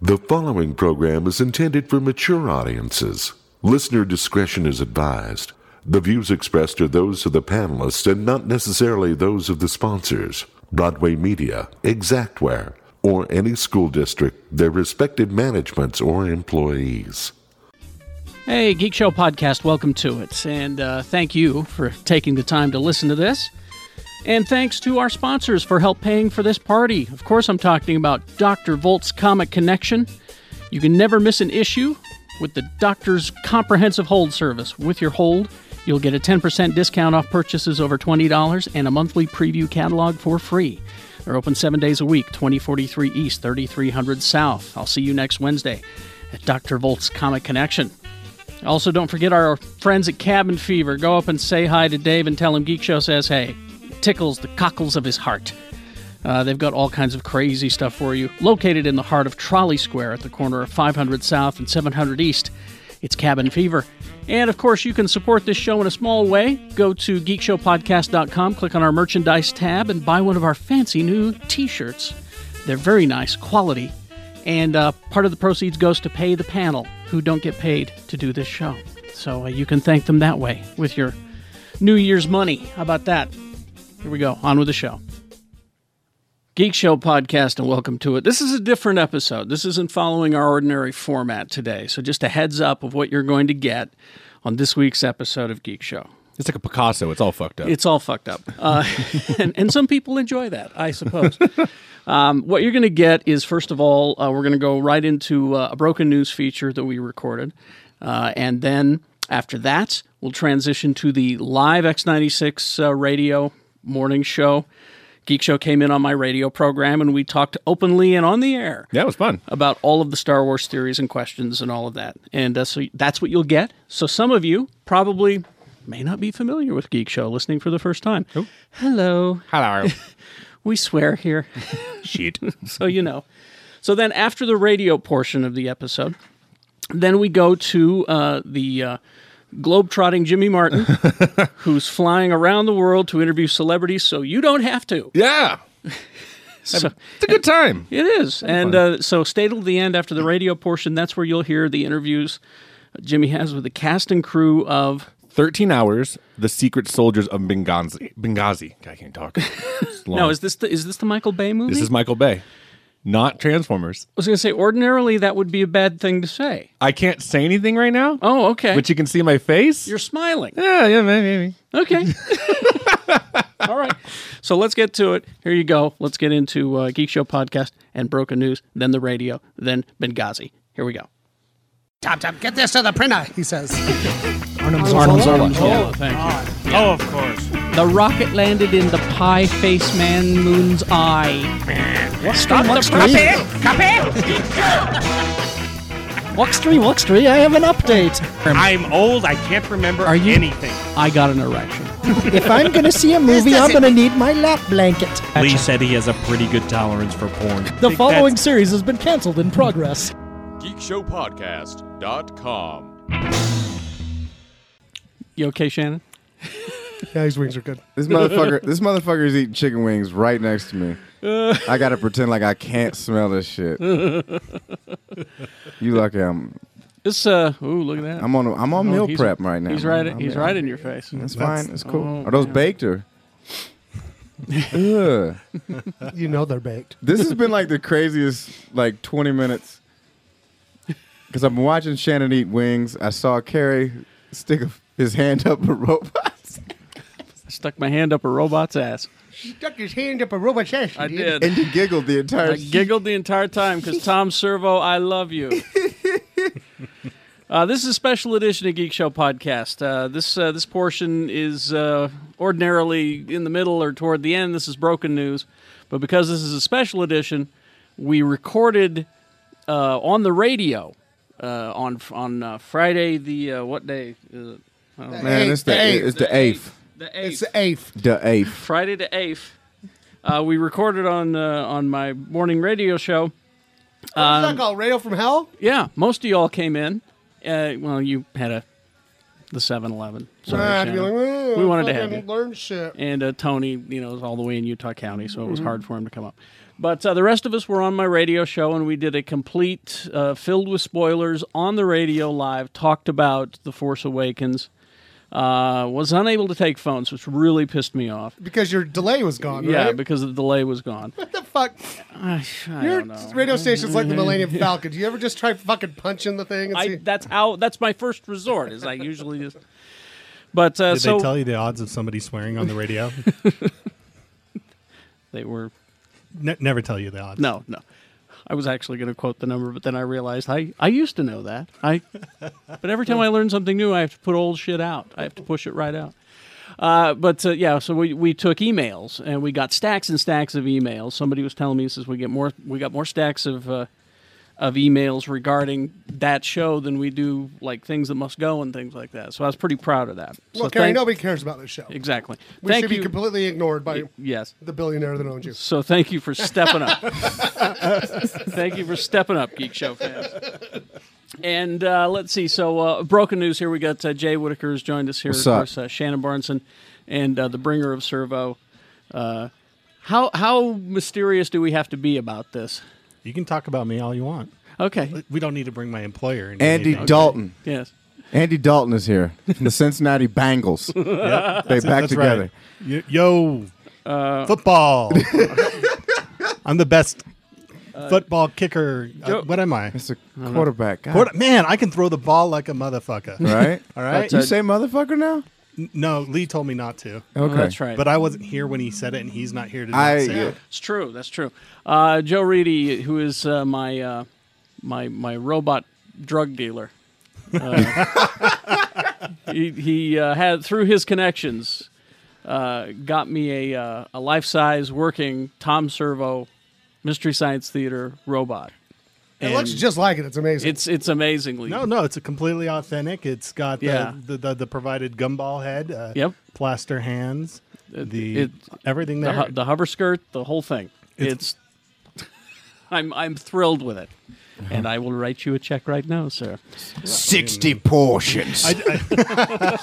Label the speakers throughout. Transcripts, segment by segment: Speaker 1: The following program is intended for mature audiences. Listener discretion is advised. The views expressed are those of the panelists and not necessarily those of the sponsors, Broadway Media, Exactware, or any school district, their respective managements or employees.
Speaker 2: Hey, Geek Show Podcast, welcome to it. And uh, thank you for taking the time to listen to this. And thanks to our sponsors for help paying for this party. Of course, I'm talking about Dr. Volt's Comic Connection. You can never miss an issue with the doctor's comprehensive hold service. With your hold, you'll get a 10% discount off purchases over $20 and a monthly preview catalog for free. They're open seven days a week, 2043 East, 3300 South. I'll see you next Wednesday at Dr. Volt's Comic Connection. Also, don't forget our friends at Cabin Fever. Go up and say hi to Dave and tell him Geek Show says hey tickles the cockles of his heart. Uh, they've got all kinds of crazy stuff for you. Located in the heart of Trolley Square at the corner of 500 South and 700 East, it's Cabin Fever. And of course, you can support this show in a small way. Go to geekshowpodcast.com, click on our merchandise tab, and buy one of our fancy new t shirts. They're very nice, quality, and uh, part of the proceeds goes to pay the panel who don't get paid to do this show. So uh, you can thank them that way with your New Year's money. How about that? Here we go. On with the show. Geek Show podcast, and welcome to it. This is a different episode. This isn't following our ordinary format today. So, just a heads up of what you're going to get on this week's episode of Geek Show.
Speaker 3: It's like a Picasso. It's all fucked up.
Speaker 2: It's all fucked up. Uh, and, and some people enjoy that, I suppose. Um, what you're going to get is, first of all, uh, we're going to go right into uh, a broken news feature that we recorded. Uh, and then after that, we'll transition to the live X96 uh, radio morning show. Geek Show came in on my radio program and we talked openly and on the air
Speaker 3: yeah, it was fun.
Speaker 2: about all of the Star Wars theories and questions and all of that. And uh, so that's what you'll get. So some of you probably may not be familiar with Geek Show listening for the first time. Hello.
Speaker 3: Oh. Hello.
Speaker 2: We swear here,
Speaker 3: Shit.
Speaker 2: so you know. So then after the radio portion of the episode, then we go to uh, the uh, globetrotting Jimmy Martin, who's flying around the world to interview celebrities so you don't have to.
Speaker 3: Yeah.
Speaker 2: So-
Speaker 3: It's a good time.
Speaker 2: It is. And uh, so stay till the end after the radio portion. That's where you'll hear the interviews Jimmy has with the cast and crew of
Speaker 3: 13 hours, The Secret Soldiers of Benghazi. Benghazi. God, I can't talk. It's long.
Speaker 2: No, is this the is this the Michael Bay movie?
Speaker 3: this is Michael Bay, not Transformers.
Speaker 2: I was going to say ordinarily that would be a bad thing to say.
Speaker 3: I can't say anything right now,
Speaker 2: Oh, okay.
Speaker 3: but you can see my face.
Speaker 2: You're smiling.
Speaker 3: yeah, yeah, maybe. maybe.
Speaker 2: Okay. All right. So let's get to it. Here you go. Let's get into uh, Geek Show podcast and broken news, then the radio, then Benghazi. Here we go.
Speaker 4: Tom, Tom, get this to the printer, he says.
Speaker 2: Oh, thank you. Oh, of course. The rocket landed in the pie face man moon's eye. Stop the
Speaker 4: Copy, copy.
Speaker 5: Wuxtree, Wuxtree, I have an update.
Speaker 6: I'm old. I can't remember
Speaker 2: Are you-
Speaker 6: anything.
Speaker 2: I got an erection.
Speaker 5: If I'm gonna see a movie, I'm gonna need my lap blanket.
Speaker 6: Lee said he has a pretty good tolerance for porn.
Speaker 5: The following series has been cancelled in progress.
Speaker 7: geekshowpodcast.com.
Speaker 2: You okay, Shannon?
Speaker 4: Yeah, his wings are good.
Speaker 8: This motherfucker, this motherfucker's eating chicken wings right next to me. I gotta pretend like I can't smell this shit. you lucky I'm
Speaker 2: This uh, ooh, look at that.
Speaker 8: I'm on I'm on
Speaker 2: Oh,
Speaker 8: meal
Speaker 2: he's-
Speaker 8: prep right now.
Speaker 2: He's right.
Speaker 8: I'm-
Speaker 2: He's
Speaker 8: I'm-
Speaker 2: right in your face.
Speaker 8: It's
Speaker 4: That's-
Speaker 8: fine. It's cool.
Speaker 2: oh,
Speaker 8: Are those
Speaker 2: yeah.
Speaker 8: baked or? Ugh.
Speaker 4: You know they're baked.
Speaker 8: This has been like the craziest like 20 minutes because I've been watching Shannon eat wings. I saw Carrie stick his hand up a robot.
Speaker 2: I stuck my hand up a robot's ass.
Speaker 4: Stuck his hand up a robot's ass.
Speaker 2: I did.
Speaker 8: And you giggled the entire.
Speaker 2: I giggled the entire time because Tom Servo, I love you. Uh, this is a special edition of Geek Show podcast. Uh, this uh, this portion is uh, ordinarily in the middle or toward the end. This is broken news, but because this is a special edition, we recorded uh, on the radio uh, on on uh, Friday the uh, what day? Uh,
Speaker 8: Man, it's the
Speaker 4: Eighth.
Speaker 8: it's the eighth.
Speaker 2: the
Speaker 4: It's the eighth.
Speaker 8: The eighth.
Speaker 2: Friday the eighth. Uh, we recorded on uh, on my morning radio show. Um,
Speaker 4: Stuck all radio from hell?
Speaker 2: Yeah, most of y'all came in. Uh, well, you had a the 7-Eleven. Sorry,
Speaker 4: I'd
Speaker 2: Shannon.
Speaker 4: be like, "Oh,
Speaker 2: We wanted to
Speaker 4: fucking
Speaker 2: have you."
Speaker 4: learn shit. Mm-hmm.
Speaker 2: and uh, Tony, you know, is all the way in Utah County, so it was hard for him to come up. But uh, the rest of us were on my radio show, and we did a complete, uh, filled with spoilers, on the radio live, talked about The Force Awakens. Uh, was unable to take phones, which really pissed me off.
Speaker 4: because your delay was gone,
Speaker 2: Yeah,
Speaker 4: right?
Speaker 2: because the delay was gone.
Speaker 4: what the fuck?
Speaker 2: I, I
Speaker 4: Your
Speaker 2: don't know.
Speaker 4: radio station's like the Millennium Falcon. Do you ever just try fucking punching the thing and
Speaker 2: I,
Speaker 4: see?
Speaker 2: that's how. That's my first resort. Is I usually just. But uh,
Speaker 7: Did
Speaker 2: so
Speaker 7: they tell you the odds of somebody swearing on the radio?
Speaker 2: they were
Speaker 7: ne- never tell you the odds.
Speaker 2: No, no. I was actually going to quote the number, but then I realized I, I used to know that. I, but every time I learn something new, I have to put old shit out. I have to push it right out. Uh, but uh, yeah, so we, we took emails and we got stacks and stacks of emails. Somebody was telling me says we get more we got more stacks of uh, of emails regarding that show than we do like things that must go and things like that. So I was pretty proud of that.
Speaker 4: Well,
Speaker 2: so
Speaker 4: Carrie,
Speaker 2: thank-
Speaker 4: nobody cares about this show.
Speaker 2: exactly.
Speaker 4: We
Speaker 2: thank
Speaker 4: should
Speaker 2: you.
Speaker 4: be completely ignored by
Speaker 2: yes.
Speaker 4: the billionaire that owns you.
Speaker 2: So thank you for stepping up. thank you for stepping up, Geek Show fans. And uh, let's see. So uh, broken news here. We got uh, Jay Whitaker has joined us here.
Speaker 8: What's
Speaker 2: of
Speaker 8: up?
Speaker 2: course, uh, Shannon Barneson and uh, the bringer of Servo. Uh, how how mysterious do we have to be about this?
Speaker 7: You can talk about me all you want.
Speaker 2: Okay.
Speaker 7: We don't need to bring my employer. into
Speaker 8: Andy
Speaker 7: anything.
Speaker 8: Dalton.
Speaker 2: Yes.
Speaker 8: Andy Dalton is here from the Cincinnati Bengals.
Speaker 7: Yep,
Speaker 8: They back
Speaker 7: that's
Speaker 8: together.
Speaker 7: right. Y- Yo,
Speaker 2: Uh,
Speaker 7: football. I'm the best football kicker. Uh,
Speaker 2: Uh, Joe-
Speaker 7: what am I?
Speaker 8: It's a quarterback. God,
Speaker 7: Quarter- Man, I can throw the ball like a motherfucker.
Speaker 8: Right?
Speaker 7: All right.
Speaker 8: You say motherfucker now?
Speaker 7: N- no, Lee told me not to.
Speaker 8: Okay.
Speaker 2: That's right.
Speaker 7: But I wasn't here when he said it, and he's not here to
Speaker 8: I-
Speaker 7: say
Speaker 8: yeah.
Speaker 7: it.
Speaker 2: It's true. That's true. Uh, Joe Reedy, who is uh, my uh, my my robot drug dealer, uh, he, he uh, had through his connections uh, got me a uh, a life size working Tom Servo Mystery Science Theater robot.
Speaker 4: It looks
Speaker 2: And
Speaker 4: just like it. It's amazing.
Speaker 2: it's it's amazingly
Speaker 7: No, no, it's a completely authentic. It's got the,
Speaker 2: Yeah.
Speaker 7: the, the, the provided gumball head, uh,
Speaker 2: Yep.
Speaker 7: plaster hands, the
Speaker 2: it-
Speaker 7: everything
Speaker 2: the,
Speaker 7: there.
Speaker 2: hu- the hover skirt, the whole thing. It's,
Speaker 7: It's-
Speaker 2: I'm I'm thrilled with it, Uh-huh. and I will write you a check right now, sir.
Speaker 8: 60 portions.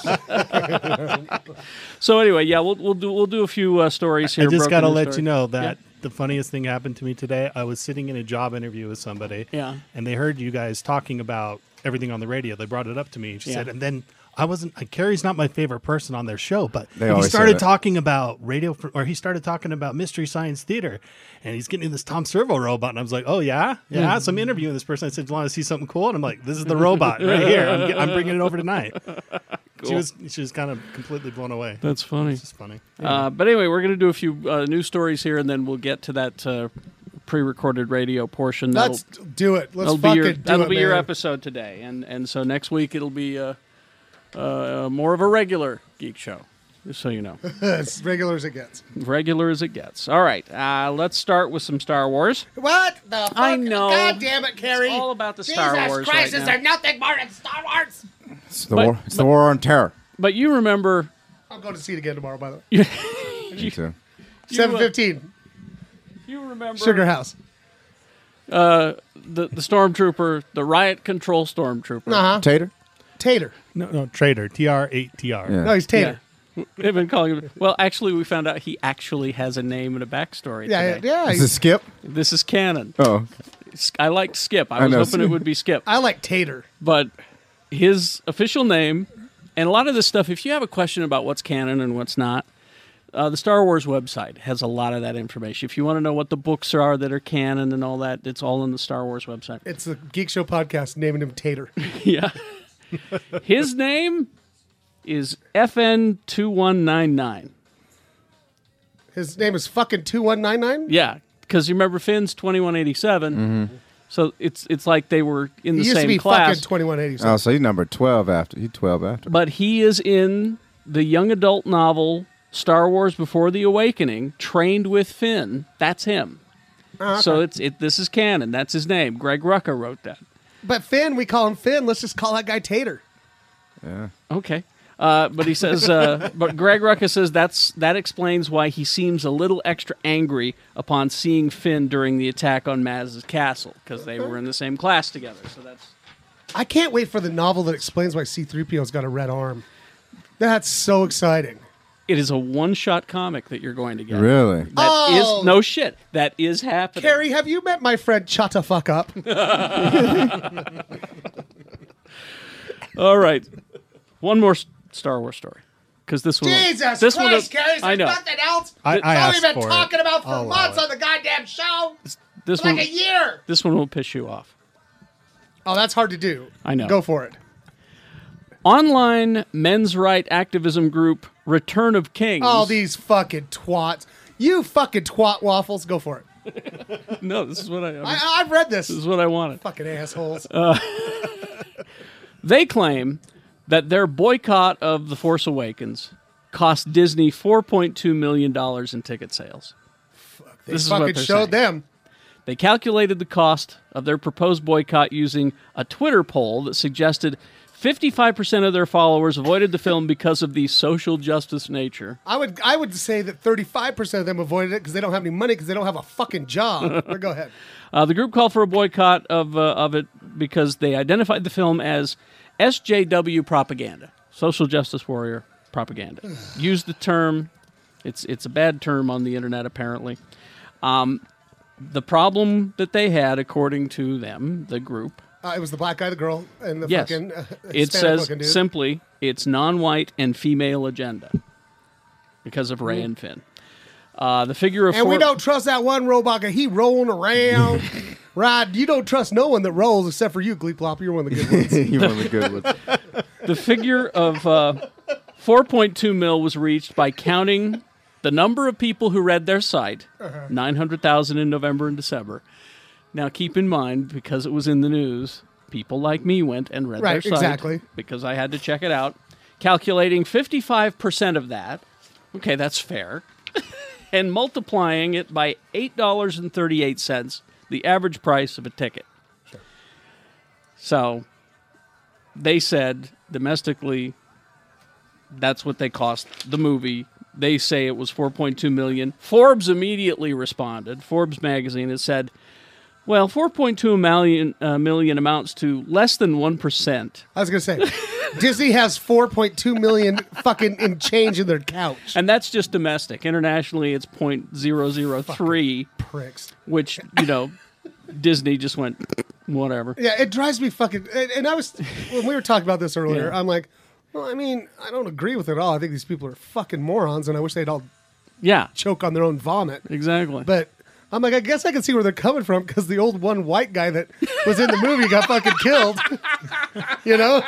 Speaker 2: So anyway, yeah, we'll we'll do we'll do a few uh, stories here.
Speaker 7: I just
Speaker 2: broken
Speaker 7: got to
Speaker 2: news
Speaker 7: let you
Speaker 2: stories.
Speaker 7: know that the funniest thing happened to me today. I was sitting in a job interview with somebody.
Speaker 2: Yeah.
Speaker 7: And they heard you guys talking about everything on the radio. They brought it up to me. And she
Speaker 2: Yeah.
Speaker 7: said, and then I wasn't, uh, Carrie's not my favorite person on their show, but
Speaker 8: They
Speaker 7: he
Speaker 8: always say
Speaker 7: started
Speaker 8: that.
Speaker 7: talking about radio, fr- or he started talking about Mystery Science Theater. And he's getting this Tom Servo robot. And I was like, oh, yeah? Yeah. So I'm interviewing this person. I said, do you want to see something cool? And I'm like, this is the robot right here. I'm, ge- I'm bringing it over tonight. She was she was kind of completely blown away. It's
Speaker 2: That's funny.
Speaker 7: just funny.
Speaker 2: Uh, but anyway, we're going to do a few uh, news stories here, and then we'll get to that uh, pre-recorded radio portion. That'll,
Speaker 4: Let's do it. Let's
Speaker 2: that'll be
Speaker 4: fucking
Speaker 2: your
Speaker 4: do
Speaker 2: that'll
Speaker 4: it,
Speaker 2: be your
Speaker 4: man.
Speaker 2: episode today, and and so next week it'll be uh, uh, more of a regular geek show, just so you know,
Speaker 4: As regular as it gets.
Speaker 2: regular as it gets. All right, uh, let's start with some Star Wars.
Speaker 4: What the fuck?
Speaker 2: I know.
Speaker 4: God damn it, Carrie.
Speaker 2: It's all about the Star Wars right now.
Speaker 4: nothing more than Star Wars.
Speaker 8: It's, the war, it's the war on terror.
Speaker 2: But you remember
Speaker 4: I'm going to see it again tomorrow, by the way.
Speaker 8: Me too.
Speaker 4: 7.15,
Speaker 2: uh, you remember Uh,
Speaker 4: Sugar House.
Speaker 2: the the stormtrooper, the riot control stormtrooper.
Speaker 4: Uh-huh.
Speaker 8: Tater?
Speaker 4: Tater.
Speaker 7: No, no, Trader, TR, 8TR.
Speaker 8: Yeah.
Speaker 4: No, he's Tater.
Speaker 2: Yeah. They've been calling him. Well, actually, we found out he actually has a name and a backstory.
Speaker 4: Yeah, yeah.
Speaker 2: today.
Speaker 4: yeah.
Speaker 8: Is it Skip?
Speaker 2: This is canon.
Speaker 8: Oh.
Speaker 2: S- I liked Skip. I
Speaker 8: I
Speaker 2: was
Speaker 8: know.
Speaker 2: hoping it would be Skip,
Speaker 4: I like Tater.
Speaker 2: but his official name and a lot of this stuff. If you have a question about what's canon and what's not. Uh, the Star Wars website has a lot of that information. If you want to know what the books are that are canon and all that, it's all in the Star Wars website.
Speaker 4: It's the Geek Show podcast naming him Tater.
Speaker 2: yeah. His name is FN2199.
Speaker 4: His name is fucking 2199?
Speaker 2: Yeah, because you remember Finn's twenty one eighty So it's it's like they were in the
Speaker 4: He used to
Speaker 2: same
Speaker 4: be
Speaker 2: class,
Speaker 4: fucking 2180.
Speaker 8: Oh, so he's number 12 after. He's 12 after.
Speaker 2: but he is in the young adult novel Star Wars: Before the Awakening, trained with Finn. That's him.
Speaker 4: Uh-huh.
Speaker 2: So it's it. This is canon. That's his name. Greg Rucka wrote that.
Speaker 4: But Finn, we call him Finn. Let's just call that guy Tater.
Speaker 2: Okay. Uh, but he says, uh, but Greg Rucka says that's that explains why he seems a little extra angry upon seeing Finn during the attack on Maz's castle because they were in the same class together. So that's
Speaker 4: I can't wait for the novel that explains why C3PO's got a red arm. That's so exciting.
Speaker 2: It is a one shot comic that you're going to get.
Speaker 8: Really?
Speaker 2: That is-
Speaker 4: Oh!
Speaker 2: no shit. That is happening.
Speaker 4: Carrie, have you met my friend Chata Fuck Up?
Speaker 2: All right, one more S- Star Wars story because this one.
Speaker 4: Jesus
Speaker 2: this one is-
Speaker 4: Christ, Carrie, is
Speaker 2: I
Speaker 4: there
Speaker 2: know
Speaker 4: nothing else?
Speaker 7: I-
Speaker 4: It's
Speaker 7: I
Speaker 4: all
Speaker 7: asked
Speaker 4: we've been
Speaker 7: for it.
Speaker 4: talking about for
Speaker 7: I'll allow
Speaker 4: months
Speaker 7: it.
Speaker 4: on the goddamn show.
Speaker 2: Oh, this
Speaker 4: like
Speaker 2: one.
Speaker 4: a year.
Speaker 2: This one will piss you off.
Speaker 4: Oh, that's hard to do.
Speaker 2: I know.
Speaker 4: Go for it.
Speaker 2: Online men's right activism group Return of Kings.
Speaker 4: All these fucking twats. You fucking twat waffles. Go for it.
Speaker 2: no, this is what I, I mean,
Speaker 4: I, I've read this.
Speaker 2: this is what I wanted. Uh,
Speaker 4: Fucking assholes.
Speaker 2: They claim that their boycott of The Force Awakens cost Disney 4.2 million dollars in ticket sales.
Speaker 4: they
Speaker 2: this is what
Speaker 4: fucking
Speaker 2: they're
Speaker 4: showed
Speaker 2: saying.
Speaker 4: them.
Speaker 2: They calculated the cost of their proposed boycott using a Twitter poll that suggested 55% of their followers avoided the film because of the social justice nature.
Speaker 4: I would I would say that 35% of them avoided it because they don't have any money because they don't have a fucking job. but go ahead.
Speaker 2: Uh, the group called for a boycott of, uh, of it because they identified the film as SJW propaganda, social justice warrior propaganda. Used the term, it's, it's a bad term on the internet apparently. Um, the problem that they had, according to them, the group,
Speaker 4: Uh, it was the black guy, the girl, and the
Speaker 2: Yes.
Speaker 4: fucking uh,
Speaker 2: it
Speaker 4: Hispanic
Speaker 2: says
Speaker 4: looking dude.
Speaker 2: simply it's non-white and female agenda because of Ray and Finn. Uh, the figure of
Speaker 4: Hmm. and
Speaker 2: four,
Speaker 4: we don't trust that one robot. 'cause He rolling around. right. You don't trust no one that rolls except for you, Gleeplop. You're one of the good ones.
Speaker 8: you want the good ones.
Speaker 2: the figure of uh, 4.2 mil was reached by counting the number of people who read their site, 900,000 in November and December. Now keep in mind because it was in the news, people like me went and read
Speaker 4: Right,
Speaker 2: their site
Speaker 4: exactly.
Speaker 2: because I had to check it out. Calculating 55% of that. Okay, that's fair. and multiplying it by $8.38, the average price of a ticket. So they said domestically that's what they cost the movie. They say it was 4.2 million. Forbes immediately responded. Forbes magazine has said, well, 4.2 million, uh, million amounts to less than 1%.
Speaker 4: I was going to say Disney has 4.2 million fucking in change in their couch.
Speaker 2: And that's just domestic. Internationally, it's 0.003,
Speaker 4: Pricks.
Speaker 2: which, you know, Disney just went, whatever.
Speaker 4: Yeah, it drives me fucking. And, and I was when we were talking about this earlier. I'm like, well, I mean, I don't agree with it at all. I think these people are fucking morons, and I wish they'd all
Speaker 2: Yeah,
Speaker 4: choke on their own vomit.
Speaker 2: exactly.
Speaker 4: But I'm like, I guess I can see where they're coming from because the old one white guy that was in the movie got fucking killed. you know,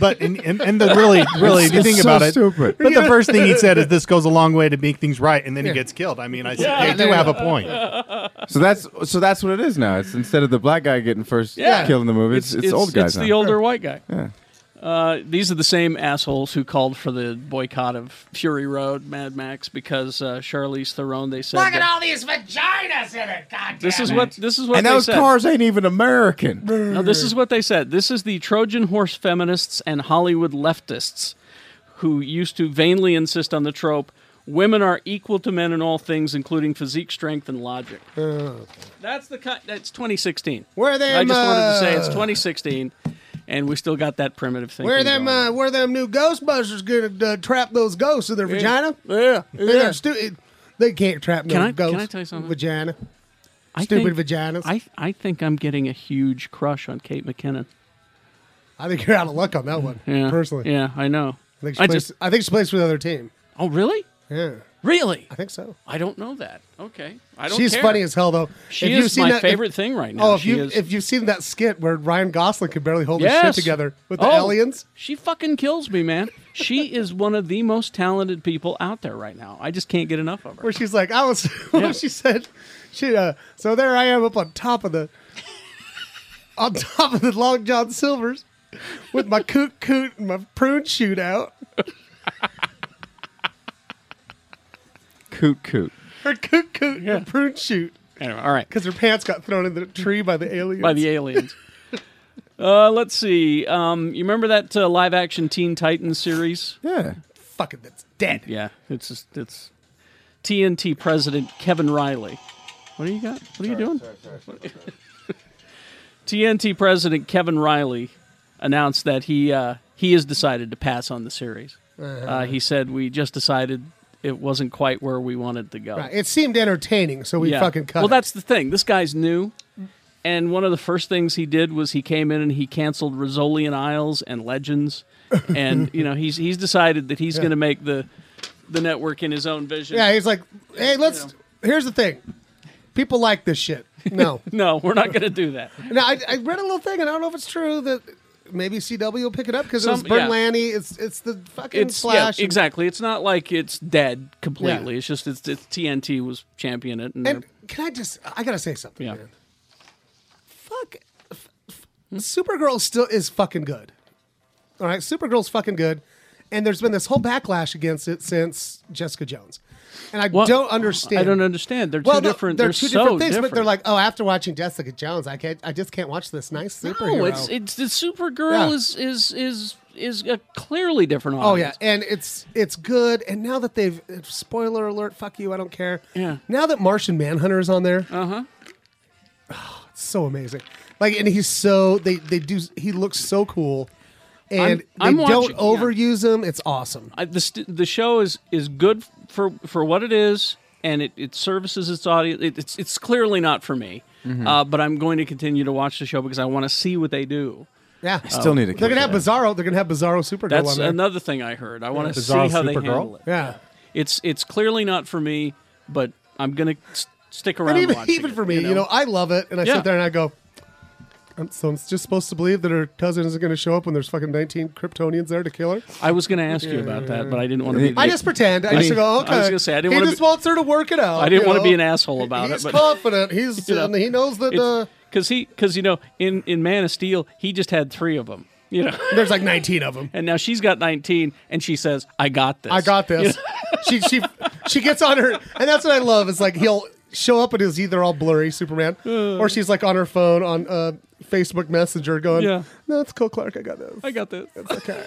Speaker 7: But and, and, and the really, really, if you
Speaker 8: it's
Speaker 7: think
Speaker 8: so
Speaker 7: about it,
Speaker 8: stupid.
Speaker 7: but the first thing he said is, "This goes a long way to make things right," and then
Speaker 4: Yeah.
Speaker 7: he gets killed. I mean, I
Speaker 4: Yeah,
Speaker 7: they do
Speaker 4: there
Speaker 7: have
Speaker 4: you
Speaker 7: a point.
Speaker 8: So that's so that's what it is now. It's instead of the black guy getting first
Speaker 2: Yeah.
Speaker 8: kill in the movie, it's, it's, old guys
Speaker 2: It's
Speaker 8: now.
Speaker 2: the older white guy. Uh, these are the same assholes who called for the boycott of Fury Road, Mad Max, because uh, Charlize Theron. They said
Speaker 4: look at
Speaker 2: that-
Speaker 4: all these vaginas in it. God damn
Speaker 2: this is
Speaker 4: it.
Speaker 2: what this is what
Speaker 8: and
Speaker 2: they
Speaker 8: those
Speaker 2: said.
Speaker 8: cars ain't even American.
Speaker 2: No,
Speaker 4: Mm.
Speaker 2: this is what they said. This is the Trojan horse feminists and Hollywood leftists who used to vainly insist on the trope women are equal to men in all things, including physique, strength, and logic. That's the cut. That's 2016.
Speaker 4: Oh, Where them?
Speaker 2: I just wanted to
Speaker 4: uh,
Speaker 2: say it's 2016, and we still got that primitive thing.
Speaker 4: Where them? Uh, where them new Ghostbusters gonna uh, trap those ghosts in their vagina? Yeah,
Speaker 2: yeah.
Speaker 4: Stu- they can't trap no
Speaker 2: Can I-
Speaker 4: ghosts.
Speaker 2: can I tell you something?
Speaker 4: Vagina.
Speaker 2: I
Speaker 4: uh, Stupid
Speaker 2: think-
Speaker 4: vaginas.
Speaker 2: I I think I'm getting a huge crush on Kate McKinnon.
Speaker 4: I think you're out of luck on that one.
Speaker 2: Yeah,
Speaker 4: Personally,
Speaker 2: yeah, I know.
Speaker 4: I think she
Speaker 2: I
Speaker 4: plays.
Speaker 2: just
Speaker 4: I think she plays for the other team.
Speaker 2: oh really,
Speaker 4: Yeah,
Speaker 2: really?
Speaker 4: I think so.
Speaker 2: I don't know that. Okay, I don't.
Speaker 4: She's
Speaker 2: care.
Speaker 4: funny as hell though.
Speaker 2: She
Speaker 4: If you've
Speaker 2: is
Speaker 4: seen
Speaker 2: my
Speaker 4: that- if-
Speaker 2: favorite thing right now.
Speaker 4: Oh, if
Speaker 2: she
Speaker 4: you
Speaker 2: is.
Speaker 4: if you've seen that skit where Ryan Gosling could barely hold his
Speaker 2: Yes.
Speaker 4: shit together with the
Speaker 2: Oh,
Speaker 4: aliens,
Speaker 2: she fucking kills me, man. She is one of the most talented people out there right now. I just can't get enough of her.
Speaker 4: where she's like, I was. what
Speaker 2: Yeah.
Speaker 4: she said? She uh, so there I am up on top of the on top of the Long John Silver's with my coot coot and my prune shoot out.
Speaker 8: coot coot.
Speaker 4: Her coot coot and her prune shoot
Speaker 2: Anyway, all right,
Speaker 4: because her pants got thrown in the tree by the aliens.
Speaker 2: by the aliens. Uh, let's see. Um, you remember that uh, live-action Teen Titans series?
Speaker 8: Yeah.
Speaker 4: fucking that's dead.
Speaker 2: Yeah, it's just it's TNT president Kevin Riley. What do you got? What are you doing? TNT president Kevin Riley announced that he uh, he has decided to pass on the series.
Speaker 4: Uh-huh.
Speaker 2: Uh, he said we just decided it wasn't quite where we wanted to go.
Speaker 4: Right. It seemed entertaining, so we fucking cut.
Speaker 2: Well,
Speaker 4: it.
Speaker 2: that's the thing. This guy's new, and one of the first things he did was he came in and he canceled Rizzoli and Isles and Legends, and you know he's he's decided that he's going to make the the network in his own vision.
Speaker 4: yeah. He's like, hey, let's. Here's the thing, people like this shit. No,
Speaker 2: No, we're not going to do that.
Speaker 4: now I, I read a little thing, and I don't know if it's true that maybe CW will pick it up because it was
Speaker 2: Some- yeah.
Speaker 4: Berlanti. It's it's the fucking
Speaker 2: It's yeah,
Speaker 4: Flash. and-
Speaker 2: exactly. It's not like it's dead completely. It's just it's, it's TNT was champion it, and,
Speaker 4: And
Speaker 2: they're-
Speaker 4: can I just? I gotta say something.
Speaker 2: Yeah.
Speaker 4: man. Fuck. f- f- Supergirl still is fucking good. All right, Supergirl's fucking good, and there's been this whole backlash against it since Jessica Jones, and I
Speaker 2: Well,
Speaker 4: don't understand.
Speaker 2: I don't understand. They're
Speaker 4: Well,
Speaker 2: two
Speaker 4: no,
Speaker 2: different.
Speaker 4: They're,
Speaker 2: They're,
Speaker 4: two
Speaker 2: so
Speaker 4: different things, but they're
Speaker 2: different.
Speaker 4: like, oh, after watching Jessica Jones, I can't. I just can't watch this nice superhero.
Speaker 2: No, it's it's the Supergirl
Speaker 4: Yeah.
Speaker 2: is is is is a clearly different
Speaker 4: Oh yeah,
Speaker 2: audience.
Speaker 4: and it's it's good. And now that they've spoiler alert, fuck you, I don't care.
Speaker 2: Yeah. Uh-huh.
Speaker 4: Now that Martian Manhunter is on there, uh huh. it's so amazing. Like, and he's so they they do. He looks so cool, and
Speaker 2: I'm
Speaker 4: they
Speaker 2: watching-
Speaker 4: don't
Speaker 2: yeah.
Speaker 4: overuse him. It's awesome.
Speaker 2: I, the st- the show is is good for for what it is, and it, it services its audience. It, it's it's clearly not for me, uh, but I'm going to continue to watch the show because I want to see what they do. Um,
Speaker 4: Yeah.
Speaker 8: Still need to
Speaker 4: they're gonna
Speaker 8: catch
Speaker 4: have
Speaker 8: that.
Speaker 4: Bizarro. They're gonna have Bizarro Supergirl
Speaker 2: That's
Speaker 4: on there.
Speaker 2: another thing I heard. I want to see
Speaker 7: Bizarro
Speaker 2: how they
Speaker 7: Supergirl?
Speaker 2: handle it.
Speaker 4: yeah.
Speaker 2: It's it's clearly not for me, but I'm gonna s- stick around.
Speaker 4: And even,
Speaker 2: watching
Speaker 4: even
Speaker 2: it,
Speaker 4: for me, you know? I love it, and I
Speaker 2: Yeah.
Speaker 4: sit there and I go. I'm, so I'm just supposed to believe that her cousin isn't going to show up when there's fucking 19 Kryptonians there to kill her.
Speaker 2: I was gonna ask you about that, but I didn't want to. be
Speaker 4: I just pretend. I just
Speaker 8: mean,
Speaker 4: go, okay.
Speaker 2: I was gonna say, I didn't
Speaker 4: he
Speaker 2: wanna
Speaker 4: just
Speaker 2: be-
Speaker 4: wants her to work it out.
Speaker 2: I didn't
Speaker 4: you
Speaker 2: want to
Speaker 4: know?
Speaker 2: be an asshole about
Speaker 4: He's
Speaker 2: it, but
Speaker 4: confident. He's
Speaker 2: know,
Speaker 4: and he knows that
Speaker 2: It's-
Speaker 4: uh,
Speaker 2: Cause he, cause you know, in in Man of Steel, he just had three of them, you know,
Speaker 4: there's like 19 of them.
Speaker 2: and now she's got nineteen, and she says, "I got this."
Speaker 4: I got this. she she she gets on her, and that's what I love. Is like he'll show up and he's either all blurry Superman,
Speaker 2: Uh.
Speaker 4: or she's like on her phone on uh, Facebook Messenger going,
Speaker 2: Yeah.
Speaker 4: "No, it's cool, Clark. I got this.
Speaker 2: I got this.
Speaker 4: okay."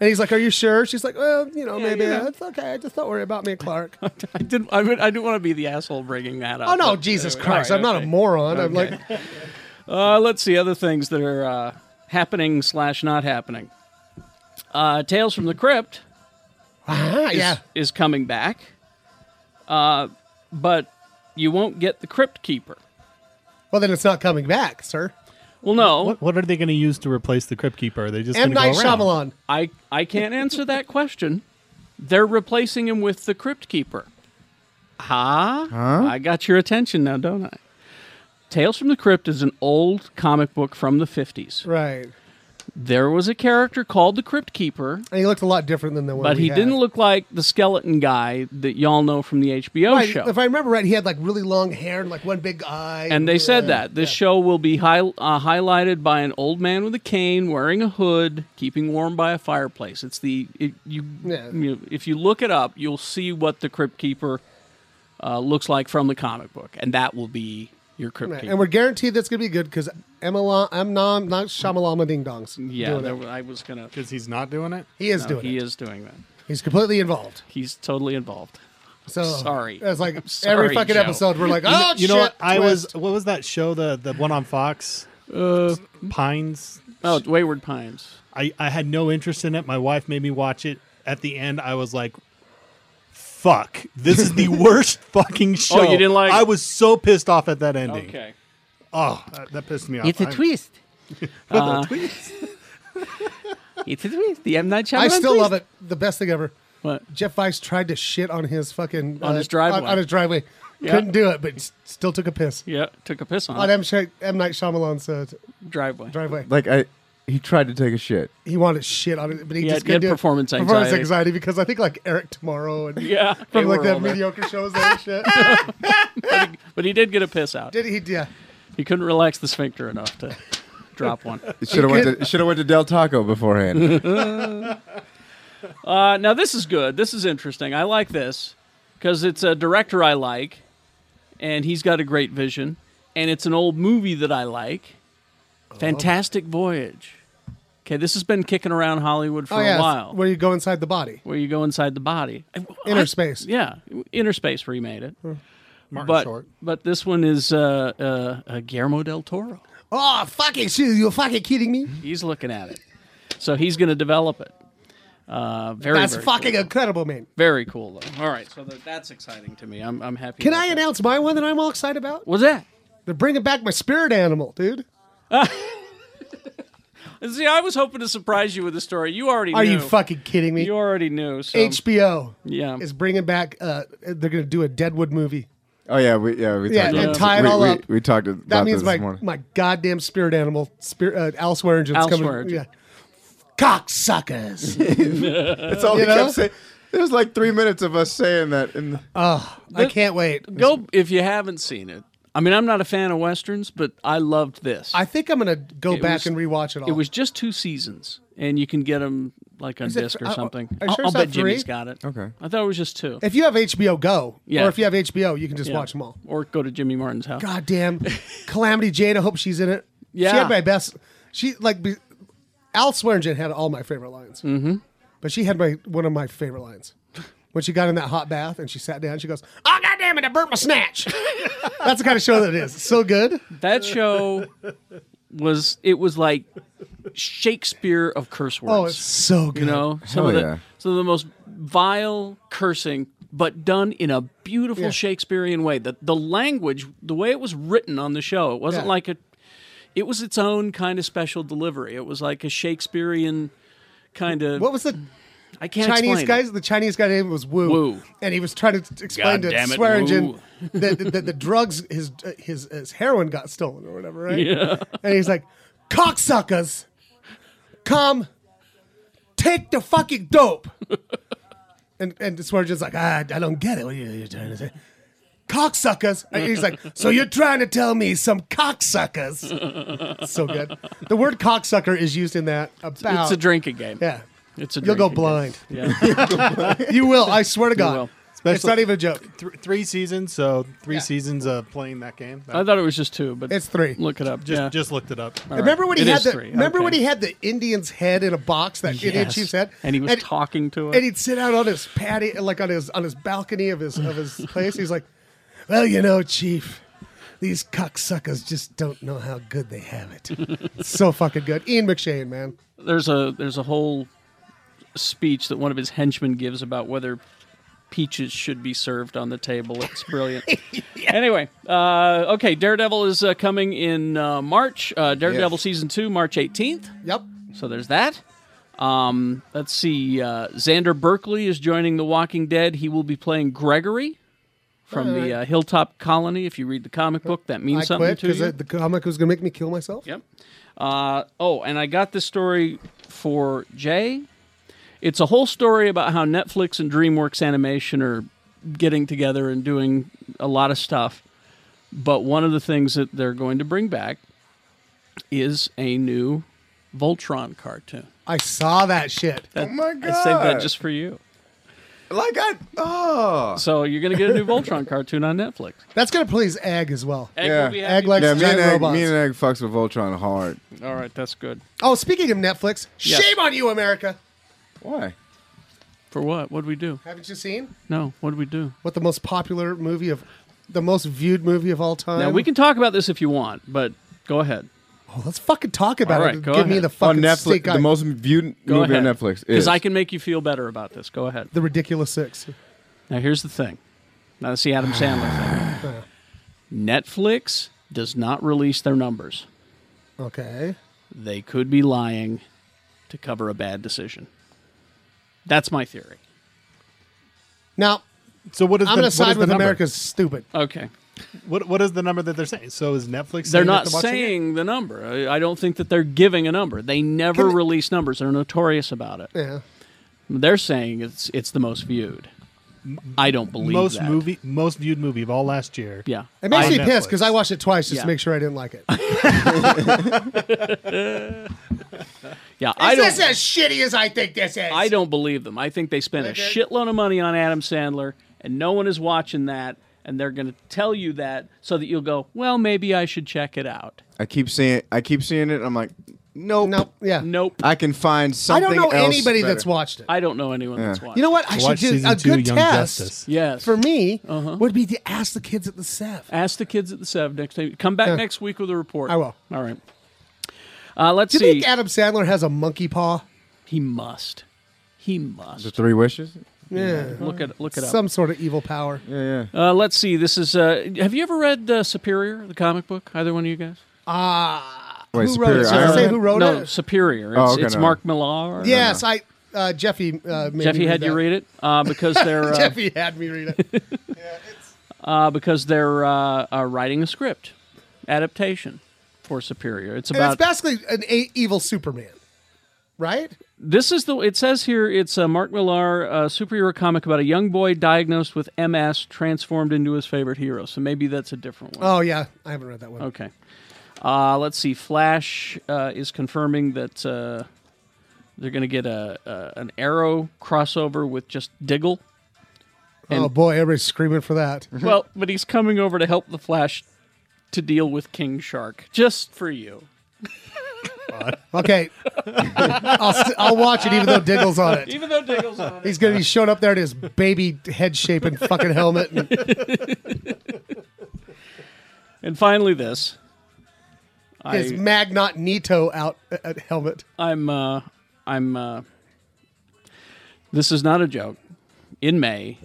Speaker 4: and he's like, "Are you sure?" She's like, "Well, you know, maybe
Speaker 2: yeah.
Speaker 4: it's okay. Just don't worry about me, Clark."
Speaker 2: I didn't. I, would, I didn't want to be the asshole bringing that up.
Speaker 4: oh no,
Speaker 2: but,
Speaker 4: Jesus
Speaker 2: uh,
Speaker 4: Christ!
Speaker 2: all
Speaker 4: I'm
Speaker 2: right,
Speaker 4: not a
Speaker 2: okay.
Speaker 4: moron. I'm
Speaker 2: Okay.
Speaker 4: like,
Speaker 2: Uh, let's see other things that are uh, happening slash not happening. Uh, Tales from the Crypt
Speaker 4: ah, yeah.
Speaker 2: is coming back, uh, but you won't get the Crypt Keeper.
Speaker 4: Well, then it's not coming back, sir.
Speaker 2: Well, no,
Speaker 7: What, what are they going to use to replace the Crypt Keeper? Are they just
Speaker 4: M.
Speaker 7: gonna
Speaker 4: Night
Speaker 7: go around?
Speaker 4: Shyamalan.
Speaker 2: I I can't answer that question. They're replacing him with the Crypt Keeper. Ha! I got your attention now, don't I? Tales from the Crypt is an old comic book from the 50s.
Speaker 4: Right.
Speaker 2: There was a character called the Crypt Keeper,
Speaker 4: And he looked a lot different than the one
Speaker 2: but
Speaker 4: we
Speaker 2: he
Speaker 4: had.
Speaker 2: didn't look like the skeleton guy that y'all know from the HBO
Speaker 4: Right,
Speaker 2: show.
Speaker 4: If I remember right, he had like really long hair and like one big eye.
Speaker 2: and they said
Speaker 4: Yeah.
Speaker 2: that this show will be high, uh, highlighted by an old man with a cane wearing a hood keeping warm by a fireplace it's the it, you,
Speaker 4: Yeah.
Speaker 2: you if you look it up you'll see what the crypt keeper uh, looks like from the comic book and that will be your crypt
Speaker 4: Right,
Speaker 2: keeper
Speaker 4: And we're guaranteed that's going to be good because I'm not Shamalama Ding Dongs.
Speaker 2: yeah
Speaker 4: doing
Speaker 2: there,
Speaker 4: it.
Speaker 2: I was gonna
Speaker 7: Because he's not doing it.
Speaker 4: he is
Speaker 2: no,
Speaker 4: doing
Speaker 2: he
Speaker 4: it.
Speaker 2: is doing that
Speaker 4: He's completely involved.
Speaker 2: he's totally involved
Speaker 4: So
Speaker 2: Sorry.
Speaker 4: it's like
Speaker 2: I'm sorry,
Speaker 4: every fucking
Speaker 2: Joe.
Speaker 4: episode we're like, oh,
Speaker 7: you know what?
Speaker 4: shit,
Speaker 7: I was.
Speaker 4: twist."
Speaker 7: What was that show? The the one on Fox. Uh, Pines.
Speaker 2: oh wayward pines
Speaker 7: I, I had no interest in it. My wife made me watch it. At the end, I was like, fuck. This is the worst fucking show.
Speaker 2: Oh, you didn't like-
Speaker 7: I was so pissed off at that ending.
Speaker 2: okay
Speaker 7: Oh, that, that pissed me off.
Speaker 5: It's a
Speaker 7: I-
Speaker 5: twist.
Speaker 2: Uh, it's the M Night Shyamalan.
Speaker 4: I still love it. The best thing ever.
Speaker 2: What?
Speaker 4: Jeff Weiss tried to shit on his fucking uh,
Speaker 2: On his
Speaker 4: on,
Speaker 2: driveway.
Speaker 4: his driveway. Couldn't do it, but s- still took a piss
Speaker 2: Yeah, took a piss on,
Speaker 4: on
Speaker 2: it.
Speaker 4: M. Sh- M. Night Shyamalan's uh,
Speaker 2: Uh-huh. driveway.
Speaker 4: driveway.
Speaker 8: Like I, he tried to take a shit.
Speaker 4: he wanted shit on it, but he,
Speaker 2: He
Speaker 4: just
Speaker 2: had- he
Speaker 4: couldn't
Speaker 2: had
Speaker 4: do it.
Speaker 2: performance
Speaker 4: Performance
Speaker 2: anxiety.
Speaker 4: anxiety because I think like Eric Tomorrow and
Speaker 2: Yeah, they
Speaker 4: from like
Speaker 2: were
Speaker 4: that
Speaker 2: all there.
Speaker 4: mediocre shows and shit.
Speaker 2: but he did get a piss out.
Speaker 4: Did he? Yeah.
Speaker 2: He couldn't relax the sphincter enough to drop one.
Speaker 8: Should have went. To, should have went to Del Taco beforehand.
Speaker 2: Uh, now this is good. This is interesting. I like this because it's a director I like, and he's got a great vision, and it's an old movie that I like.
Speaker 4: Oh.
Speaker 2: Fantastic Voyage. Okay, this has been kicking around Hollywood for
Speaker 4: oh yeah.
Speaker 2: a while.
Speaker 4: Where you go inside the body.
Speaker 2: Where you go inside the body. I-
Speaker 4: Inner
Speaker 2: I-
Speaker 4: space. Hmm.
Speaker 2: Yeah, Inner Space remade it.
Speaker 7: Martin
Speaker 2: But
Speaker 7: Short.
Speaker 2: but this one is uh, uh, uh, Guillermo del Toro.
Speaker 4: Oh fucking shit! You're fucking kidding me.
Speaker 2: He's looking at it. So he's going to develop it. Uh, very,
Speaker 4: That's
Speaker 2: very
Speaker 4: fucking
Speaker 2: cool.
Speaker 4: incredible, man.
Speaker 2: very cool though. All right, so th- that's exciting to me. I'm, I'm happy.
Speaker 4: Can
Speaker 2: about
Speaker 4: I
Speaker 2: that.
Speaker 4: announce my one that I'm all excited about?
Speaker 2: What's that?
Speaker 4: They're bringing back my spirit animal, dude.
Speaker 2: See, I was hoping to surprise you with the story. You already
Speaker 4: Are
Speaker 2: knew.
Speaker 4: you fucking kidding me?
Speaker 2: You already knew. So
Speaker 4: HBO
Speaker 2: yeah,
Speaker 4: is bringing back. Uh, they're gonna do a Deadwood movie.
Speaker 8: Oh yeah, we yeah we
Speaker 4: Yeah,
Speaker 8: talked
Speaker 4: and
Speaker 8: about
Speaker 4: tie it
Speaker 8: this.
Speaker 4: all
Speaker 8: we,
Speaker 4: up.
Speaker 8: We, we talked about
Speaker 4: That means
Speaker 8: this
Speaker 4: my
Speaker 8: morning.
Speaker 4: my goddamn spirit animal, spirit uh, Al Swearingen's
Speaker 2: Al
Speaker 4: coming.
Speaker 2: Swearingen.
Speaker 4: Yeah, cocksuckers.
Speaker 8: That's all we
Speaker 4: know?
Speaker 8: kept saying. There was like three minutes of us saying that. In the,
Speaker 4: I can't wait.
Speaker 2: go if you haven't seen it. I mean, I'm not a fan of westerns, but I loved this.
Speaker 4: I think I'm gonna go
Speaker 2: It
Speaker 4: back
Speaker 2: was-
Speaker 4: and rewatch it all.
Speaker 2: it was just two seasons, and you can get them like on
Speaker 4: it
Speaker 2: disc
Speaker 4: th-
Speaker 2: or
Speaker 4: uh,
Speaker 2: something.
Speaker 4: are you sure
Speaker 2: I'll,
Speaker 4: it's
Speaker 2: I'll bet
Speaker 4: not three?
Speaker 2: Jimmy's got it.
Speaker 8: Okay.
Speaker 2: I thought it was just two.
Speaker 4: if you have HBO Go,
Speaker 2: Yeah.
Speaker 4: or if you have HBO, you can just
Speaker 2: Yeah.
Speaker 4: watch them all.
Speaker 2: Or go to Jimmy Martin's house.
Speaker 4: Goddamn, Calamity Jane. I hope she's in it.
Speaker 2: Yeah.
Speaker 4: she had my best. She like be, Al Swearingen had all my favorite lines. Mm-hmm. But she had my one of my favorite lines when she got in that hot bath and she sat down. She goes, "Oh goddamn it, I burnt my snatch." That's the kind of show that it is. It's so good.
Speaker 2: That show was it was like Shakespeare of curse words.
Speaker 4: Oh, it's so good.
Speaker 2: you know some of the
Speaker 8: Hell yeah.
Speaker 2: some of the most vile cursing but done in a beautiful
Speaker 4: Yeah.
Speaker 2: shakespearean way the, the language the way it was written on the show it wasn't
Speaker 4: Yeah.
Speaker 2: like a it was its own kind of special delivery it was like a shakespearean kind of
Speaker 4: What was the
Speaker 2: i can't
Speaker 4: Chinese
Speaker 2: explain
Speaker 4: guys?
Speaker 2: it.
Speaker 4: The Chinese guy name was Wu,
Speaker 2: Wu.
Speaker 4: and he was trying to t- explain
Speaker 2: God damn
Speaker 4: to
Speaker 2: it,
Speaker 4: Swearingen
Speaker 2: Wu.
Speaker 4: that the, the, the drugs, his, uh, his his heroin got stolen or whatever, right? Yeah. And he's like, "Cocksuckers, come take the fucking dope." and and Swearingen's like, "Ah, "I I don't get it. What are you you're trying to say?" Cocksuckers. And he's like, so you're trying to tell me some cocksuckers? so good. The word cocksucker is used in that about.
Speaker 2: it's a drinking game
Speaker 4: Yeah.
Speaker 2: it's a
Speaker 4: You'll go
Speaker 2: drinking
Speaker 4: blind.
Speaker 2: game. yeah
Speaker 4: You will. I swear to God.
Speaker 2: will.
Speaker 4: It's not even a joke.
Speaker 7: Th- three seasons, so three
Speaker 4: Yeah.
Speaker 7: seasons of playing that game.
Speaker 2: i thought it was just two but
Speaker 4: It's three.
Speaker 2: look it up
Speaker 7: just
Speaker 2: yeah.
Speaker 7: just looked it up.
Speaker 4: Remember when he
Speaker 2: It
Speaker 4: had
Speaker 2: is
Speaker 4: the
Speaker 2: three.
Speaker 4: remember
Speaker 2: Okay.
Speaker 4: when he had the Indian's head in a box that Indian
Speaker 2: Yes.
Speaker 4: chief's head,
Speaker 2: and he was talking to it
Speaker 4: and he'd sit out on his patio, like on his on his balcony of his of his place. He's like, "Well, you know, chief, these cocksuckers just don't know how good they have it. It's so fucking good." Ian McShane, man.
Speaker 2: there's a there's a whole speech that one of his henchmen gives about whether peaches should be served on the table. It's brilliant. Anyway, uh, okay, Daredevil is uh, coming in uh, March. Uh, Daredevil
Speaker 8: Yes.
Speaker 2: season two, March 18th.
Speaker 4: Yep.
Speaker 2: So there's that. Um, let's see. Uh, Xander Berkeley is joining The Walking Dead. He will be playing Gregory from the uh, Hilltop Colony. If you read the comic book, that means
Speaker 4: I
Speaker 2: something
Speaker 4: quit
Speaker 2: to
Speaker 4: because
Speaker 2: you.
Speaker 4: the comic was gonna make me kill myself.
Speaker 2: Yep. Uh, oh, and I got this story for Jay. It's a whole story about how Netflix and DreamWorks Animation are getting together and doing a lot of stuff. But one of the things that they're going to bring back is a new Voltron cartoon.
Speaker 4: I saw that shit.
Speaker 8: oh my god!
Speaker 2: I saved that just for you.
Speaker 8: like I oh
Speaker 2: So you're going to get a new Voltron cartoon on Netflix.
Speaker 4: That's gonna please Egg as well.
Speaker 2: Egg
Speaker 8: Yeah.
Speaker 2: will be
Speaker 4: Egg
Speaker 2: happy.
Speaker 4: likes
Speaker 8: yeah. Me
Speaker 4: giant
Speaker 8: and Egg,
Speaker 4: robots.
Speaker 8: me and Egg fucks with Voltron hard.
Speaker 2: All right, that's good.
Speaker 4: Oh, speaking of Netflix,
Speaker 2: Yes.
Speaker 4: shame on you, America.
Speaker 8: Why?
Speaker 2: For what? What would we do?
Speaker 4: Haven't you seen
Speaker 2: No, what would we do?
Speaker 4: what the most popular movie of the most viewed movie of all time?
Speaker 2: Now we can talk about this if you want, but go ahead.
Speaker 4: Oh, let's fucking talk about
Speaker 2: All
Speaker 4: it.
Speaker 2: right, go
Speaker 4: Give me
Speaker 2: ahead.
Speaker 4: the
Speaker 8: On
Speaker 4: fucking
Speaker 8: Netflix,
Speaker 4: stink eye.
Speaker 8: the most viewed
Speaker 2: Go
Speaker 8: movie
Speaker 2: ahead.
Speaker 8: on Netflix is
Speaker 2: Because I can make you feel better about this. Go ahead.
Speaker 4: the ridiculous six.
Speaker 2: Now, here's the thing. Now, that's the Adam Sandler
Speaker 4: Uh,
Speaker 2: thing. Netflix does not release their numbers.
Speaker 4: Okay,
Speaker 2: They could be lying to cover a bad decision. That's my theory.
Speaker 4: now
Speaker 7: So what is
Speaker 4: I'm
Speaker 7: the,
Speaker 4: gonna
Speaker 7: what is
Speaker 4: side
Speaker 7: the
Speaker 4: with
Speaker 7: number?
Speaker 4: America's stupid.
Speaker 2: Okay.
Speaker 7: What what is the number that they're saying? So is Netflix?
Speaker 2: They're
Speaker 7: saying that
Speaker 2: not
Speaker 7: watching it?
Speaker 2: saying the number. I I don't think that they're giving a number. They never
Speaker 4: Can-
Speaker 2: release numbers. They're notorious about it.
Speaker 4: Yeah,
Speaker 2: They're saying it's it's the most viewed. I don't believe
Speaker 7: most
Speaker 2: that.
Speaker 7: movie most viewed movie of all last year.
Speaker 2: Yeah.
Speaker 4: it makes
Speaker 7: On
Speaker 4: me pissed
Speaker 7: Netflix.
Speaker 4: because I watched it twice just
Speaker 2: Yeah.
Speaker 4: to make sure I didn't like it.
Speaker 2: Yeah. I don't.
Speaker 4: as shitty as I think this is?
Speaker 2: I don't believe them. I think they spent a shitload of money on Adam Sandler, and no one is watching that, and they're going to tell you that so that you'll go, well, maybe I should check it out.
Speaker 8: I keep seeing I keep seeing it. I'm like, nope.
Speaker 4: No, yeah,
Speaker 2: Nope.
Speaker 8: I can find
Speaker 4: I
Speaker 8: something.
Speaker 4: don't know
Speaker 8: else
Speaker 4: anybody
Speaker 8: better.
Speaker 4: that's watched it.
Speaker 2: I don't know anyone that's watching.
Speaker 4: you know what? I should
Speaker 7: Watch
Speaker 4: do
Speaker 7: season
Speaker 4: a
Speaker 7: two,
Speaker 4: good
Speaker 7: Young
Speaker 4: test
Speaker 7: Justice.
Speaker 2: Yes. Uh-huh.
Speaker 4: for me would be to ask the kids at the Sev.
Speaker 2: Ask the kids at the Sev next time. Come back next week with a report.
Speaker 4: I will.
Speaker 2: All right. Uh, let's
Speaker 4: Do you
Speaker 2: see.
Speaker 4: think Adam Sandler has a monkey paw?
Speaker 2: he must. He
Speaker 8: The
Speaker 2: must.
Speaker 8: three wishes?
Speaker 4: Yeah.
Speaker 2: Look at look it up.
Speaker 4: Some sort of evil power.
Speaker 8: Yeah, yeah.
Speaker 2: Uh, let's see. This is. Uh, have you ever read uh, Superior, the comic book? Either one of you guys?
Speaker 4: Ah.
Speaker 8: Wait,
Speaker 4: who wrote
Speaker 8: Superior
Speaker 4: it? Should I
Speaker 8: Iron
Speaker 4: say
Speaker 8: Man?
Speaker 4: who wrote
Speaker 2: no,
Speaker 4: it?
Speaker 2: Superior. It's,
Speaker 8: Oh, okay,
Speaker 2: it's
Speaker 8: no.
Speaker 2: Mark Millar.
Speaker 4: Yes, I. Uh, Jeffy. Uh, made
Speaker 2: Jeffy
Speaker 4: me
Speaker 2: had you
Speaker 4: that.
Speaker 2: read it uh, because they're uh,
Speaker 4: Jeffy had me read it.
Speaker 2: uh, because they're uh, uh, writing a script adaptation for Superior. It's
Speaker 4: and it's
Speaker 2: about
Speaker 4: basically an a- evil Superman, right?
Speaker 2: This is the. It says here it's a Mark Millar uh, superhero comic about a young boy diagnosed with MS transformed into his favorite hero. So maybe that's a different one.
Speaker 4: Oh yeah, I haven't read that one.
Speaker 2: Okay. Uh, let's see. Flash uh, is confirming that uh, they're going to get a, a an Arrow crossover with just Diggle.
Speaker 4: oh
Speaker 2: and-
Speaker 4: boy, everybody's screaming for that.
Speaker 2: well, but he's coming over to help the Flash to deal with King Shark, just for you.
Speaker 4: Okay, I'll, st- I'll watch it even though Diggle's on it.
Speaker 2: Even though Diggle's on it.
Speaker 4: He's gonna be showing up there in his baby head shape and fucking helmet. And,
Speaker 2: And finally, this.
Speaker 4: his
Speaker 2: I-
Speaker 4: Magnot Nito out uh, uh, helmet.
Speaker 2: I'm uh I'm uh this is not a joke. In May.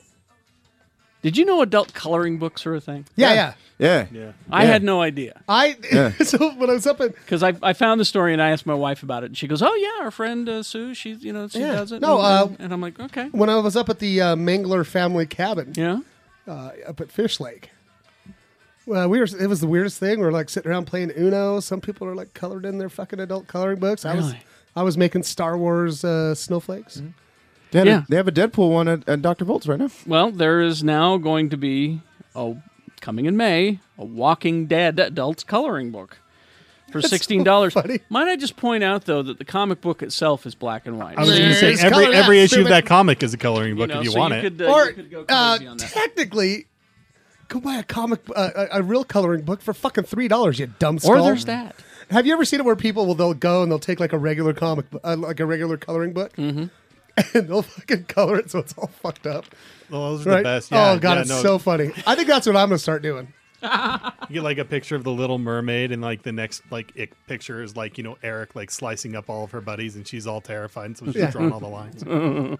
Speaker 2: Did you know adult coloring books are a thing?
Speaker 4: Yeah, yeah.
Speaker 8: Yeah.
Speaker 2: I had no idea
Speaker 4: I so when I was up in
Speaker 2: because I, I found the story and I asked my wife about it and she goes, "Oh yeah, our friend uh, Sue, she you know she
Speaker 4: Yeah.
Speaker 2: does it."
Speaker 4: No,
Speaker 2: and,
Speaker 4: uh,
Speaker 2: and I'm like, okay,
Speaker 4: when I was up at the uh, Mangler family cabin
Speaker 2: yeah,
Speaker 4: uh, up at Fish Lake. Well, we were. It was the weirdest thing. We were like sitting around playing Uno. Some people are like colored in their fucking adult coloring books. I was,
Speaker 2: Really?
Speaker 4: I was making Star Wars uh, snowflakes.
Speaker 8: Mm-hmm. They, had a-
Speaker 2: Yeah.
Speaker 8: they have a Deadpool one at, at Dr. Volt's right now.
Speaker 2: Well, there is now going to be a coming in May a Walking Dead adult coloring book for sixteen dollars.
Speaker 4: funny.
Speaker 2: Might I just point out though that the comic book itself is black and white.
Speaker 7: I was
Speaker 2: So
Speaker 7: going to say
Speaker 4: There's
Speaker 7: every
Speaker 4: color,
Speaker 7: every
Speaker 4: yeah,
Speaker 7: issue of
Speaker 4: stupid.
Speaker 7: that comic is a coloring book
Speaker 2: know,
Speaker 7: if you
Speaker 2: so
Speaker 7: want it.
Speaker 2: Could, uh,
Speaker 4: or
Speaker 2: you could go
Speaker 4: uh,
Speaker 2: crazy on that.
Speaker 4: technically, go buy a comic, uh, a, a real coloring book for fucking three dollars. You dumb skull.
Speaker 2: Or there's that.
Speaker 4: Have you ever seen it where people will they'll go and they'll take like a regular comic, bo- uh, like a regular coloring book,
Speaker 8: Mm-hmm.
Speaker 4: and they'll fucking color it so it's all fucked up.
Speaker 7: Well, those are
Speaker 4: Right?
Speaker 7: the best. Yeah,
Speaker 4: oh god,
Speaker 7: yeah,
Speaker 4: it's
Speaker 7: no,
Speaker 4: so funny. I think that's what I'm gonna start doing.
Speaker 2: uh,
Speaker 7: You get like a picture of the Little Mermaid, and like the next like ick picture is like you know Eric like slicing up all of her buddies, and she's all terrified, so she's
Speaker 4: Yeah.
Speaker 7: drawing all the lines.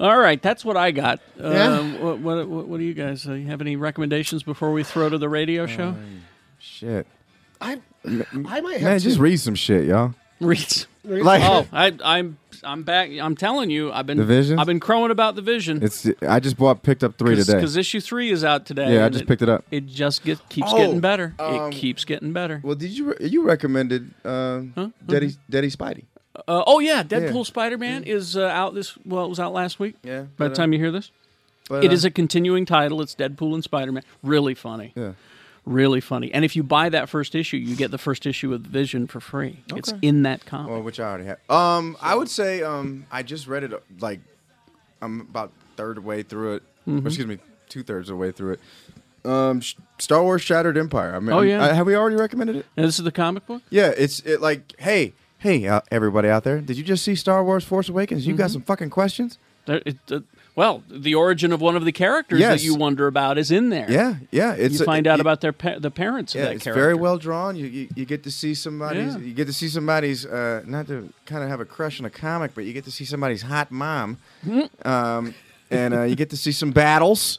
Speaker 2: All right, that's what I got.
Speaker 4: Yeah.
Speaker 2: Um, what, what, what, what do you guys? Uh, you have any recommendations before we throw to the
Speaker 7: Uh,
Speaker 2: radio show?
Speaker 8: Shit.
Speaker 4: I, I might have to
Speaker 8: Man, just read some shit, y'all.
Speaker 2: Reads.
Speaker 8: Like,
Speaker 2: Oh, I, I'm I'm back. I'm telling you, I've been
Speaker 8: The Vision?
Speaker 2: I've been crowing about the vision.
Speaker 8: it's. I just bought picked up three today.
Speaker 2: because issue three is out today.
Speaker 8: Yeah, I
Speaker 2: and
Speaker 8: just picked it up.
Speaker 2: It just get, keeps
Speaker 8: Oh,
Speaker 2: getting better.
Speaker 8: um,
Speaker 2: it keeps getting better.
Speaker 8: Well, did you re- you recommended uh, Daddy Daddy Spidey?
Speaker 2: Uh, oh yeah, Deadpool Spider Man is uh, out this. Well, it was out last week.
Speaker 8: Mm-hmm.
Speaker 2: By
Speaker 8: Yeah,
Speaker 2: the
Speaker 8: but, uh,
Speaker 2: time you hear this,
Speaker 8: But,
Speaker 2: it
Speaker 8: uh,
Speaker 2: is a continuing title. It's Deadpool and Spider Man. Really funny.
Speaker 8: Yeah.
Speaker 2: Really funny. And if you buy that first issue, you get the first issue of Vision for free. It's
Speaker 8: Okay.
Speaker 2: in that comic.
Speaker 8: Well, which I already have. Um, I would say um, I just read it uh, like I'm about third way through it.
Speaker 2: Mm-hmm.
Speaker 8: Or excuse me, two thirds of the way through it. Um, Sh- Star Wars Shattered Empire. I mean,
Speaker 2: Oh,
Speaker 8: I'm-
Speaker 2: yeah.
Speaker 8: I- have we already recommended it?
Speaker 2: Now, this is the comic book.
Speaker 8: Yeah, it's it like hey. Hey, uh, everybody out there! Did you just see Star Wars: Force Awakens? You got
Speaker 2: Mm-hmm.
Speaker 8: some fucking questions?
Speaker 2: There, it, uh, well, the origin of one of the characters
Speaker 8: Yes.
Speaker 2: that you wonder about is in there.
Speaker 8: Yeah, yeah. It's
Speaker 2: You find out
Speaker 8: you-
Speaker 2: about their pa- the parents
Speaker 8: Yeah,
Speaker 2: of that
Speaker 8: it's
Speaker 2: character.
Speaker 8: very well drawn. You, you you get to see somebody's
Speaker 2: Yeah.
Speaker 8: you get to see somebody's uh, not to kind of have a crush on a comic, but you get to see somebody's hot mom, um, and uh, you get to see some battles.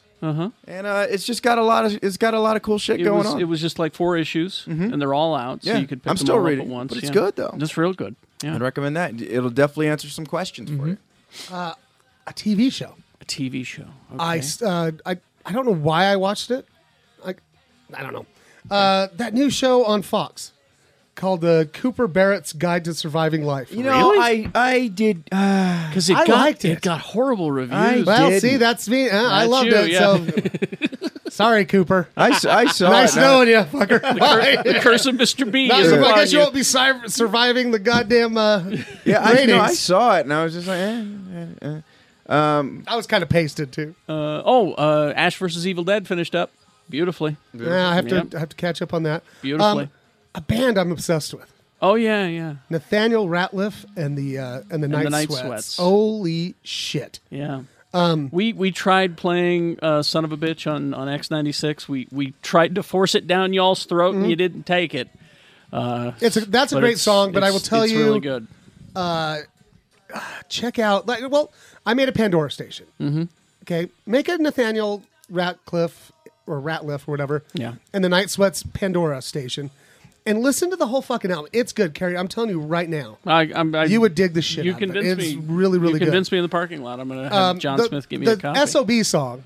Speaker 2: Oh,
Speaker 8: Uh-huh. And uh, it's just got a lot of it's got a lot of cool shit
Speaker 2: it
Speaker 8: going
Speaker 2: was,
Speaker 8: on. Mm-hmm.
Speaker 2: It was just like four issues, and they're all out, so
Speaker 8: Yeah,
Speaker 2: you could pick
Speaker 8: I'm
Speaker 2: them
Speaker 8: still
Speaker 2: all up
Speaker 8: reading,
Speaker 2: at once.
Speaker 8: but it's
Speaker 2: yeah.
Speaker 8: good, though.
Speaker 2: Just real good. Yeah. Mm-hmm.
Speaker 8: I'd recommend that. It'll definitely answer some questions for you.
Speaker 4: Uh, a TV show.
Speaker 2: a TV show. Okay.
Speaker 4: I s I uh, I I don't know why I watched it. I I don't know. Uh, that new show on Fox called uh, Cooper Barrett's Guide to Surviving Life.
Speaker 8: You know, I I did. Uh,
Speaker 2: because it
Speaker 4: I
Speaker 2: got
Speaker 4: liked
Speaker 2: it.
Speaker 4: it.
Speaker 2: got horrible reviews.
Speaker 4: well,
Speaker 8: didn't.
Speaker 4: see, that's me. Uh, I
Speaker 2: That's
Speaker 4: loved
Speaker 2: you,
Speaker 4: it. So sorry, Cooper.
Speaker 8: I, s- I saw
Speaker 4: nice
Speaker 8: it. and I-
Speaker 4: knowing you, fucker.
Speaker 2: the curse of Mr. B.
Speaker 4: Not
Speaker 2: is
Speaker 4: so- I
Speaker 2: upon
Speaker 4: guess you
Speaker 2: you.
Speaker 4: won't be si- surviving the goddamn. Uh,
Speaker 8: Yeah, I, no, I
Speaker 4: Ratings.
Speaker 8: saw it, and I was just like, eh, eh, eh.
Speaker 4: I was kind of pasted too.
Speaker 2: Uh, oh, uh, Ash versus Evil Dead finished up beautifully.
Speaker 4: Yeah, I have to
Speaker 2: Yep.
Speaker 4: I have to catch up on that. Um,
Speaker 2: Beautifully.
Speaker 4: a band I'm obsessed with.
Speaker 2: Oh yeah, yeah,
Speaker 4: Nathaniel Ratliff and the uh, and the Night,
Speaker 2: Night
Speaker 4: sweats.
Speaker 2: Sweats.
Speaker 4: Holy shit!
Speaker 2: yeah. Um, we we tried playing uh, "Son of a Bitch" on on X ninety six. We we tried to force it down y'all's throat, and you didn't take it.
Speaker 4: Mm-hmm.
Speaker 2: Uh,
Speaker 4: It's a, that's a
Speaker 2: But
Speaker 4: great
Speaker 2: it's-
Speaker 4: song, but I
Speaker 2: it's-
Speaker 4: will tell
Speaker 2: it's
Speaker 4: you,
Speaker 2: really good.
Speaker 4: Uh, check out. Like, well, I made a Pandora station. Mm-hmm. Okay, make a Nathaniel Ratcliffe or Ratliff or whatever.
Speaker 2: Yeah.
Speaker 4: And the Night Sweats Pandora station, and listen to the whole fucking album. It's good, Carrie. I'm telling you right now.
Speaker 2: I, I'm, I,
Speaker 4: You would dig the shit
Speaker 2: You
Speaker 4: out of it.
Speaker 2: convinced
Speaker 4: It's
Speaker 2: me.
Speaker 4: really, really
Speaker 2: you
Speaker 4: good.
Speaker 2: convinced me in the parking lot. I'm gonna have
Speaker 4: Um,
Speaker 2: John
Speaker 4: the-
Speaker 2: Smith give me
Speaker 4: the
Speaker 2: a copy.
Speaker 4: SOB song.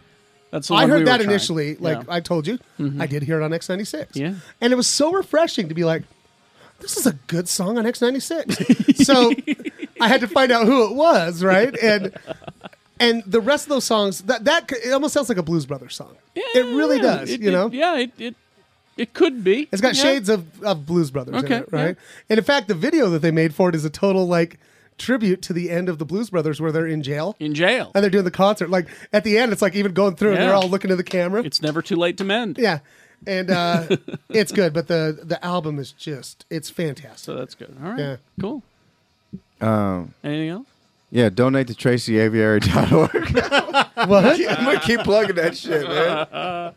Speaker 2: That's the
Speaker 4: I
Speaker 2: one we
Speaker 4: heard
Speaker 2: were
Speaker 4: that
Speaker 2: trying.
Speaker 4: initially, like
Speaker 2: Yeah. Mm-hmm.
Speaker 4: I told you, I did hear it on X96.
Speaker 2: Yeah.
Speaker 4: And it was so refreshing to be like, this is a good song on X96. so I had to find out who it was, right? And and the rest of those songs, that that c- it almost sounds like a Blues Brothers song. it really
Speaker 2: Yeah,
Speaker 4: does,
Speaker 2: it-
Speaker 4: you
Speaker 2: it-
Speaker 4: know?
Speaker 2: yeah, it, it it could be.
Speaker 4: It's got
Speaker 2: Yeah.
Speaker 4: shades of, of Blues Brothers
Speaker 2: Okay,
Speaker 4: in it, right? And in fact, the video that they made for it is a total like tribute to the end of the Blues Brothers where they're in jail.
Speaker 2: in jail.
Speaker 4: and they're doing the concert. Like at the end, it's like even going through, and
Speaker 2: Yeah.
Speaker 4: they're all looking to the camera.
Speaker 2: It's never too late to mend.
Speaker 4: yeah, and uh, it's good. But the the album is just it's fantastic.
Speaker 2: So that's good. All right.
Speaker 4: Yeah.
Speaker 2: Cool.
Speaker 8: Um,
Speaker 2: Anything else?
Speaker 8: yeah, donate to TracyAviary.org.
Speaker 4: What
Speaker 8: I'm gonna keep plugging that shit, man.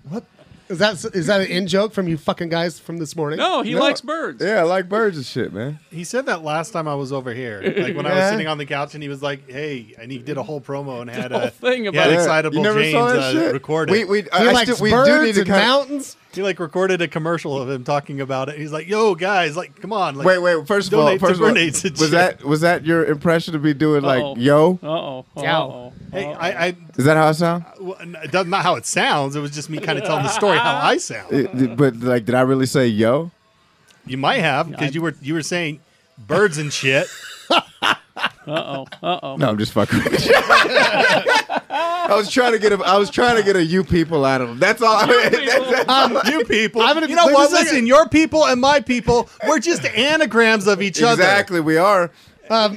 Speaker 4: is that? Is that an in joke from you fucking guys from this morning?
Speaker 2: No, he
Speaker 8: No.
Speaker 2: likes birds.
Speaker 8: Yeah, I like birds and shit, man.
Speaker 7: He said that last time I was over here, like when I was
Speaker 4: Yeah.
Speaker 7: sitting on the couch, and he was like, "Hey," and he did a whole promo and had
Speaker 2: whole
Speaker 7: a
Speaker 2: thing
Speaker 7: he
Speaker 2: about-
Speaker 7: had
Speaker 2: Yeah.
Speaker 7: excitable James uh, recorded.
Speaker 8: We, we,
Speaker 4: He
Speaker 8: I, I
Speaker 4: likes
Speaker 8: still, we
Speaker 4: birds
Speaker 8: do need to
Speaker 4: and
Speaker 8: kind of,
Speaker 4: mountains.
Speaker 7: he like recorded a commercial of him talking about it. He's like, "Yo, guys, like, come on!" Like,
Speaker 8: Wait, wait. First of all,
Speaker 7: donate to
Speaker 8: first of all,
Speaker 7: Bernays and
Speaker 8: was
Speaker 7: shit.
Speaker 8: that was that your impression of me doing like
Speaker 2: Uh-oh.
Speaker 8: yo?
Speaker 2: Uh oh.
Speaker 4: Ow.
Speaker 7: Hey, I, I
Speaker 8: Is that how I sound?
Speaker 7: well, n- that's not how it sounds. It was just me kind of telling the story how I sound.
Speaker 8: It- it- but like, did I really say yo?
Speaker 7: You might have because you were you were saying birds and shit.
Speaker 2: Uh oh. Uh oh.
Speaker 8: No, I'm just fucking. with you. I was trying to get a I was trying to get a you people out of him. That's all. I,
Speaker 7: you people,
Speaker 4: I'm gonna be-
Speaker 7: you know
Speaker 4: wait a
Speaker 7: what?
Speaker 4: second.
Speaker 7: Um, Listen, your people and my people, we're just anagrams of each other. Um,
Speaker 8: exactly, we are.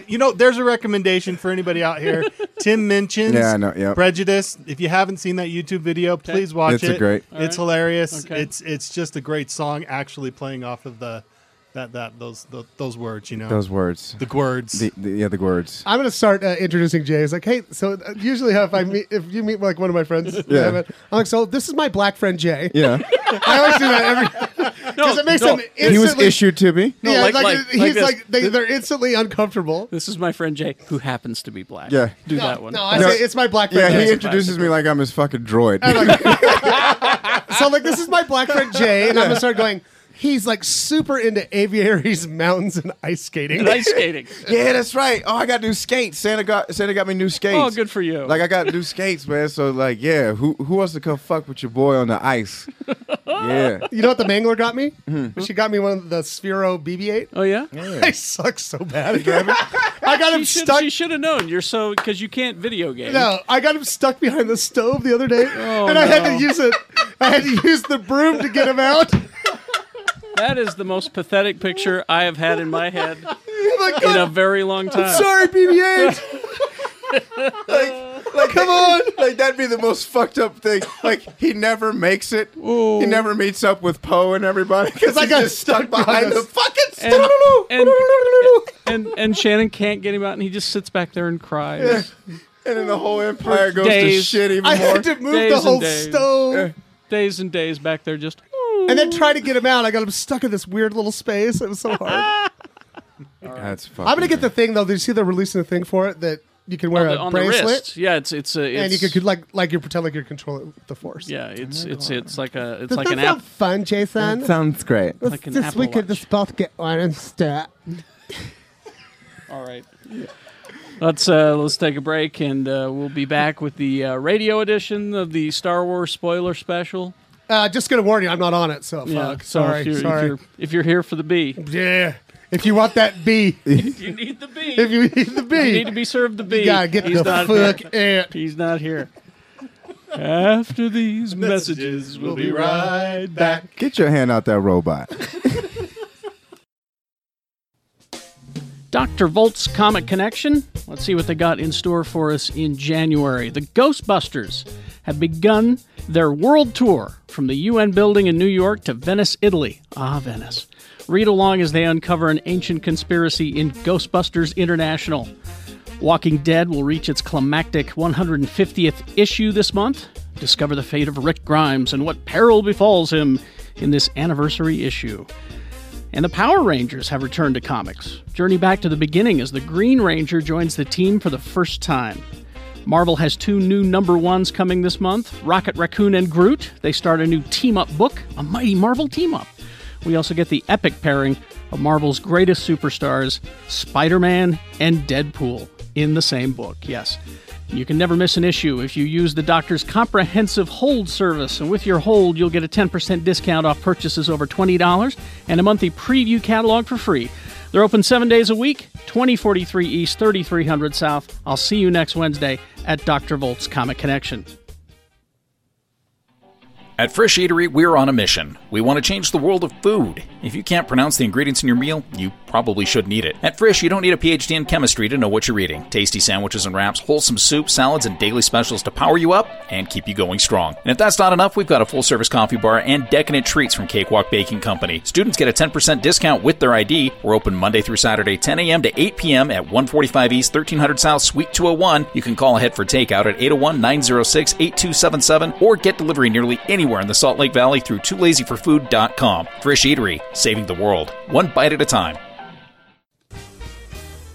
Speaker 7: You know, there's a recommendation for anybody out here. Tim mentions
Speaker 8: Yeah, I know, yeah.
Speaker 7: Prejudice. If you haven't seen that YouTube video, please watch
Speaker 8: It's
Speaker 7: it.
Speaker 8: a great-
Speaker 7: It's hilarious.
Speaker 2: Okay.
Speaker 7: It's it's just a great song, actually playing off of the that that those the, those words. You know,
Speaker 8: Those words.
Speaker 7: the words.
Speaker 8: The, the, yeah, the words.
Speaker 4: I'm gonna start uh, introducing Jay. It's like, hey, so uh, usually if I meet, if you meet like one of my friends,
Speaker 8: Yeah.
Speaker 4: I'm like, so this is my black friend Jay.
Speaker 8: Yeah,
Speaker 4: I always do that every because it makes
Speaker 2: no.
Speaker 4: them instantly.
Speaker 8: he was issued to me.
Speaker 4: yeah,
Speaker 2: like-
Speaker 4: like,
Speaker 2: like-
Speaker 4: he's
Speaker 2: like
Speaker 4: like,
Speaker 2: this.
Speaker 4: they, they're instantly uncomfortable.
Speaker 2: This is my friend Jay, who happens to be black.
Speaker 8: Yeah.
Speaker 2: Do
Speaker 4: No,
Speaker 2: that one.
Speaker 4: no, I
Speaker 8: No.
Speaker 4: say it's my black
Speaker 8: Yeah,
Speaker 4: friend. Jay.
Speaker 8: he introduces me like I'm his fucking droid.
Speaker 4: So like this is my black friend Jay, and I'm gonna start going. He's like super into aviaries, mountains, and ice skating.
Speaker 2: Ice skating.
Speaker 8: yeah, that's right. Oh, I got new skates. Santa got Santa got me new skates.
Speaker 2: Oh, good for you.
Speaker 8: Like I got new skates, man. So like, yeah, who who wants to come fuck with your boy on the ice? yeah.
Speaker 4: You know what the Mangler got me?
Speaker 8: Mm-hmm.
Speaker 4: She got me one of the Sphero BB-8.
Speaker 2: oh yeah.
Speaker 4: I suck so bad. at driving. I got him
Speaker 2: She should,
Speaker 4: stuck.
Speaker 2: she should have known. You're so because you can't video game.
Speaker 4: No, I got him stuck behind the stove the other day,
Speaker 2: Oh,
Speaker 4: and I had
Speaker 2: no.
Speaker 4: to use it. I had to use the broom to get him out. I'm
Speaker 2: That is the most pathetic picture I have had in my head
Speaker 4: like,
Speaker 2: in a
Speaker 4: God,
Speaker 2: very long time.
Speaker 4: sorry, BB-8.
Speaker 8: Like, like come on. Like that'd be the most fucked up thing. Like he never makes it. He never meets up with Poe and everybody because I
Speaker 4: I got
Speaker 8: got just stuck behind the fucking
Speaker 2: And-
Speaker 8: stove.
Speaker 2: and-
Speaker 8: And,
Speaker 2: And and Shannon can't get him out, and he just sits back there and cries.
Speaker 8: then the whole empire goes to
Speaker 2: days.
Speaker 8: shit even
Speaker 4: I
Speaker 8: more.
Speaker 4: had to move
Speaker 2: Days
Speaker 4: the
Speaker 2: and
Speaker 4: whole
Speaker 2: days. Er,
Speaker 4: stove.
Speaker 2: Days and days back there, just
Speaker 4: And then try to get him out. I got him stuck in this weird little space. It was so hard.
Speaker 2: Ah.
Speaker 8: That's fucking.
Speaker 4: I'm gonna get the thing though. Did you see they're releasing a thing for it that you can wear
Speaker 2: on,
Speaker 4: a
Speaker 2: the, on the
Speaker 4: bracelet
Speaker 2: wrist. Yeah, it's it's a it's,
Speaker 4: and you could, could like like you pretend like you're controlling the force.
Speaker 2: yeah, it's it's it's like a it's
Speaker 4: Does
Speaker 2: like
Speaker 4: that
Speaker 2: an
Speaker 4: sound
Speaker 2: app
Speaker 4: fun, Jason?
Speaker 8: Sounds great.
Speaker 4: Let's
Speaker 2: like an
Speaker 4: just- we
Speaker 2: Apple
Speaker 4: could
Speaker 2: Watch.
Speaker 4: just both get one and stare.
Speaker 2: All right. Let's uh, let's take a break, and uh, we'll be back with the uh, radio edition of the Star Wars spoiler special.
Speaker 4: Uh, just gonna warn you, I'm not on it. So Oh, fuck.
Speaker 2: so
Speaker 4: sorry,
Speaker 2: if you're,
Speaker 4: sorry.
Speaker 2: If you're, if you're here for the B,
Speaker 4: yeah. If you want that B, if
Speaker 2: you need the B.
Speaker 4: you need the
Speaker 2: you need to
Speaker 4: B,
Speaker 2: be served the B.
Speaker 4: you gotta get
Speaker 2: He's
Speaker 4: the
Speaker 2: not here.
Speaker 4: fuck out.
Speaker 2: He's not here. After these messages, we'll be right back.
Speaker 8: Get your hand out that robot.
Speaker 2: Dr. Volt's Comic Connection. Let's see what they got in store for us in January. The Ghostbusters have begun their world tour from the UN building in New York to Venice, Italy. Ah, Venice. Read along as they uncover an ancient conspiracy in Ghostbusters International. Walking Dead will reach its climactic 150th issue this month. Discover the fate of Rick Grimes and what peril befalls him in this anniversary issue. And the Power Rangers have returned to comics. Journey back to the beginning as the Green Ranger joins the team for the first time. Marvel has two new number ones coming this month Rocket Raccoon and Groot. They start a new team up book, a mighty Marvel team up. We also get the epic pairing of Marvel's greatest superstars, Spider Man and Deadpool, in the same book, yes. You can never miss an issue if you use the doctor's comprehensive hold service, and with your hold, you'll get a 10% discount off purchases over $20 and a monthly preview catalog for free. They're open seven days a week, 2043 East, 3300 South. I'll see you next Wednesday at Dr. Volt's Comic Connection.
Speaker 9: At Fresh Eatery, we're on a mission. We want to change the world of food. If you can't pronounce the ingredients in your meal, you probably shouldn't eat it. At Fresh, you don't need a PhD in chemistry to know what you're eating. Tasty sandwiches and wraps, wholesome soup, salads, and daily specials to power you up and keep you going strong. And if that's not enough, we've got a full service coffee bar and decadent treats from Cakewalk Baking Company. Students get a 10% discount with their ID. We're open Monday through Saturday, 10 a.m. to 8 p.m. at 145 East, 1300 South, Suite 201. You can call ahead for takeout at 801 906 8277 or get delivery nearly anywhere in the Salt Lake Valley through toolazyforfood.com. Fresh Eatery, saving the world, one bite at a time.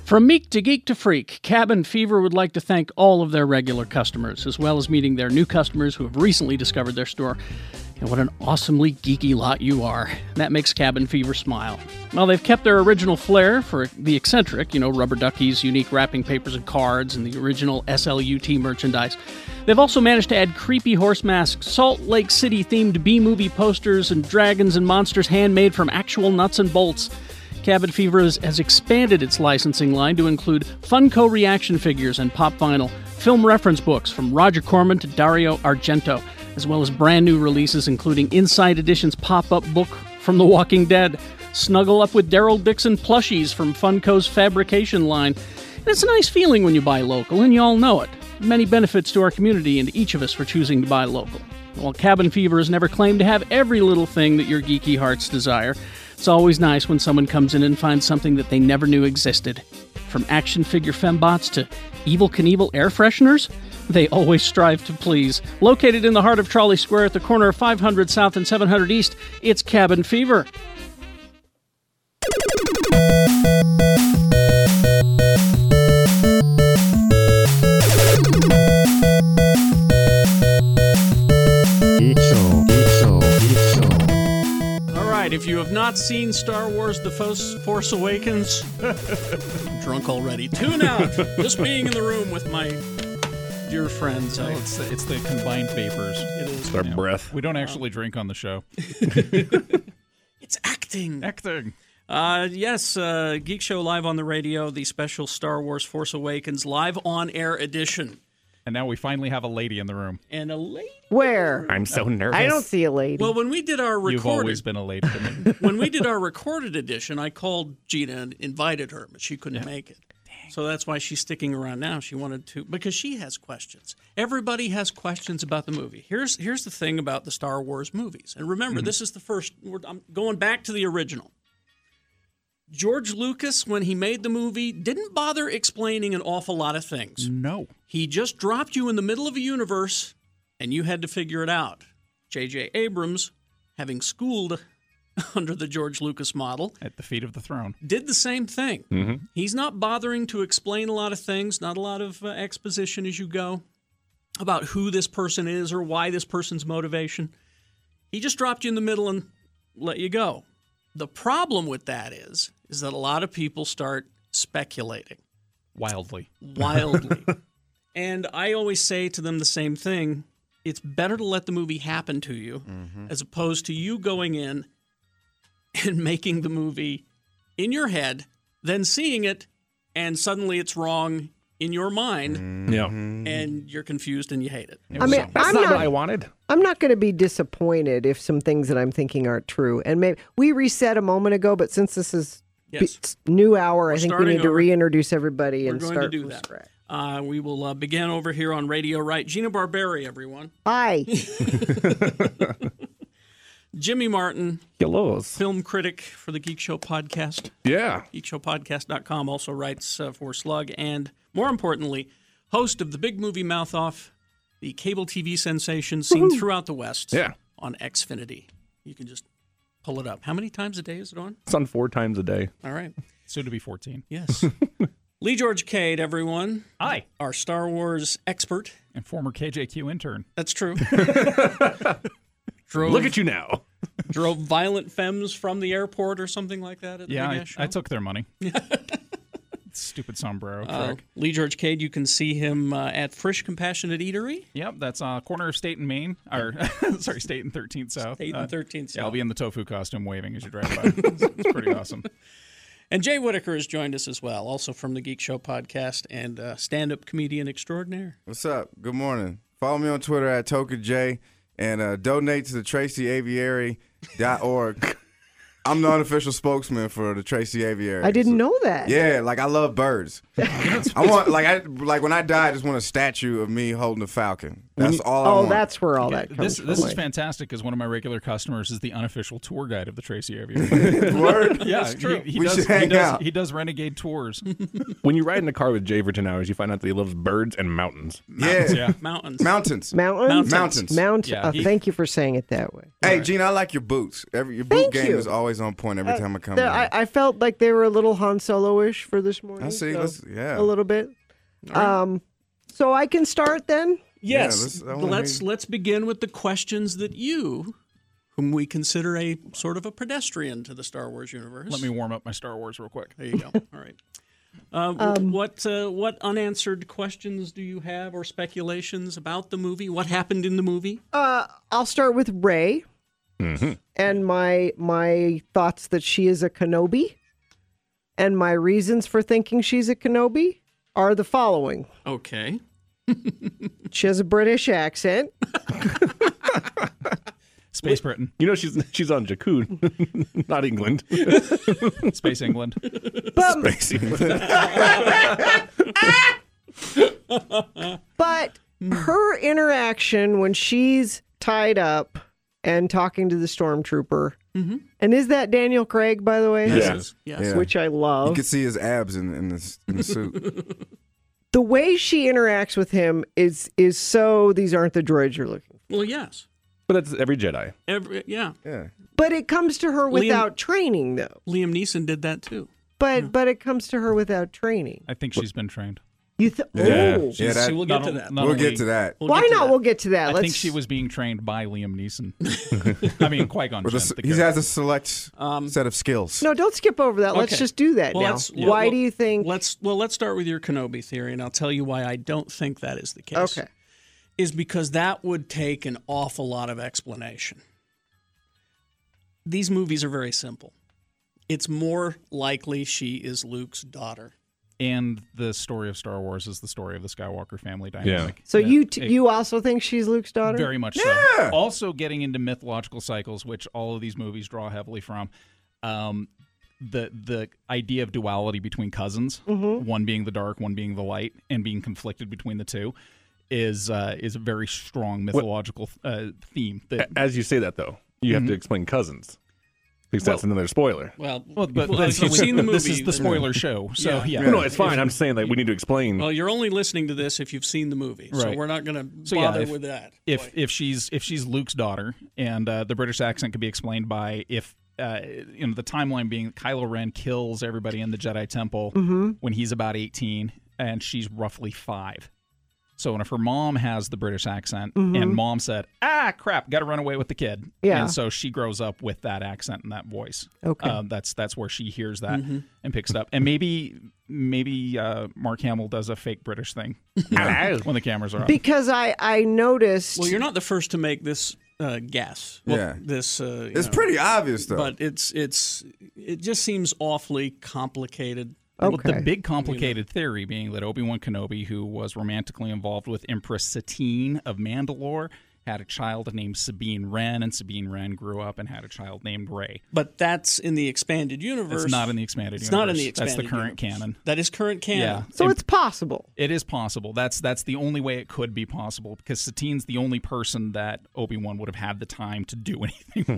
Speaker 2: From meek to geek to freak, Cabin Fever would like to thank all of their regular customers, as well as meeting their new customers who have recently discovered their store. And what an awesomely geeky lot you are. That makes Cabin Fever smile. Well, they've kept their original flair for the eccentric, you know, rubber duckies, unique wrapping papers and cards, and the original SLUT merchandise. They've also managed to add creepy horse masks, Salt Lake City themed B movie posters, and dragons and monsters handmade from actual nuts and bolts. Cabin Fever has, has expanded its licensing line to include Funko reaction figures and pop vinyl, film reference books from Roger Corman to Dario Argento, as well as brand new releases including Inside Edition's pop up book from The Walking Dead, Snuggle Up with Daryl Dixon plushies from Funko's Fabrication line. And it's a nice feeling when you buy local, and you all know it. Many benefits to our community and to each of us for choosing to buy local. While Cabin Fever has never claimed to have every little thing that your geeky hearts desire, it's always nice when someone comes in and finds something that they never knew existed. From action figure fembots to evil Knievel air fresheners, they always strive to please. Located in the heart of Trolley Square at the corner of 500 South and 700 East, it's Cabin Fever. All right, if you have not seen Star Wars The Fos- Force Awakens, I'm drunk already. Tune out. Just being in the room with my dear friends. I-
Speaker 10: It's the, it's the combined vapors.
Speaker 2: it is-
Speaker 3: Their breath.
Speaker 10: We don't actually drink on the show.
Speaker 2: it's acting.
Speaker 10: Acting.
Speaker 2: Uh, yes, uh, Geek Show Live on the Radio, the special Star Wars Force Awakens live on air edition.
Speaker 10: And now we finally have a lady in the room.
Speaker 2: And a lady.
Speaker 11: Where?
Speaker 3: I'm so nervous.
Speaker 11: I don't see a lady.
Speaker 2: Well, when we did our
Speaker 10: You've always
Speaker 2: recorded
Speaker 10: been a lady to me.
Speaker 2: when we did our recorded edition, I called Gina and invited her, but she couldn't make it. So that's why she's sticking around now. She wanted to because she has questions. Everybody has questions about the movie. Here's here's the thing about the Star Wars movies. And remember, this is the first. We're, I'm going back to the original. George Lucas, when he made the movie, didn't bother explaining an awful lot of things.
Speaker 10: no.
Speaker 2: He just dropped you in the middle of a universe and you had to figure it out. J.J. Abrams, having schooled under the George Lucas model,
Speaker 10: At the feet of the throne.
Speaker 2: did the same thing. He's not bothering to explain a lot of things, not a lot of uh, exposition as you go about who this person is or why this person's motivation. He just dropped you in the middle and let you go. The problem with that is is that a lot of people start speculating
Speaker 10: Wildly.
Speaker 2: wildly. and I always say to them the same thing it's better to let the movie happen to you
Speaker 10: Mm-hmm.
Speaker 2: as opposed to you going in and making the movie in your head, then seeing it, and suddenly it's wrong in your mind,
Speaker 3: Mm-hmm. Yeah.
Speaker 2: and you're confused and you hate it.
Speaker 11: I mean,
Speaker 3: That's
Speaker 11: I'm
Speaker 3: not,
Speaker 11: not,
Speaker 3: what I wanted.
Speaker 11: I'm not going to be disappointed if some things that I'm thinking aren't true. And maybe we reset a moment ago, but since this is b-
Speaker 2: Yes.
Speaker 11: s- new hour, I think we
Speaker 2: starting
Speaker 11: need to
Speaker 2: over.
Speaker 11: reintroduce everybody
Speaker 2: We're
Speaker 11: and
Speaker 2: going to
Speaker 11: start
Speaker 2: do
Speaker 11: from
Speaker 2: that.
Speaker 11: scratch.
Speaker 2: Uh, we will uh, begin over here on Radio Right. Gina Barberi, everyone.
Speaker 11: Hi.
Speaker 2: Jimmy Martin,
Speaker 3: Yellows.
Speaker 2: film critic for the Geek Show podcast.
Speaker 3: Yeah.
Speaker 2: geekshowpodcast.com also writes uh, for slug and more importantly host of the big movie mouth off the cable tv sensation seen throughout the west
Speaker 3: Yeah.
Speaker 2: on xfinity you can just Pull it up. How many times a day is it on?
Speaker 3: It's on four times a day.
Speaker 2: All right.
Speaker 10: Soon to be 14.
Speaker 2: Yes. Lee George Cade, everyone. Hi. Our Star Wars expert.
Speaker 10: And former KJQ intern.
Speaker 2: That's true.
Speaker 3: Look at you now.
Speaker 2: drove violent femmes from the airport or something like that. At the
Speaker 10: yeah,
Speaker 2: Big
Speaker 10: I,
Speaker 2: Ass Show?
Speaker 10: I took their money. Stupid sombrero
Speaker 2: Uh,
Speaker 10: trick.
Speaker 2: Lee George Cade, you can see him uh, at Frisch Compassionate Eatery.
Speaker 10: Yep, that's uh, corner of State and Maine, or sorry, State and 13th South.
Speaker 2: State and
Speaker 10: Uh,
Speaker 2: 13th
Speaker 10: Yeah, I'll
Speaker 2: South.
Speaker 10: be in the tofu costume waving as you drive by. it's, it's pretty awesome.
Speaker 2: And Jay Whitaker has joined us as well, also from the Geek Show podcast and uh, stand up comedian extraordinaire.
Speaker 8: What's up? Good morning. Follow me on Twitter at TokaJ and uh, donate to the TracyAviary.org. I'm the unofficial spokesman for the Tracy Aviary.
Speaker 11: I didn't know that.
Speaker 8: Yeah, like I love birds. I want like I like when I die, I just want a statue of me holding a falcon. That's all I
Speaker 11: oh,
Speaker 8: want.
Speaker 11: that's where all that comes
Speaker 10: This
Speaker 11: from.
Speaker 10: this is fantastic because one of my regular customers is the unofficial tour guide of the Tracy Aviary.
Speaker 8: Word?
Speaker 10: yeah,
Speaker 8: That's true.
Speaker 10: He, he
Speaker 8: We
Speaker 10: does,
Speaker 8: should
Speaker 10: he,
Speaker 8: hang
Speaker 10: does,
Speaker 8: out.
Speaker 10: he does renegade tours.
Speaker 3: When you ride in a car with Jay for 10 hours, you find out that he loves birds and mountains.
Speaker 8: yeah.
Speaker 10: yeah.
Speaker 2: Mountains.
Speaker 8: Mountains.
Speaker 11: Mountains.
Speaker 8: Mountains.
Speaker 11: Mountain.
Speaker 10: Yeah,
Speaker 11: oh,
Speaker 10: he-
Speaker 11: thank you for saying it that way.
Speaker 8: Hey, Gene, I like your boots. Every your boot
Speaker 11: Thank
Speaker 8: game
Speaker 11: you. Uh,
Speaker 8: is always on point every time I come.
Speaker 11: There-
Speaker 8: in.
Speaker 11: I, I felt like they were a little Han Solo-ish for this morning.
Speaker 8: I see.
Speaker 11: so
Speaker 8: Let's- yeah.
Speaker 11: A little bit. Um, so I can start then.
Speaker 2: Yes.
Speaker 8: let's- I wanna
Speaker 2: let's
Speaker 8: hear-
Speaker 2: let's begin with the questions that you, whom we consider a sort of a pedestrian to the Star Wars universe.
Speaker 10: Let me warm up my Star Wars real quick.
Speaker 2: There you go. All right. Uh, w- what uh, what unanswered questions do you have or speculations about the movie? What happened in the movie?
Speaker 11: Uh, I'll start with Ray and my my thoughts that she is a Kenobi, and my reasons for thinking she's a Kenobi are the following:
Speaker 2: Okay.
Speaker 11: she has a British accent.
Speaker 10: Space Britain,
Speaker 3: You know, she's she's on Jakku, not England.
Speaker 10: Space England.
Speaker 11: But her interaction when she's tied up and talking to the stormtrooper, and is that Daniel Craig, by the way?
Speaker 3: Yes.
Speaker 2: Mm-hmm. Yes.
Speaker 8: Yeah.
Speaker 11: Which I
Speaker 8: You
Speaker 11: love.
Speaker 8: can see his abs in, in, this, in the suit.
Speaker 11: The way she interacts with him is is so these aren't the droids you're looking for.
Speaker 2: Well, yes.
Speaker 3: But that's every Jedi.
Speaker 2: Every yeah.
Speaker 8: Yeah.
Speaker 11: But it comes to her without
Speaker 2: Liam-
Speaker 11: training though.
Speaker 2: Liam Neeson did that too.
Speaker 11: But but it comes to her without training.
Speaker 10: I think she's been trained.
Speaker 11: You th-
Speaker 3: Yeah.
Speaker 11: oh.
Speaker 8: Yeah, that,
Speaker 2: so we'll get to that.
Speaker 8: we'll get to that.
Speaker 2: We'll
Speaker 11: Why
Speaker 2: get to
Speaker 11: not?
Speaker 2: that.
Speaker 11: We'll get to that.
Speaker 10: I
Speaker 11: Let's,
Speaker 10: think she was being trained by Liam Neeson. I mean, Qui Gon.
Speaker 8: With a s- he has a select set of skills.
Speaker 11: No, don't skip over that. Let's
Speaker 2: Okay.
Speaker 11: just do that
Speaker 2: Well,
Speaker 11: now.
Speaker 2: let's-
Speaker 11: Why
Speaker 2: well,
Speaker 11: do you think?
Speaker 2: Let's well, let's start with your Kenobi theory, and I'll tell you why I don't think that is the case.
Speaker 11: okay.
Speaker 2: is because that would take an awful lot of explanation. These movies are very simple. It's more likely she is Luke's daughter.
Speaker 10: and the story of Star Wars is the story of the Skywalker family dynamic.
Speaker 11: So
Speaker 10: Yeah.
Speaker 11: you t-
Speaker 10: It-
Speaker 11: you also think she's Luke's daughter?
Speaker 10: very much so. Also, getting into mythological cycles, which all of these movies draw heavily from. Um, the the idea of duality between cousins, one being the dark, one being the light, and being conflicted between the two, is uh, is a very strong mythological uh, theme. That,
Speaker 3: As you say that, though, you have to explain cousins because that's another spoiler.
Speaker 2: Mm-hmm. Well,
Speaker 10: well, but
Speaker 2: well, if you've
Speaker 10: this-
Speaker 2: seen the movie.
Speaker 10: This is the spoiler show, so
Speaker 2: Yeah.
Speaker 10: yeah.
Speaker 3: No, no, it's fine. I'm just saying like we need to explain.
Speaker 2: Well, you're only listening to this if you've seen the movie, so
Speaker 10: Right.
Speaker 2: we're not going to
Speaker 10: So, yeah,
Speaker 2: bother
Speaker 10: if-
Speaker 2: with that.
Speaker 10: if if she's if she's Luke's daughter, and uh, the British accent could be explained by if uh, you know the timeline being Kylo Ren kills everybody in the Jedi Temple
Speaker 11: Mm-hmm.
Speaker 10: when he's about eighteen, and she's roughly five. So, and if her mom has the British accent, and mom said, "Ah, crap, got to run away with the kid,"
Speaker 11: Mm-hmm. Yeah.
Speaker 10: and so she grows up with that accent and that voice.
Speaker 11: Okay.
Speaker 10: Um, that's that's where she hears that
Speaker 11: Mm-hmm.
Speaker 10: and picks it up, and maybe maybe uh, Mark Hamill does a fake British thing when the cameras are on.
Speaker 11: Because I I noticed.
Speaker 2: well, you're not the first to make this uh, guess. Well,
Speaker 8: Yeah.
Speaker 2: this uh, you
Speaker 8: it's
Speaker 2: know,
Speaker 8: pretty obvious, though.
Speaker 2: but it's it's it just seems awfully complicated.
Speaker 11: okay.
Speaker 10: The big complicated theory being that Obi Wan Kenobi, who was romantically involved with Empress Satine of Mandalore, had a child named Sabine Wren, and Sabine Wren grew up and had a child named Ray.
Speaker 2: But that's in the expanded universe.
Speaker 10: It's not in the expanded
Speaker 2: It's
Speaker 10: universe.
Speaker 2: not in the expanded.
Speaker 10: That's the current
Speaker 2: universe.
Speaker 10: canon.
Speaker 2: That is current
Speaker 10: Yeah.
Speaker 2: canon.
Speaker 11: so
Speaker 10: Em-
Speaker 11: it's possible.
Speaker 10: it is possible. That's that's the only way it could be possible because Satine's the only person that Obi Wan would have had the time to do anything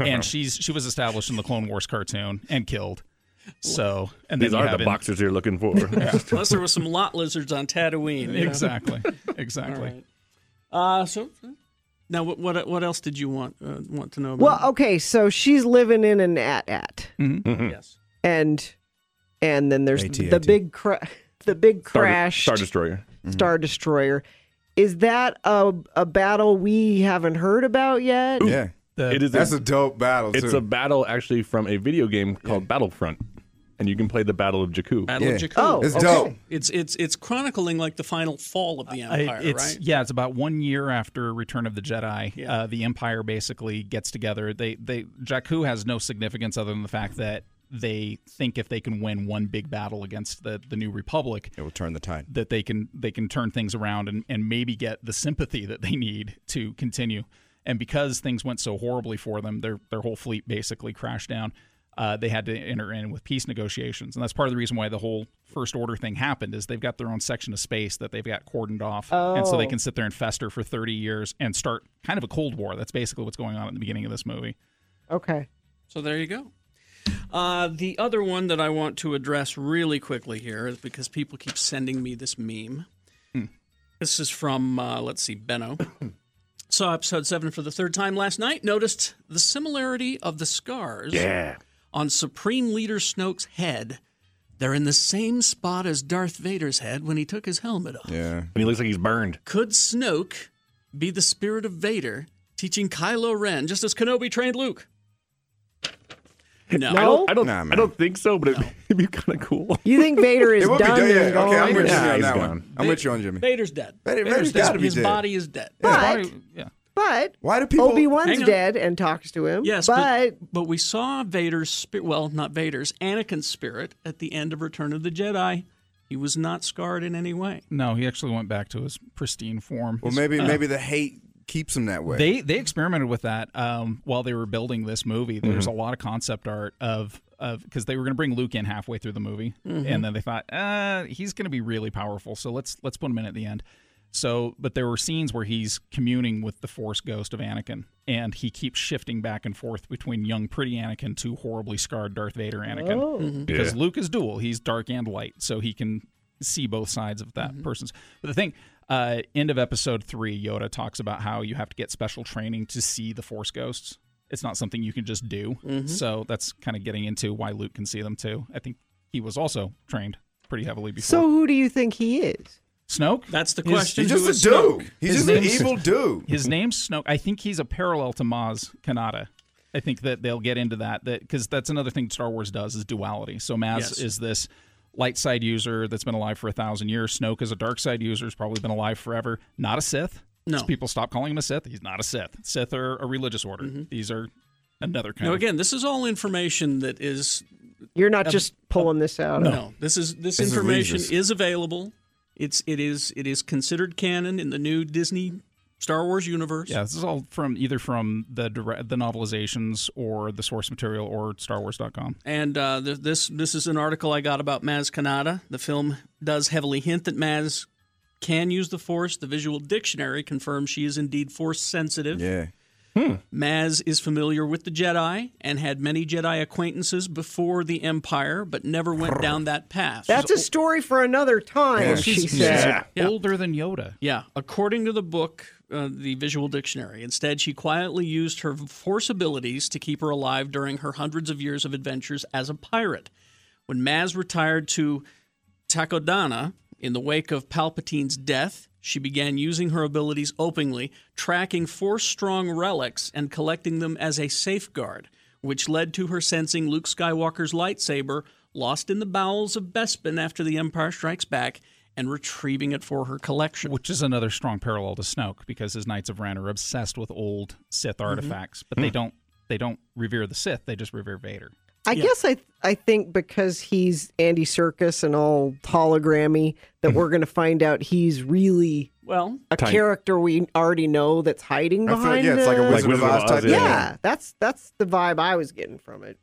Speaker 10: and she's she was established in the Clone Wars cartoon and killed. So and then
Speaker 3: These
Speaker 10: you
Speaker 3: are
Speaker 10: have
Speaker 3: the
Speaker 10: in-
Speaker 3: boxers you're looking for.
Speaker 2: Unless there were some lot lizards on Tatooine. you know?
Speaker 10: Exactly, exactly.
Speaker 2: Uh, so Now, what what, what else did you want uh, want to know?
Speaker 8: Oh,
Speaker 2: About?
Speaker 11: Well, okay, so she's living in an at at.
Speaker 8: Mm-hmm.
Speaker 3: Mm-hmm.
Speaker 2: Yes.
Speaker 11: And and then there's
Speaker 3: AT-AT.
Speaker 11: the big cra- the big
Speaker 3: Star-
Speaker 11: crash
Speaker 3: Star Destroyer.
Speaker 8: mm-hmm.
Speaker 11: Star Destroyer. Is that a a battle we haven't heard about yet?
Speaker 8: That's a dope battle,
Speaker 3: It's
Speaker 8: too.
Speaker 3: a battle actually from a video game called Battlefront, and you can play the Battle of Jakku.
Speaker 2: Battle of Jakku.
Speaker 3: Oh,
Speaker 2: It's it's it's chronicling like the final fall of the empire,
Speaker 10: I- it's
Speaker 2: right?
Speaker 10: yeah, it's about one year after Return of the Jedi. Uh, the Empire basically gets together. They they Jakku has no significance other than the fact that they think if they can win one big battle against the the New Republic,
Speaker 12: it will turn the tide.
Speaker 10: That they can they can turn things around and and maybe get the sympathy that they need to continue. And because things went so horribly for them, their their whole fleet basically crashed down. Uh, they had to enter in with peace negotiations, and that's part of the reason why the whole first order thing happened. Is they've got their own section of space that they've got cordoned off, and so they
Speaker 11: Oh.
Speaker 10: can sit there and fester for thirty years and start kind of a cold war. That's basically what's going on at the beginning of this movie.
Speaker 11: Okay.
Speaker 2: So there you go. Uh, the other one that I want to address really quickly here is because people keep sending me this meme.
Speaker 10: Hmm.
Speaker 2: This is from, uh, let's see, Benno. Saw episode seven for the third time last night. Noticed the similarity of the scars
Speaker 13: Yeah.
Speaker 2: on Supreme Leader Snoke's head. They're in the same spot as Darth Vader's head when he took his helmet off.
Speaker 12: Yeah. And
Speaker 3: he looks like he's burned.
Speaker 2: Could Snoke be the spirit of Vader teaching Kylo Ren just as Kenobi trained Luke? No.
Speaker 3: I don't. I don't,
Speaker 2: Nah, man.
Speaker 3: I don't think so. But it, it'd be kind of cool.
Speaker 11: You think Vader is
Speaker 8: It would be
Speaker 11: done?
Speaker 8: done, yeah,
Speaker 11: and
Speaker 8: okay,
Speaker 11: gone?
Speaker 8: I'm with you on
Speaker 3: he's
Speaker 8: that
Speaker 3: gone.
Speaker 8: one. I'm with you on Jimmy.
Speaker 2: Vader's dead.
Speaker 8: Vader-
Speaker 2: Vader's
Speaker 8: Vader's
Speaker 2: dead.
Speaker 8: gotta be
Speaker 2: his
Speaker 8: dead.
Speaker 2: body is dead.
Speaker 11: But but
Speaker 8: why do
Speaker 2: people-
Speaker 11: Obi Wan's
Speaker 2: Hang on.
Speaker 11: dead and talks to him?
Speaker 2: Yes,
Speaker 11: but,
Speaker 2: but, but we saw Vader's spirit. Well, not Vader's, Anakin's spirit at the end of Return of the Jedi. He was not scarred in any way. Uh,
Speaker 10: No, he actually went back to his pristine form. Uh,
Speaker 2: Well,
Speaker 10: His-
Speaker 2: maybe- maybe
Speaker 8: the hate keeps him that way.
Speaker 10: They they experimented with that um, while they were building this movie. There's
Speaker 12: Mhm.
Speaker 8: Mm-hmm.
Speaker 10: a lot of concept art of of because they were going to bring Luke in halfway through the movie,
Speaker 8: Mm-hmm.
Speaker 12: Mhm.
Speaker 10: and then they thought, uh, he's going to be really powerful, so let's let's put him in at the end. So, but there were scenes where he's communing with the Force ghost of Anakin, and he keeps shifting back and forth between young, pretty Anakin to horribly scarred Darth Vader Anakin,
Speaker 12: Oh.
Speaker 8: Mm-hmm.
Speaker 12: Mhm.
Speaker 10: because
Speaker 12: Yeah.
Speaker 10: Luke is dual. He's dark and light, so he can see both sides of that person's. But the thing, uh, end of episode three, Yoda talks about how you have to get special training to see the Force ghosts. It's not something you can just do.
Speaker 2: Mhm.
Speaker 10: So that's kind of getting into why Luke can see them too. I think he was also trained pretty heavily before.
Speaker 11: so who do you think he is?
Speaker 10: Snoke?
Speaker 2: That's the
Speaker 10: His-
Speaker 2: question.
Speaker 10: He's
Speaker 2: Who
Speaker 10: just
Speaker 2: is
Speaker 10: a dude.
Speaker 2: Snoke?
Speaker 10: He's His just an name's- evil
Speaker 8: evil dude.
Speaker 10: His name's Snoke. I think he's a parallel to Maz Kanata. I think that they'll get into that that because that's another thing Star Wars does is duality. So Maz
Speaker 12: Yes.
Speaker 10: is this light side user that's been alive for a thousand years. Snoke is a dark side user who's probably been alive forever. Not a Sith.
Speaker 2: No.
Speaker 10: 'Cause people stop calling him a Sith. He's not a Sith. Sith are a religious order.
Speaker 2: Mm-hmm.
Speaker 10: These are another kind.
Speaker 2: Now,
Speaker 10: of
Speaker 2: again, this is all information that is.
Speaker 11: You're not
Speaker 2: Ab-
Speaker 11: just pulling this out.
Speaker 2: No,
Speaker 11: of-
Speaker 2: this is this,
Speaker 11: This is
Speaker 2: information
Speaker 11: Regis.
Speaker 2: is available. It's it is it is considered canon in the new Disney Star Wars universe.
Speaker 10: Yeah, this is all from either from the dire- the novelizations or the source material or StarWars.com.
Speaker 2: And uh, th- this this is an article I got about Maz Kanata. The film does heavily hint that Maz can use the Force. The Visual Dictionary confirms she is indeed Force sensitive.
Speaker 8: Yeah.
Speaker 10: Hmm.
Speaker 2: Maz is familiar with the Jedi and had many Jedi acquaintances before the Empire, but never went down that path.
Speaker 11: That's a story for another time. she said.
Speaker 10: older than Yoda.
Speaker 2: Yeah, according to the book, uh, the Visual Dictionary. Instead, she quietly used her force abilities to keep her alive during her hundreds of years of adventures as a pirate. When Maz retired to Takodana in the wake of Palpatine's death, she began using her abilities openly, tracking force strong relics and collecting them as a safeguard, which led to her sensing Luke Skywalker's lightsaber lost in the bowels of Bespin after the Empire Strikes Back and retrieving it for her collection.
Speaker 10: Which is another strong parallel to Snoke because his Knights of Ren are obsessed with old Sith
Speaker 3: Mm-hmm.
Speaker 10: artifacts, but they
Speaker 11: Hmm.
Speaker 10: don't they don't revere the Sith, they just revere Vader.
Speaker 11: I guess I I think because he's Andy Circus and all hologrammy that we're going to find out he's really
Speaker 2: Mm-hmm. well
Speaker 11: a
Speaker 3: Tiny.
Speaker 11: character we already know that's hiding
Speaker 8: I feel like,
Speaker 11: behind.
Speaker 8: yeah, it's like a
Speaker 11: uh,
Speaker 8: Wizard Like of Wizard of Oz Oz, type yeah.
Speaker 11: Yeah.
Speaker 8: thing.
Speaker 11: that's that's the vibe I was getting from it.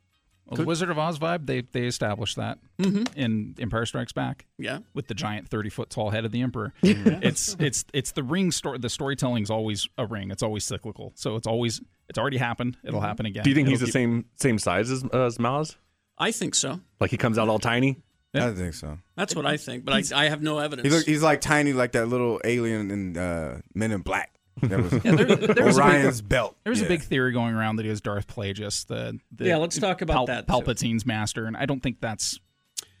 Speaker 10: Well, the Wizard of Oz vibe, they they established that
Speaker 3: Mm-hmm.
Speaker 10: in Empire Strikes Back.
Speaker 2: Yeah.
Speaker 10: With the giant thirty foot tall head of the Emperor. It's it's it's the ring story the storytelling's always a ring. It's always cyclical. So it's always it's already happened. It'll happen again.
Speaker 3: Mm-hmm. Do you think
Speaker 10: It'll
Speaker 3: he's the
Speaker 10: keep-
Speaker 3: same same size as, uh, as Maz?
Speaker 2: I think so.
Speaker 3: Like he comes out all tiny.
Speaker 8: I don't think so.
Speaker 2: That's what I think, but I, I have no evidence.
Speaker 8: He look, he's like tiny, like that little alien in uh, Men in Black. That was
Speaker 10: Yeah, there- there was a big-
Speaker 8: Orion's belt.
Speaker 10: There was
Speaker 8: Yeah.
Speaker 10: a big theory going around that he was Darth Plagueis, the, the
Speaker 2: Yeah, let's talk about that, too.
Speaker 10: Palpatine's master, and I don't think that's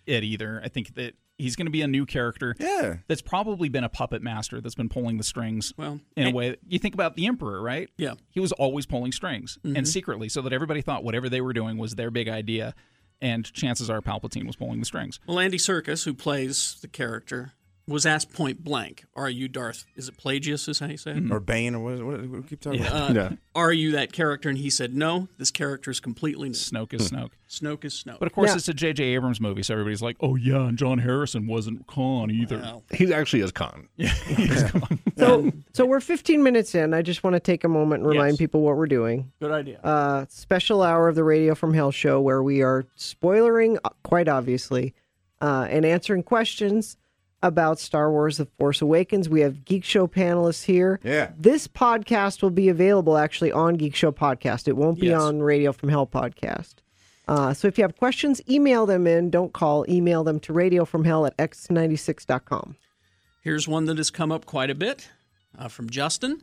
Speaker 10: it either. I think that he's going to be a new character.
Speaker 8: Yeah.
Speaker 10: that's probably been a puppet master that's been pulling the strings.
Speaker 2: Well,
Speaker 10: in a
Speaker 2: and-
Speaker 10: way, you think about the Emperor, right?
Speaker 2: Yeah,
Speaker 10: he was always pulling strings
Speaker 2: Mhm.
Speaker 10: and secretly, so that everybody thought whatever they were doing was their big idea, and chances are Palpatine was pulling the strings.
Speaker 2: Well, Andy Circus, who plays the character, was asked point blank, "Are you Darth? Is it Plagius? Is how you say it?
Speaker 10: Mm. Mm-hmm.
Speaker 8: or Bane or what? is- What, what we keep talking
Speaker 2: Uh,
Speaker 8: about?
Speaker 2: Are you that character?" And he said, "No, this character is completely new.
Speaker 10: Snoke is Snoke.
Speaker 2: Snoke is Snoke."
Speaker 10: But of course, it's a J.J. Abrams movie, so everybody's like, "Oh yeah," and John Harrison wasn't Khan either.
Speaker 2: Wow.
Speaker 3: He actually is Khan.
Speaker 11: So, so we're 15 minutes in. I just want to take a moment and remind people what we're doing.
Speaker 2: good idea.
Speaker 11: Uh, special hour of the Radio from Hell show where we are spoilering, uh, quite obviously, uh, and answering questions about Star Wars: The Force Awakens. We have Geek Show panelists here.
Speaker 8: Yeah.
Speaker 11: This podcast will be available actually on Geek Show Podcast. It won't be
Speaker 2: Yes.
Speaker 11: on Radio from Hell podcast. Uh, so if you have questions, email them in. Don't call. Email them to radio from hell at x96.com.
Speaker 2: Here's one that has come up quite a bit uh, from Justin.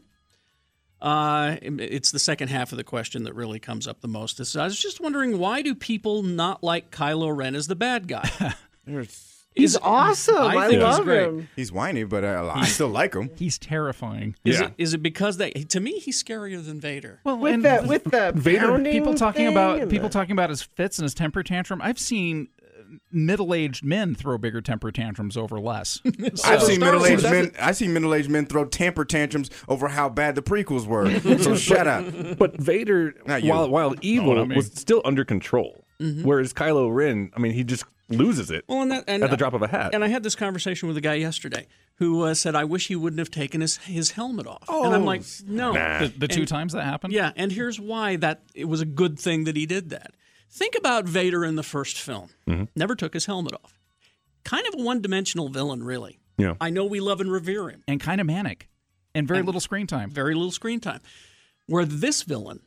Speaker 2: Uh, it's the second half of the question that really comes up the most. This is, I was just wondering why do people not like Kylo Ren as the bad guy?
Speaker 8: There's-
Speaker 11: He's awesome. I,
Speaker 2: I think he's
Speaker 11: love
Speaker 2: great.
Speaker 11: him.
Speaker 8: He's whiny, but I, I still like him.
Speaker 10: He's terrifying.
Speaker 2: Is
Speaker 3: Yeah.
Speaker 2: it is it because they to me he's scarier than Vader?
Speaker 10: Well,
Speaker 11: With that, with the
Speaker 10: Vader,
Speaker 11: pounding
Speaker 10: people talking
Speaker 11: thing
Speaker 10: about
Speaker 11: and
Speaker 10: people
Speaker 11: the-
Speaker 10: talking about his fits and his temper tantrum. I've seen uh, middle-aged men throw bigger temper tantrums over less.
Speaker 8: I've seen
Speaker 10: Star Wars
Speaker 8: middle-aged men.
Speaker 10: doesn't-
Speaker 8: I see middle-aged men throw temper tantrums over how bad the prequels were. so shut up.
Speaker 3: But Vader,
Speaker 8: Not you.
Speaker 3: while while evil,
Speaker 10: not me.
Speaker 3: was still under control. Whereas Kylo Ren, I mean, he just loses it
Speaker 2: Well, and that, and,
Speaker 3: at the drop of a hat.
Speaker 2: and I had this conversation with a guy yesterday who uh, said, "I wish he wouldn't have taken his his helmet off." and
Speaker 3: Oh.
Speaker 2: I'm like, "No,
Speaker 10: the, the two times that happened.
Speaker 2: yeah." And here's why that it was a good thing that he did that. Think about Vader in the first film; never took his helmet off. Kind of a one dimensional villain, really.
Speaker 3: Yeah.
Speaker 2: I know we love and revere him.
Speaker 10: and kind of manic, and very little screen time.
Speaker 2: Very little screen time. Where this villain,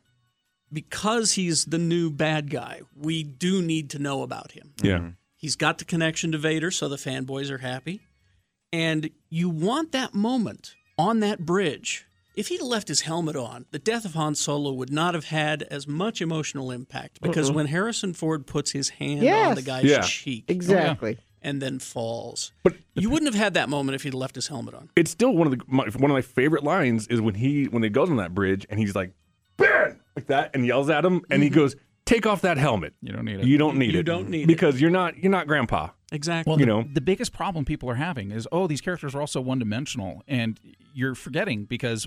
Speaker 2: because he's the new bad guy, we do need to know about him.
Speaker 14: Mm-hmm.
Speaker 3: yeah,
Speaker 2: He's got the connection to Vader, so the fanboys are happy. And you want that moment on that bridge. If he'd left his helmet on, the death of Han Solo would not have had as much emotional impact because when Harrison Ford puts his hand on
Speaker 11: Yes.
Speaker 2: the guy's
Speaker 3: Yeah.
Speaker 2: cheek
Speaker 11: Exactly.
Speaker 2: and then falls,
Speaker 3: But-
Speaker 2: you wouldn't have had that moment if he'd left his helmet on.
Speaker 3: it's still one of the my, one of my favorite lines is when he when he goes on that bridge and he's like, "Ben!" like that, and yells at him, and he goes, "Take off that helmet.
Speaker 10: You don't need it.
Speaker 3: You don't need
Speaker 2: You
Speaker 3: it.
Speaker 2: don't need it.
Speaker 3: because you're not you're not Grandpa.
Speaker 2: Exactly.
Speaker 10: Well,
Speaker 3: You
Speaker 10: the,
Speaker 3: know.
Speaker 10: the biggest problem people are having is, oh, these characters are also one-dimensional, and you're forgetting because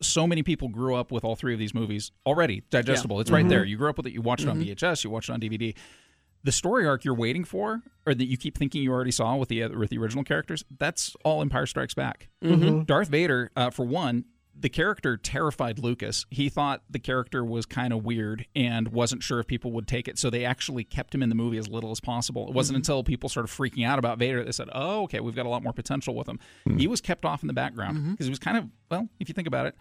Speaker 10: so many people grew up with all three of these movies already digestible. It's
Speaker 8: Mm-hmm.
Speaker 10: right there. You grew up with it. You watched
Speaker 11: Mm-hmm.
Speaker 10: it on VHS. You watched it on DVD. The story arc you're waiting for, or that you keep thinking you already saw with the with the original characters, that's all Empire Strikes Back. Darth Vader, uh, for one. The character terrified Lucas. He thought the character was kind of weird and wasn't sure if people would take it, so they actually kept him in the movie as little as possible. It wasn't until people started freaking out about Vader that they said, "Oh, okay, we've got a lot more potential with him." He was kept off in the background because he was kind of well, if you think about it,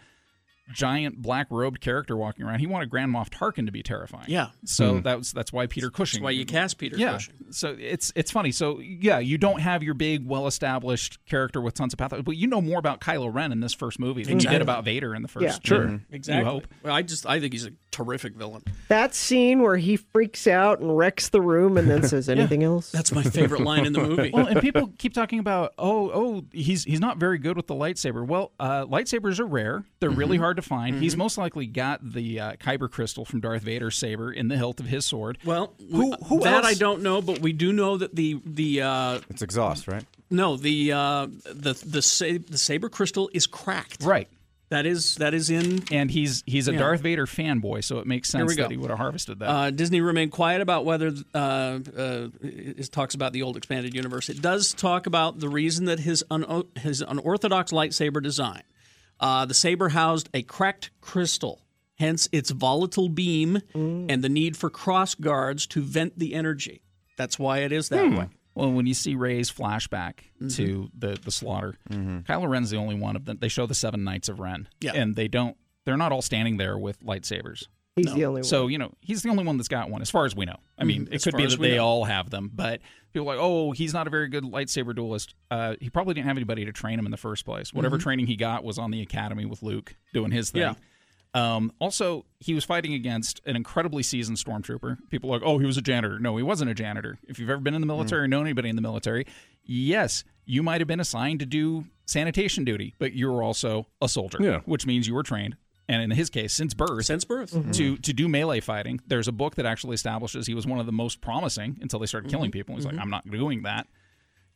Speaker 10: giant black robed character walking around. He wanted Grand Moff Tarkin to be terrifying.
Speaker 2: Yeah.
Speaker 10: So that was that's why Peter Cushing.
Speaker 2: That's why you cast Peter
Speaker 10: yeah.
Speaker 2: Cushing.
Speaker 10: So it's it's funny. So yeah, you don't have your big, well established character with tons of pathos, but you know more about Kylo Ren in this first movie than you did about Vader in the first.
Speaker 11: Yeah.
Speaker 10: Sure.
Speaker 2: Exactly.
Speaker 10: hope.
Speaker 2: Well, I just I think he's a terrific villain.
Speaker 11: That scene where he freaks out and wrecks the room and then says, anything else?
Speaker 2: That's my favorite line in the movie.
Speaker 10: Well, and people keep talking about, oh, oh, he's he's not very good with the lightsaber. Well, uh, lightsabers are rare; they're really
Speaker 2: Mm-hmm.
Speaker 10: hard to find. He's most likely got the uh, kyber crystal from Darth Vader's saber in the hilt of his sword.
Speaker 2: Well,
Speaker 10: Who- who
Speaker 2: that
Speaker 10: else-
Speaker 2: I don't know, but we do know that the the uh,
Speaker 8: It's exhaust, right?
Speaker 2: no the uh, the the, sa- the saber crystal is cracked.
Speaker 10: right.
Speaker 2: That is that is in.
Speaker 10: And he's he's a
Speaker 2: Yeah.
Speaker 10: Darth Vader fanboy, so it makes
Speaker 2: we
Speaker 10: sense
Speaker 2: go.
Speaker 10: that he would have harvested that.
Speaker 2: Uh, Disney remained quiet about whether uh, uh, it talks about the old expanded universe. It does talk about the reason that his un- his unorthodox lightsaber design, uh, the saber housed a cracked crystal, hence its volatile beam
Speaker 10: Mm.
Speaker 2: and the need for cross guards to vent the energy. That's why it is that
Speaker 10: Hmm.
Speaker 2: way.
Speaker 10: well, when you see Ray's flashback
Speaker 11: Mm-hmm.
Speaker 10: to the the slaughter, Kylo Ren's the only one of them. They show the seven knights of Ren,
Speaker 2: Yeah.
Speaker 10: and they don't. They're not all standing there with lightsabers.
Speaker 11: He's the only one.
Speaker 10: So you know, he's the only one that's got one, as far as we know. I mean,
Speaker 11: Mhm.
Speaker 10: it
Speaker 11: As
Speaker 10: could
Speaker 11: far
Speaker 10: be
Speaker 11: as
Speaker 10: that
Speaker 11: we
Speaker 10: they
Speaker 11: know.
Speaker 10: all have them, but people are like, oh, he's not a very good lightsaber duelist. Uh, he probably didn't have anybody to train him in the first place. Whatever
Speaker 11: Mm-hmm.
Speaker 6: Mhm.
Speaker 10: training he got was on the academy with Luke doing his thing.
Speaker 6: Yeah.
Speaker 10: Um, also, he was fighting against an incredibly seasoned stormtrooper. People are like, oh, he was a janitor. No, he wasn't a janitor. If you've ever been in the military or known anybody in the military, yes, you might have been assigned to do sanitation duty, but you were also a soldier,
Speaker 3: Yeah.
Speaker 10: which means you were trained. And in his case, since birth, since birth,
Speaker 2: Mhm.
Speaker 10: to to do melee fighting. There's a book that actually establishes he was one of the most promising until they started killing
Speaker 2: Mhm.
Speaker 10: people. He's
Speaker 2: Mhm.
Speaker 10: like, I'm not doing that.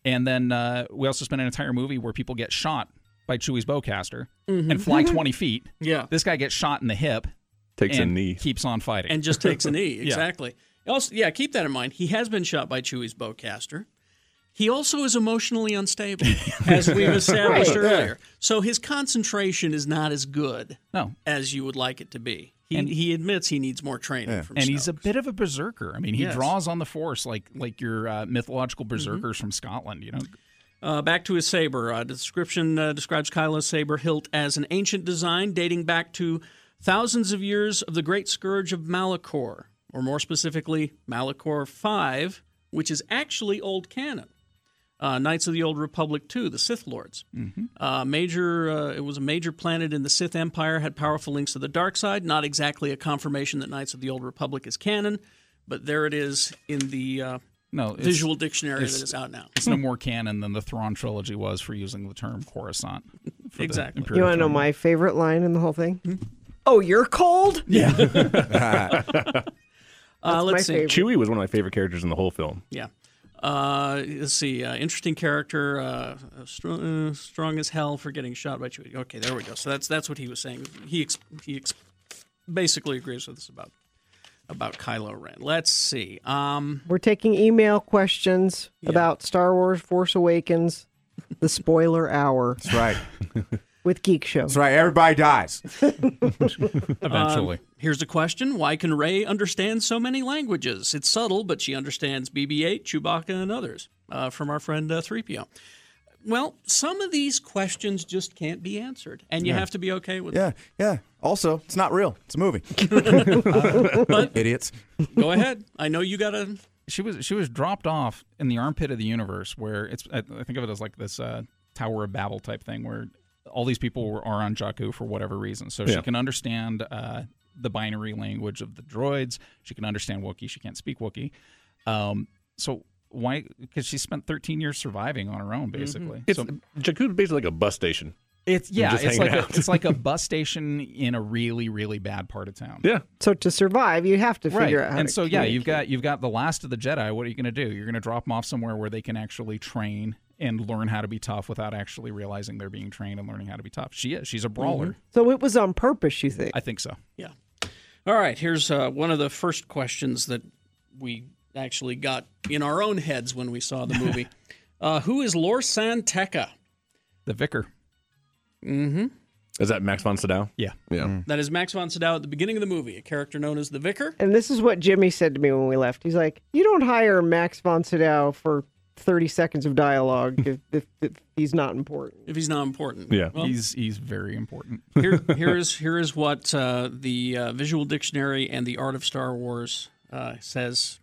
Speaker 10: And then uh, we also spent an entire movie where people get shot by Chewie's bowcaster
Speaker 2: Mhm.
Speaker 10: and fly 20 feet.
Speaker 2: Yeah.
Speaker 10: This guy gets shot in the hip.
Speaker 3: Takes a
Speaker 10: and
Speaker 3: knee.
Speaker 10: Keeps on fighting.
Speaker 2: and just takes a knee.
Speaker 10: Yeah.
Speaker 2: Exactly. Also, yeah, keep that in mind. He has been shot by Chewie's bowcaster. He also is emotionally unstable, as we've established
Speaker 10: Right.
Speaker 2: earlier. So his concentration is not as good
Speaker 10: No.
Speaker 2: as you would like it to be. He,
Speaker 10: And-
Speaker 2: he admits he needs more training from
Speaker 10: and
Speaker 2: Snoke.
Speaker 10: he's a bit of a berserker. I mean, he
Speaker 2: Yes. Mm-hmm.
Speaker 10: draws on the force like like your uh, mythological berserkers from Scotland. You know,
Speaker 2: Uh, back to his saber. Uh, description uh, describes Kylo's saber hilt as an ancient design dating back to thousands of years of the Great Scourge of Malachor, or more specifically, Malachor V, which is actually old canon. Uh, Knights of the Old Republic too, the Sith Lords.
Speaker 10: Mm-hmm.
Speaker 2: Uh, major, uh, it was a major planet in the Sith Empire, had powerful links to the dark side. Not exactly a confirmation that Knights of the Old Republic is canon, but there it is in the uh,
Speaker 10: no it's-
Speaker 2: visual dictionary that
Speaker 10: it's-
Speaker 2: is out now.
Speaker 10: It's no more canon than the Thrawn trilogy was for using the term Coruscant. for the
Speaker 2: Exactly.
Speaker 10: Imperial
Speaker 11: You want to know
Speaker 10: Throne.
Speaker 11: my favorite line in the whole thing?
Speaker 2: Hmm?
Speaker 11: Oh, you're cold?
Speaker 2: Uh, let's see.
Speaker 3: Chewie was one of my favorite characters in the whole film.
Speaker 2: Yeah. Uh, let's see. Uh, interesting character. Uh, strong, uh, strong as hell for getting shot by Chewie. Okay, there we go. So that's that's what he was saying. He ex- he ex- basically agrees with us about about Kylo Ren. Let's see. Um,
Speaker 11: We're taking email questions about Star Wars Force Awakens, the spoiler hour. That's
Speaker 8: right.
Speaker 11: With Geek Show. That's
Speaker 8: right. Everybody dies.
Speaker 10: Eventually.
Speaker 2: Um, here's a question: Why can Ray understand so many languages? It's subtle, but she understands BB-8, Chewbacca, and others. Uh, from our friend uh, 3PO. Well, some of these questions just can't be answered, and you
Speaker 8: Yeah.
Speaker 2: have to be okay with
Speaker 8: Yeah, yeah. Also, it's not real. It's a movie.
Speaker 10: Uh,
Speaker 8: Idiots.
Speaker 2: Go ahead. I know you got a.
Speaker 10: She was she was dropped off in the armpit of the universe, where it's I I think of it as like this uh, Tower of Babel type thing, where all these people were, are on Jakku for whatever reason. So she
Speaker 3: Yeah.
Speaker 10: can understand uh, the binary language of the droids. She can understand Wookiee. She can't speak Wookiee. Um, so why? Because she spent 13 years surviving on her own, Mm-hmm.
Speaker 2: Mm-hmm.
Speaker 10: basically.
Speaker 3: It's
Speaker 10: So-
Speaker 3: Jakku is basically like a bus station.
Speaker 10: It's
Speaker 3: I'm
Speaker 10: yeah,
Speaker 3: just
Speaker 10: it's like
Speaker 3: hanging
Speaker 10: a,
Speaker 3: out.
Speaker 10: it's like a bus station in a really really bad part of town.
Speaker 3: Yeah.
Speaker 11: So to survive, you have to figure out how
Speaker 10: and
Speaker 11: to
Speaker 10: so yeah,
Speaker 11: communicate.
Speaker 10: you've got you've got the last of the Jedi. What are you going to do? You're going to drop them off somewhere where they can actually train and learn how to be tough without actually realizing they're being trained and learning how to be tough. She is. She's a brawler.
Speaker 11: Mhm. So it was on purpose, you think?
Speaker 10: I think so.
Speaker 2: Yeah. All right. Here's uh, one of the first questions that we actually got in our own heads when we saw the movie. uh, who is Lorsan Tekka?
Speaker 10: The vicar.
Speaker 2: Mm-hmm.
Speaker 3: Is that Max von Sydow?
Speaker 10: Yeah.
Speaker 3: Yeah.
Speaker 2: That is Max von Sydow at the beginning of the movie, a character known as the vicar.
Speaker 11: And this is what Jimmy said to me when we left. He's like, "You don't hire Max von Sydow for 30 seconds of dialogue if, if, if he's not important."
Speaker 2: If he's not important. Well,
Speaker 10: he's he's very important.
Speaker 2: here, here is here is what uh, the uh, Visual Dictionary and the Art of Star Wars uh, says.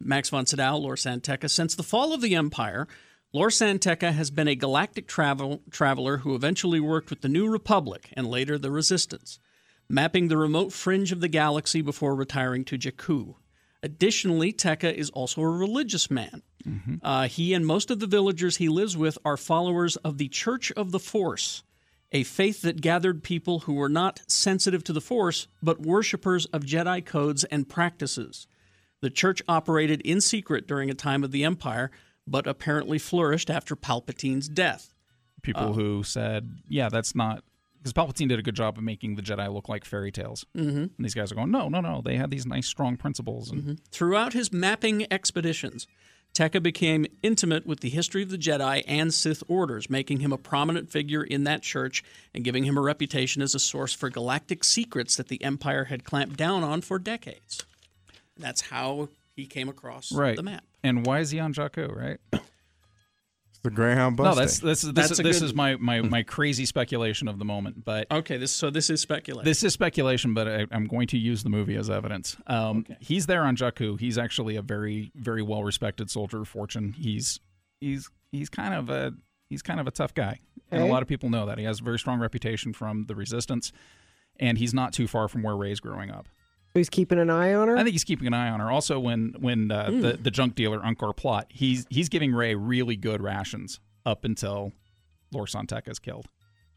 Speaker 2: Max von Sydow, Lor San Tekka. Since the fall of the Empire, Lor San Tekka has been a galactic travel, traveler who eventually worked with the New Republic and later the Resistance, mapping the remote fringe of the galaxy before retiring to Jakku. Additionally, Tekka is also a religious man.
Speaker 10: Mm-hmm.
Speaker 2: Uh, he and most of the villagers he lives with are followers of the Church of the Force, a faith that gathered people who were not sensitive to the Force, but worshippers of Jedi codes and practices. The church operated in secret during a time of the Empire, but apparently flourished after Palpatine's death.
Speaker 10: People who said, "Yeah, that's not." Because Palpatine did a good job of making the Jedi look like fairy tales,
Speaker 11: Mm-hmm.
Speaker 2: Mhm.
Speaker 10: and these guys are going, "No, no, no! They had these nice, strong principles." And
Speaker 2: Throughout his mapping expeditions, Tekka became intimate with the history of the Jedi and Sith orders, making him a prominent figure in that church and giving him a reputation as a source for galactic secrets that the Empire had clamped down on for decades. That's how he came across
Speaker 10: right
Speaker 2: the map.
Speaker 10: And why is he on Jakku? Right?
Speaker 8: The Greyhound bus.
Speaker 10: no, that's
Speaker 8: thing.
Speaker 10: this is this, is- this is my, my my crazy speculation of the moment, but
Speaker 2: Okay, this so this is speculation.
Speaker 10: This is speculation, but I, I'm going to use the movie as evidence. Um, He's there on Jakku. He's actually a very, very well-respected soldier of fortune. He's he's he's kind of a he's kind of a tough guy, and a
Speaker 12: Okay.
Speaker 10: lot of people know that. He has a very strong reputation from the Resistance, and he's not too far from where Ray's growing up.
Speaker 11: So he's keeping an eye on her.
Speaker 10: I think he's keeping an eye on her. Also, when when uh,
Speaker 11: Hmm.
Speaker 10: the the junk dealer Unkor Plot, he's he's giving Ray really good rations up until Lor San Tek is killed.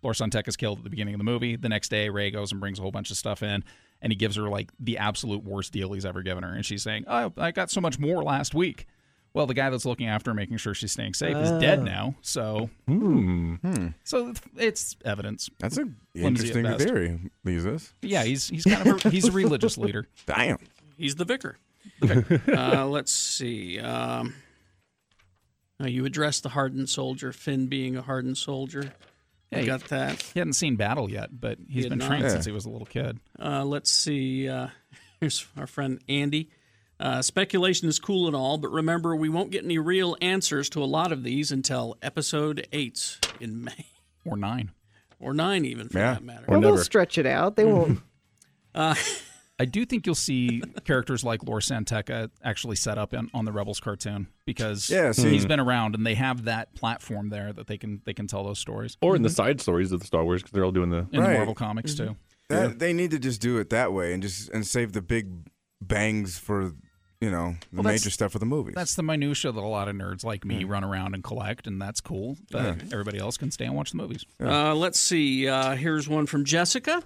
Speaker 10: Lor San Tek is killed at the beginning of the movie. The next day, Ray goes and brings a whole bunch of stuff in, and he gives her like the absolute worst deal he's ever given her. And she's saying, "Oh, I got so much more last week." Well, the guy that's looking after her, making sure she's staying safe, is
Speaker 9: Oh.
Speaker 10: dead now. So,
Speaker 8: Hmm.
Speaker 10: so it's evidence.
Speaker 8: That's a
Speaker 10: Flimsy at
Speaker 8: interesting
Speaker 10: best.
Speaker 8: theory, Jesus.
Speaker 10: Yeah, he's he's kind of a, he's a religious leader.
Speaker 8: Damn.
Speaker 2: He's the vicar. uh, let's see. Um, now you addressed the hardened soldier, Finn being a hardened soldier. I
Speaker 10: Hey.
Speaker 2: got that.
Speaker 10: He hadn't seen battle yet, but
Speaker 2: He
Speaker 10: he's
Speaker 2: had
Speaker 10: been
Speaker 2: not.
Speaker 10: trained
Speaker 2: Yeah.
Speaker 10: since he was a little kid.
Speaker 2: Uh, let's see. Uh, here's our friend Andy. Uh, speculation is cool and all, but remember, we won't get any real answers to a lot of these until episode eight in May.
Speaker 10: Or nine.
Speaker 2: Or nine, even for
Speaker 10: Yeah,
Speaker 2: that matter.
Speaker 10: or Or they'll never.
Speaker 11: stretch it out. They won't.
Speaker 2: Uh,
Speaker 10: I do think you'll see characters like Lor Santeca actually set up in, on the Rebels cartoon because
Speaker 3: Yeah, see-
Speaker 10: he's been around and they have that platform there that they can they can tell those stories.
Speaker 3: Or in
Speaker 2: Mhm.
Speaker 3: the side stories of the Star Wars because they're all doing the
Speaker 10: Mm-hmm. In the Marvel comics,
Speaker 3: Mm-hmm.
Speaker 10: too.
Speaker 8: That,
Speaker 10: Yeah.
Speaker 8: They need to just do it that way and just and save the big bangs for you know the
Speaker 10: Well, that's-
Speaker 8: major stuff of the movies.
Speaker 10: That's the minutia that a lot of nerds like me
Speaker 8: Hmm.
Speaker 10: run around and collect, and that's cool. But
Speaker 8: Yeah.
Speaker 10: everybody else can stay and watch the movies.
Speaker 2: Uh, let's see. Uh, here's one from Jessica.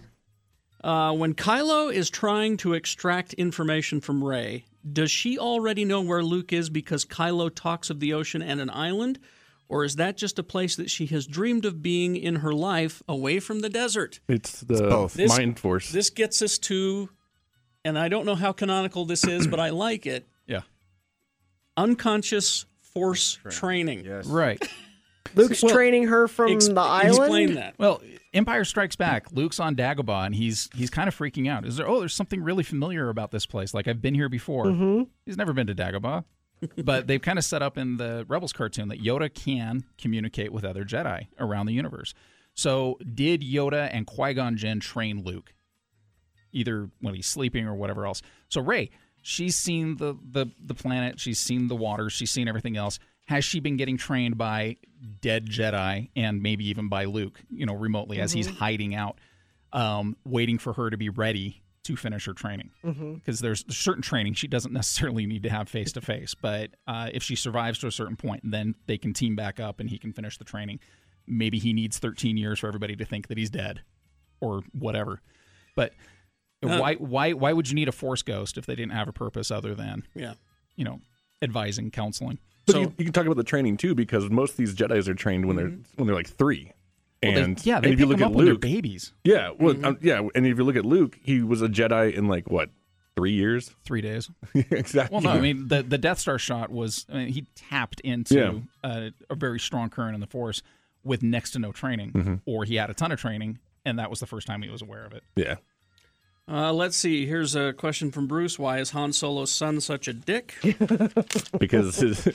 Speaker 2: Uh, when Kylo is trying to extract information from Rey, does she already know where Luke is because Kylo talks of the ocean and an island? Or is that just a place that she has dreamed of being in her life away from the desert?
Speaker 3: It's the
Speaker 2: both. This-
Speaker 3: mind force.
Speaker 2: This gets us to, and I don't know how canonical this is, but I like it
Speaker 10: Yeah.
Speaker 2: unconscious force training.
Speaker 10: Right.
Speaker 11: Luke's training her from
Speaker 2: ex-
Speaker 11: the island.
Speaker 2: explain that.
Speaker 10: Well, Empire Strikes Back. Luke's on Dagobah, and he's he's kind of freaking out. Is there? Oh, there's something really familiar about this place. Like I've been here before.
Speaker 11: Mhm.
Speaker 10: He's never been to Dagobah, but they've kind of set up in the Rebels cartoon that Yoda can communicate with other Jedi around the universe. So, did Yoda and Qui Gon Jinn train Luke, either when he's sleeping or whatever else? So, Ray, she's seen the the the planet, she's seen the water, she's seen everything else. Has she been getting trained by dead Jedi and maybe even by Luke, you know, remotely as he's
Speaker 9: Mhm.
Speaker 10: hiding out, um, waiting for her to be ready to finish her training?
Speaker 9: Mhm.
Speaker 10: Because there's certain training she doesn't necessarily need to have face to face, but uh, if she survives to a certain point, then they can team back up and he can finish the training. Maybe he needs 13 years for everybody to think that he's dead, or whatever. But
Speaker 2: Uh,
Speaker 10: why why why would you need a force ghost if they didn't have a purpose other than
Speaker 2: Yeah.
Speaker 10: you know advising, counseling?
Speaker 3: So, you, you can talk about the training too, because most of these Jedi's are trained when they're when they're like three.
Speaker 10: Mm-hmm. Well,
Speaker 3: And
Speaker 10: they- yeah, they
Speaker 3: and if you
Speaker 10: pick
Speaker 3: look
Speaker 10: them
Speaker 3: at
Speaker 10: up when they're Mm-hmm.
Speaker 3: Luke,
Speaker 10: babies.
Speaker 3: Yeah, well, um, yeah, and if you look at Luke, he was a Jedi in like what three years?
Speaker 10: Three days.
Speaker 3: exactly.
Speaker 10: Well, no, I mean the the Death Star shot was I mean, he tapped into
Speaker 3: Yeah.
Speaker 10: uh, a very strong current in the Force with next to no training,
Speaker 3: Mhm.
Speaker 10: or he had a ton of training, and that was the first time he was aware of it.
Speaker 3: yeah.
Speaker 2: Uh, let's see. Here's a question from Bruce. Why is Han Solo's son such a dick?
Speaker 3: because his,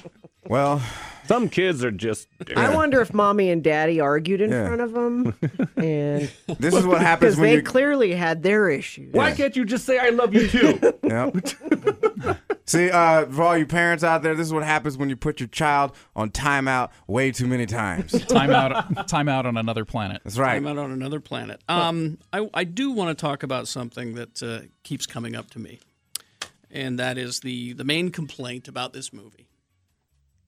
Speaker 8: well,
Speaker 3: some kids are just.
Speaker 11: I wonder if mommy and daddy argued in
Speaker 3: Yeah.
Speaker 11: front of him, and
Speaker 8: This is what happens
Speaker 11: because
Speaker 8: when
Speaker 11: they
Speaker 8: you-
Speaker 11: clearly had their issues.
Speaker 3: Why can't you just say I love you too?
Speaker 8: Yep. See, uh, for all you parents out there, this is what happens when you put your child on timeout way too many times.
Speaker 10: Time out, time out on another planet.
Speaker 8: That's right.
Speaker 2: I'm out on another planet. Um, I, I do want to talk about something that uh, keeps coming up to me, and that is the the main complaint about this movie.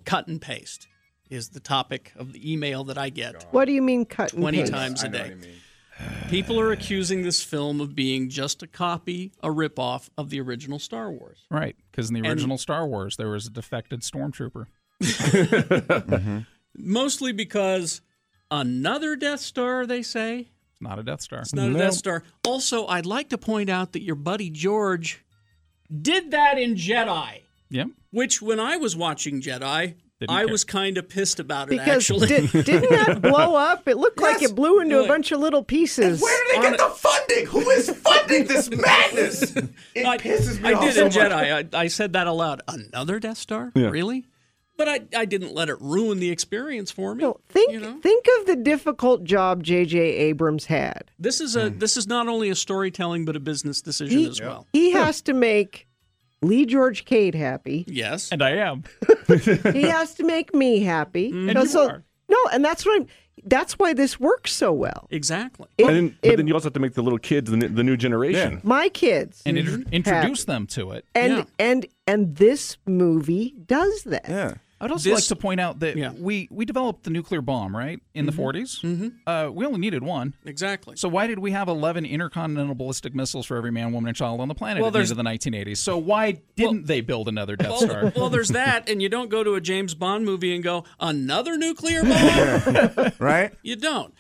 Speaker 2: Cut and paste is the topic of the email that I get
Speaker 11: What do you mean cut and
Speaker 2: 20
Speaker 11: paste?
Speaker 2: times a day. People are accusing this film of being just a copy, a ripoff of the original Star Wars.
Speaker 10: Right, because in the
Speaker 2: And-
Speaker 10: original Star Wars, there was a defected stormtrooper.
Speaker 2: Mostly because another Death Star, they say.
Speaker 10: It's not a Death Star.
Speaker 2: It's not a Death Star. Also, I'd like to point out that your buddy George did that in Jedi,
Speaker 10: Yep.
Speaker 2: which when I was watching Jedi,
Speaker 10: Didn't
Speaker 2: I
Speaker 10: care.
Speaker 2: was kind of pissed about it
Speaker 11: Because
Speaker 2: actually.
Speaker 11: did, didn't that blow up? It looked like it blew into
Speaker 2: Look.
Speaker 11: a bunch of little pieces.
Speaker 8: Where do they get the funding? Who is funding this madness? It
Speaker 2: I,
Speaker 8: pisses me
Speaker 2: I
Speaker 8: off
Speaker 2: did
Speaker 8: so
Speaker 2: in
Speaker 8: much.
Speaker 2: Jedi. I, I said that aloud. Another Death Star?
Speaker 8: Yeah.
Speaker 2: Really? But I, I didn't let it ruin the experience for me.
Speaker 11: Think think of the difficult job J.J. Abrams had.
Speaker 2: This is a this is not only a storytelling but a business decision
Speaker 11: He,
Speaker 2: as well.
Speaker 11: he has to make Lee George Cade happy.
Speaker 2: Yes, and I am.
Speaker 11: he has to make me happy. No,
Speaker 2: you
Speaker 11: so- no, and that's what I'm. That's why this works so well.
Speaker 2: Exactly.
Speaker 11: It-
Speaker 3: and then, but
Speaker 11: it-
Speaker 3: then you also have to make the little kids the, n- the new generation.
Speaker 11: My kids
Speaker 3: And inter-
Speaker 11: have-
Speaker 3: introduce
Speaker 10: them to it.
Speaker 11: and and and this movie does that.
Speaker 10: Yeah. I'd also like to point out that we, we developed the nuclear bomb, right, in
Speaker 11: Mhm.
Speaker 10: the 40s. Mm-hmm. Uh, we only needed one.
Speaker 2: Exactly.
Speaker 10: So why did we have 11 intercontinental ballistic missiles for every man, woman, and child on the planet
Speaker 2: Well,
Speaker 10: at the
Speaker 2: there's-
Speaker 10: end of the 1980s? So why didn't they build another Death Star?
Speaker 2: Well, well, there's that, and you don't go to a James Bond movie and go another nuclear bomb,
Speaker 8: right?
Speaker 2: You don't,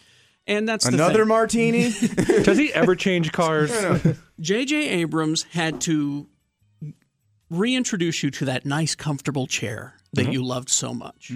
Speaker 2: and that's
Speaker 8: Another
Speaker 2: the
Speaker 8: martini?
Speaker 3: Does he ever change cars?
Speaker 2: thing. J.J. Abrams had to reintroduce you to that nice, comfortable chair that
Speaker 3: Mm-hmm.
Speaker 12: Mhm.
Speaker 2: you loved so much,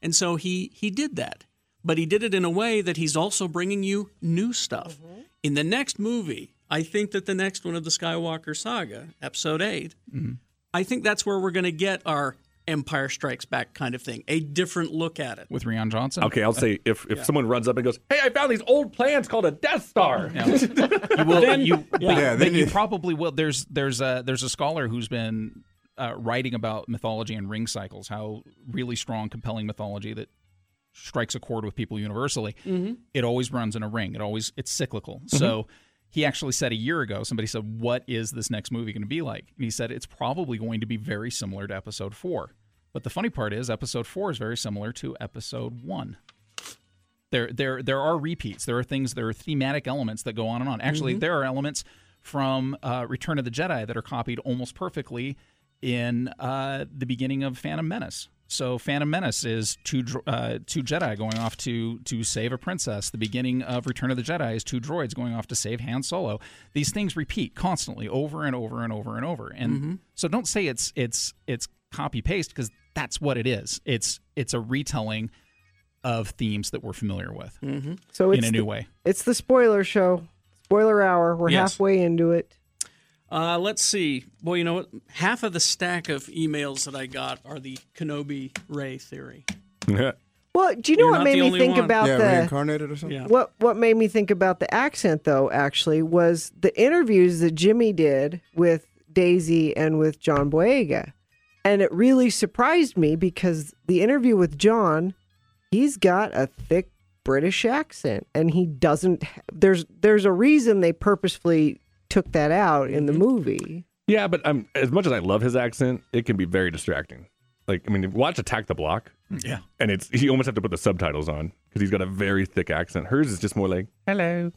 Speaker 2: and so he he did that, but he did it in a way that he's also bringing you new stuff
Speaker 3: Mm-hmm.
Speaker 2: in the next movie. I think that the next one of the Skywalker saga, Episode Eight,
Speaker 3: Mm-hmm.
Speaker 2: I think that's where we're going to get our Empire Strikes Back kind of thing, a different look at it.
Speaker 10: With Rian Johnson?
Speaker 3: Okay, I'll say if, if someone runs up and goes, "Hey, I found these old plans called a Death Star."
Speaker 10: you will.
Speaker 3: Then-
Speaker 10: you,
Speaker 3: Yeah.
Speaker 10: but,
Speaker 3: Yeah,
Speaker 10: but
Speaker 3: then
Speaker 10: you
Speaker 3: you-
Speaker 10: probably will. There's there's a there's a scholar who's been uh, writing about mythology and ring cycles, how really strong, compelling mythology that strikes a chord with people universally.
Speaker 2: Mhm.
Speaker 10: It always runs in a ring. It always it's cyclical. So. He actually said a year ago, somebody said, What is this next movie going to be like? And he said, It's probably going to be very similar to episode four. But the funny part is, episode four is very similar to episode one there there there are repeats there are things there are thematic elements that go on and on actually
Speaker 2: Mhm.
Speaker 10: there are elements from uh, return of the jedi that are copied almost perfectly in uh, the beginning of phantom menace so phantom menace is two dro- uh, two jedi going off to to save a princess the beginning of return of the jedi is two droids going off to save han solo these things repeat constantly over and over and over and over and
Speaker 11: Mm-hmm.
Speaker 2: Mhm.
Speaker 10: so don't say it's it's it's copy paste because that's what it is it's it's a retelling of themes that we're familiar with
Speaker 11: Mm-hmm. So
Speaker 10: in
Speaker 11: it's
Speaker 10: a new
Speaker 11: the-
Speaker 10: way.
Speaker 11: It's the spoiler show, spoiler hour. We're
Speaker 2: Yes.
Speaker 11: halfway into it.
Speaker 2: Uh, let's see. Well, you know what? Half of the stack of emails that I got are the Kenobi Ray theory.
Speaker 11: Well, do you know
Speaker 2: You're
Speaker 11: what
Speaker 2: not
Speaker 11: made
Speaker 2: the
Speaker 11: me
Speaker 2: only
Speaker 11: think
Speaker 2: one.
Speaker 11: about
Speaker 2: Yeah,
Speaker 11: the
Speaker 8: reincarnated or something? Yeah.
Speaker 11: What what made me think about the accent though actually was the interviews that Jimmy did with Daisy and with John Boyega. And it really surprised me because the interview with John, he's got a thick British accent and he doesn't there's there's a reason they purposefully took that out in the movie.
Speaker 3: Yeah, but um, as much as I love his accent, it can be very distracting. Like, I mean, watch Attack the Block.
Speaker 10: Yeah.
Speaker 3: And it's you almost have to put the subtitles on because he's got a very thick accent. Hers is just more like, Hello.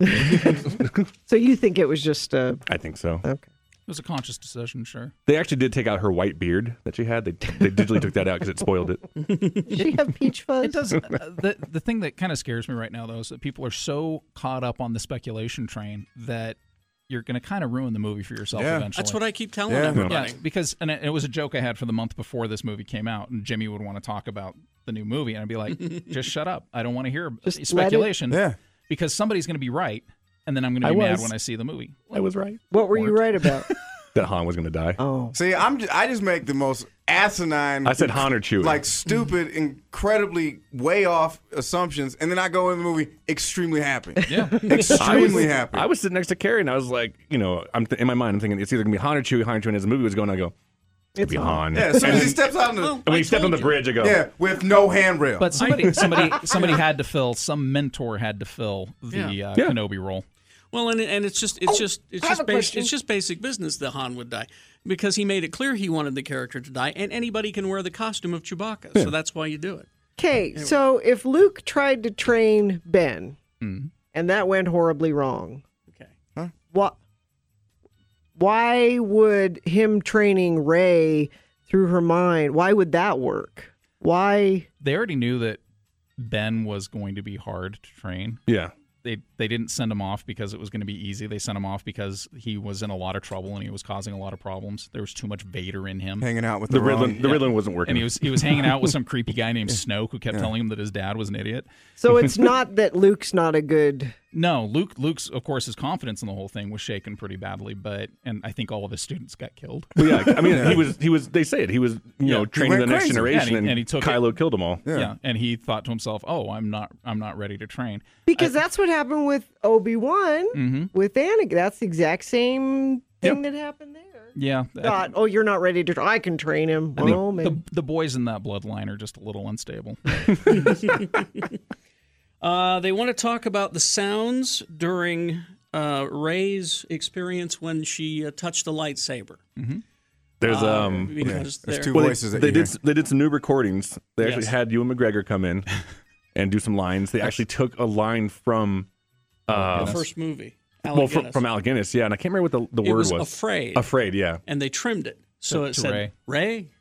Speaker 11: so you think it was just a
Speaker 3: I think so.
Speaker 11: Okay.
Speaker 10: It was a conscious decision, sure.
Speaker 3: They actually did take out her white beard that she had. They they digitally took that out because it spoiled it.
Speaker 11: Does she have peach fuzz?
Speaker 10: It does. Uh, the the thing that kind of scares me right now though is that people are so caught up on the speculation train that you're going to kind of ruin the movie for yourself
Speaker 2: Yeah.
Speaker 10: eventually.
Speaker 2: That's what I keep telling Yeah. everybody.
Speaker 10: because and it, it was a joke I had for the month before this movie came out, and Jimmy would want to talk about the new movie, and I'd be like, "Just shut up! I don't want to hear
Speaker 2: Just let it-
Speaker 10: speculation."
Speaker 2: Yeah.
Speaker 10: Because somebody's going to be right, and then I'm going to
Speaker 3: I
Speaker 10: be mad
Speaker 3: was.
Speaker 10: when I see the movie.
Speaker 3: I was right.
Speaker 11: What were you right about?
Speaker 3: That Han was going to die.
Speaker 11: Oh.
Speaker 8: See, I'm just, I just make the most asinine.
Speaker 3: I said Han or Chewie.
Speaker 8: Like stupid, incredibly way off assumptions, and then I go in the movie extremely happy.
Speaker 10: Yeah,
Speaker 8: extremely happy.
Speaker 3: I was sitting next to Carrie and I was like, you know, I'm th- in my mind, I'm thinking it's either going to be Han or Chewie, Han or Chewie. And as the movie was going, I go, it's be Han.
Speaker 8: Yeah, as soon as he
Speaker 3: And-
Speaker 8: steps out on the,
Speaker 3: and when he stepped on the bridge, I go,
Speaker 8: yeah, with no handrail.
Speaker 10: But somebody, somebody, somebody had to fill. Some mentor had to fill the
Speaker 2: Yeah.
Speaker 10: Uh,
Speaker 2: Yeah.
Speaker 10: Kenobi role.
Speaker 2: Well, and and it's just it's
Speaker 10: Oh,
Speaker 2: just it's
Speaker 10: I have
Speaker 2: just
Speaker 10: a
Speaker 2: bas-
Speaker 10: question.
Speaker 2: it's just basic business that Han would die because he made it clear he wanted the character to die, and anybody can wear the costume of Chewbacca, so that's why you do it.
Speaker 11: Okay, so if Luke tried to train Ben
Speaker 10: Hmm.
Speaker 11: and that went horribly wrong, okay, what? Why would him training Ray through her mind? Why would that work? Why?
Speaker 10: They already knew that Ben was going to be hard to train.
Speaker 3: Yeah.
Speaker 10: They they didn't send him off because it was going to be easy. They sent him off because he was in a lot of trouble and he was causing a lot of problems. There was too much Vader in him.
Speaker 8: Hanging out with The the wrong- Riddler- the Riddler wasn't working.
Speaker 10: And he was he was hanging out with some creepy guy named
Speaker 8: Yeah.
Speaker 10: Snoke who kept
Speaker 8: Yeah.
Speaker 10: telling him that his dad was an idiot.
Speaker 11: So it's not that Luke's not a good
Speaker 10: No, Luke. Luke's, of course, his confidence in the whole thing was shaken pretty badly, but and I think all of his students got killed.
Speaker 3: Well, yeah, I mean, he was he was. They say it. He was you know training the next generation,
Speaker 10: and, he, and he took
Speaker 3: Kylo
Speaker 10: it.
Speaker 3: killed them all.
Speaker 10: Yeah. and he thought to himself, "Oh, I'm not, I'm not ready to train."
Speaker 11: Because that's what happened with Obi Wan
Speaker 10: Mm-hmm.
Speaker 11: with Anakin. That's the exact same thing that happened there.
Speaker 10: Yeah,
Speaker 11: Thought, oh, you're not ready to. Tra- I can train him.
Speaker 10: I think
Speaker 11: Well, maybe.
Speaker 10: the, the boys in that bloodline are just a little unstable.
Speaker 2: Uh, they want to talk about the sounds during uh, Ray's experience when she uh, touched the lightsaber.
Speaker 10: Mhm.
Speaker 3: There's
Speaker 2: Uh,
Speaker 3: um.
Speaker 2: because there-
Speaker 3: Well, they- They, did s- they did some new recordings. They actually
Speaker 2: Yes.
Speaker 3: had Ewan McGregor come in and do some lines. They actually took a line from uh,
Speaker 2: the first movie. Alec
Speaker 3: Well, from,
Speaker 2: Guinness.
Speaker 3: from Al Guinness, yeah, and I can't remember what the, the
Speaker 2: it
Speaker 3: word
Speaker 2: was,
Speaker 3: was.
Speaker 2: afraid.
Speaker 3: Afraid, yeah,
Speaker 2: And they trimmed it, so
Speaker 10: To-
Speaker 2: it
Speaker 10: to
Speaker 2: said Ray.
Speaker 10: Ray.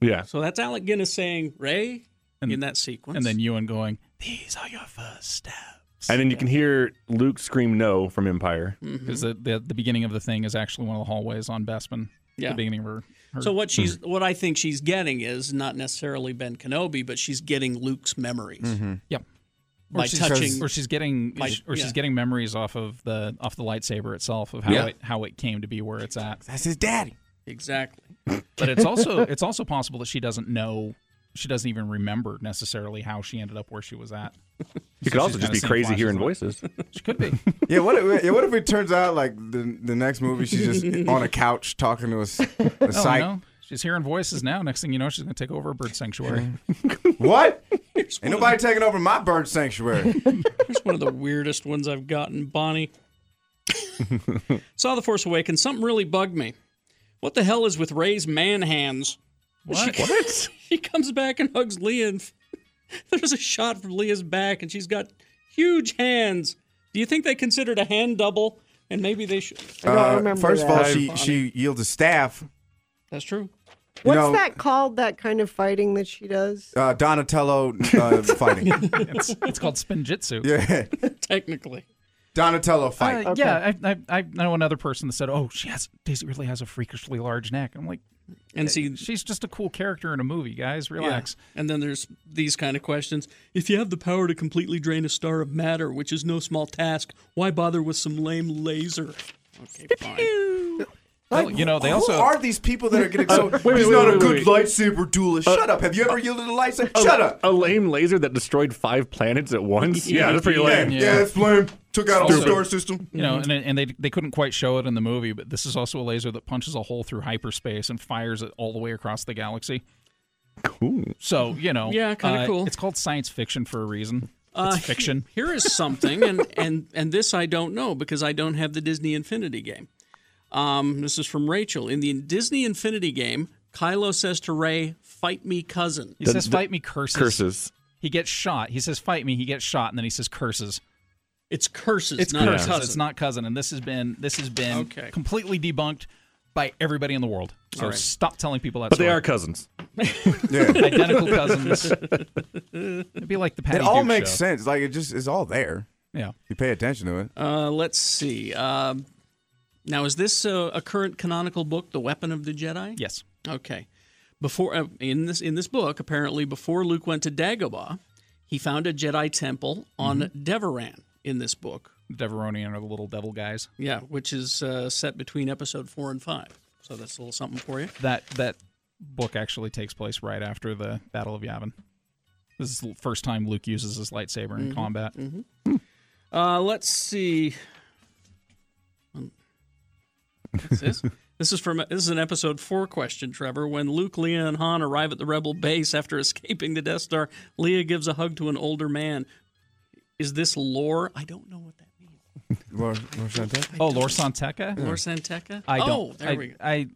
Speaker 3: yeah.
Speaker 2: So that's Alec Guinness saying Ray in that sequence,
Speaker 10: and then Ewan going, "These are your first steps."
Speaker 3: And then you can hear Luke scream "No" from Empire.
Speaker 10: because the, the the beginning of the thing is actually one of the hallways on Bespin.
Speaker 2: Yeah.
Speaker 10: the beginning of her. her- Mm-hmm.
Speaker 2: So what she's
Speaker 10: Hmm.
Speaker 2: what I think she's getting is not necessarily Ben Kenobi, but she's getting Luke's memories.
Speaker 10: Yep. Or
Speaker 2: By
Speaker 10: she's-
Speaker 2: touching
Speaker 10: or she's getting,
Speaker 2: by-
Speaker 10: or she's
Speaker 2: yeah.
Speaker 10: getting memories off of the off the lightsaber itself of how
Speaker 2: Yeah.
Speaker 10: it how it came to be where it's at.
Speaker 8: That's his daddy.
Speaker 2: Exactly.
Speaker 10: But it's also it's also possible that she doesn't know, she doesn't even remember necessarily how she ended up where she was at.
Speaker 3: You could also just be crazy hearing voices.
Speaker 10: She could be.
Speaker 8: Yeah, what if, yeah, what if it turns out like the the next movie she's just on a couch talking to us?
Speaker 10: Oh,
Speaker 8: A psych.
Speaker 10: no. She's hearing voices now. Next thing you know, she's going to take over a bird sanctuary.
Speaker 8: What? Ain't nobody taking over my bird sanctuary.
Speaker 2: It's one of the weirdest ones I've gotten, Bonnie. Saw The Force Awakens. Something really bugged me. What the hell is with Ray's man hands?
Speaker 10: What?
Speaker 2: She,
Speaker 10: What?
Speaker 2: she comes back and hugs Leia, and there's a shot from Leah's back, and she's got huge hands. Do you think they considered a hand double? And maybe they should.
Speaker 8: Uh, first of all, she she yields a staff.
Speaker 2: That's true.
Speaker 8: You
Speaker 11: What's
Speaker 8: know,
Speaker 11: that called? That kind of fighting that she does.
Speaker 8: Uh, Donatello uh, fighting.
Speaker 10: it's, it's called spinjitzu.
Speaker 8: Yeah,
Speaker 2: Technically.
Speaker 8: Donatello fight.
Speaker 10: Uh, Yeah, I, I, I know another person that said, "Oh, she has Daisy really has a freakishly large neck." I'm like,
Speaker 2: And see-
Speaker 10: Eh, she's just a cool character in a movie, guys. Relax.
Speaker 2: Yeah. And then there's these kind of questions. If you have the power to completely drain a star of matter, which is no small task, why bother with some lame laser? Okay, fine.
Speaker 10: Well, you know, they
Speaker 8: Who
Speaker 10: also
Speaker 8: are these people that are getting so?
Speaker 3: Uh, wait,
Speaker 8: he's
Speaker 3: wait,
Speaker 8: not
Speaker 3: wait,
Speaker 8: a
Speaker 3: wait,
Speaker 8: good
Speaker 3: uh, wait.
Speaker 8: lightsaber duelist. Shut up! Have you ever yielded a lightsaber?
Speaker 3: A-
Speaker 8: Shut up!
Speaker 3: A lame laser that destroyed five planets at once. Yeah, that's pretty lame.
Speaker 8: Yeah, yeah that's lame. Took out all
Speaker 10: Also-
Speaker 8: the star system.
Speaker 3: Mm-hmm.
Speaker 10: You know, and, and they they couldn't quite show it in the movie, but this is also a laser that punches a hole through hyperspace and fires it all the way across the galaxy.
Speaker 3: Cool.
Speaker 10: So you know,
Speaker 2: Yeah, kinda
Speaker 10: uh,
Speaker 2: cool.
Speaker 10: It's called science fiction for a reason.
Speaker 2: Uh,
Speaker 10: it's fiction.
Speaker 2: Here is something, and, and, and this I don't know because I don't have the Disney Infinity game. Um, this is from Rachel. In the Disney Infinity game, Kylo says to Ray, Fight me, cousin.
Speaker 10: He says, "Fight me, curses."
Speaker 3: Curses.
Speaker 10: He gets shot. He says, "Fight me." He gets shot, and then he says, "Curses."
Speaker 2: It's curses,
Speaker 10: It's
Speaker 2: not
Speaker 10: curses.
Speaker 2: cousin.
Speaker 10: It's not cousin. And this has been this has been
Speaker 2: Okay.
Speaker 10: completely debunked by everybody in the world. So
Speaker 2: All right.
Speaker 10: stop telling people that.
Speaker 3: But they
Speaker 10: story.
Speaker 3: are cousins.
Speaker 10: identical cousins. It'd be like the Patty
Speaker 8: it all
Speaker 10: Duke
Speaker 8: makes
Speaker 10: show.
Speaker 8: sense. Like it just it's all there.
Speaker 10: Yeah.
Speaker 8: You pay attention to it.
Speaker 2: Uh, let's see. Um, now, is this a, a current canonical book, The Weapon of the Jedi?
Speaker 10: Yes.
Speaker 2: Okay. Before uh, in this in this book, apparently, before Luke went to Dagobah, he found a Jedi temple on Devaran. In this book,
Speaker 10: Deveronian are the little devil guys.
Speaker 2: yeah, which is uh, set between Episode four and five. So that's a little something for you.
Speaker 10: That that book actually takes place right after the Battle of Yavin. This is the first time Luke uses his lightsaber in
Speaker 2: Mhm,
Speaker 10: combat.
Speaker 2: mhm. Uh, let's see. What's this? this is from this is an episode four question, Trevor. When Luke, Leia, and Han arrive at the Rebel base after escaping the Death Star, Leia gives a hug to an older man. Is this lore? I don't know what that.
Speaker 8: Lor- Lor Shantek?
Speaker 10: Oh, Lor Santeca.
Speaker 2: Lor Santeca?
Speaker 10: I don't.
Speaker 2: Oh, there
Speaker 10: I,
Speaker 2: we go.
Speaker 10: I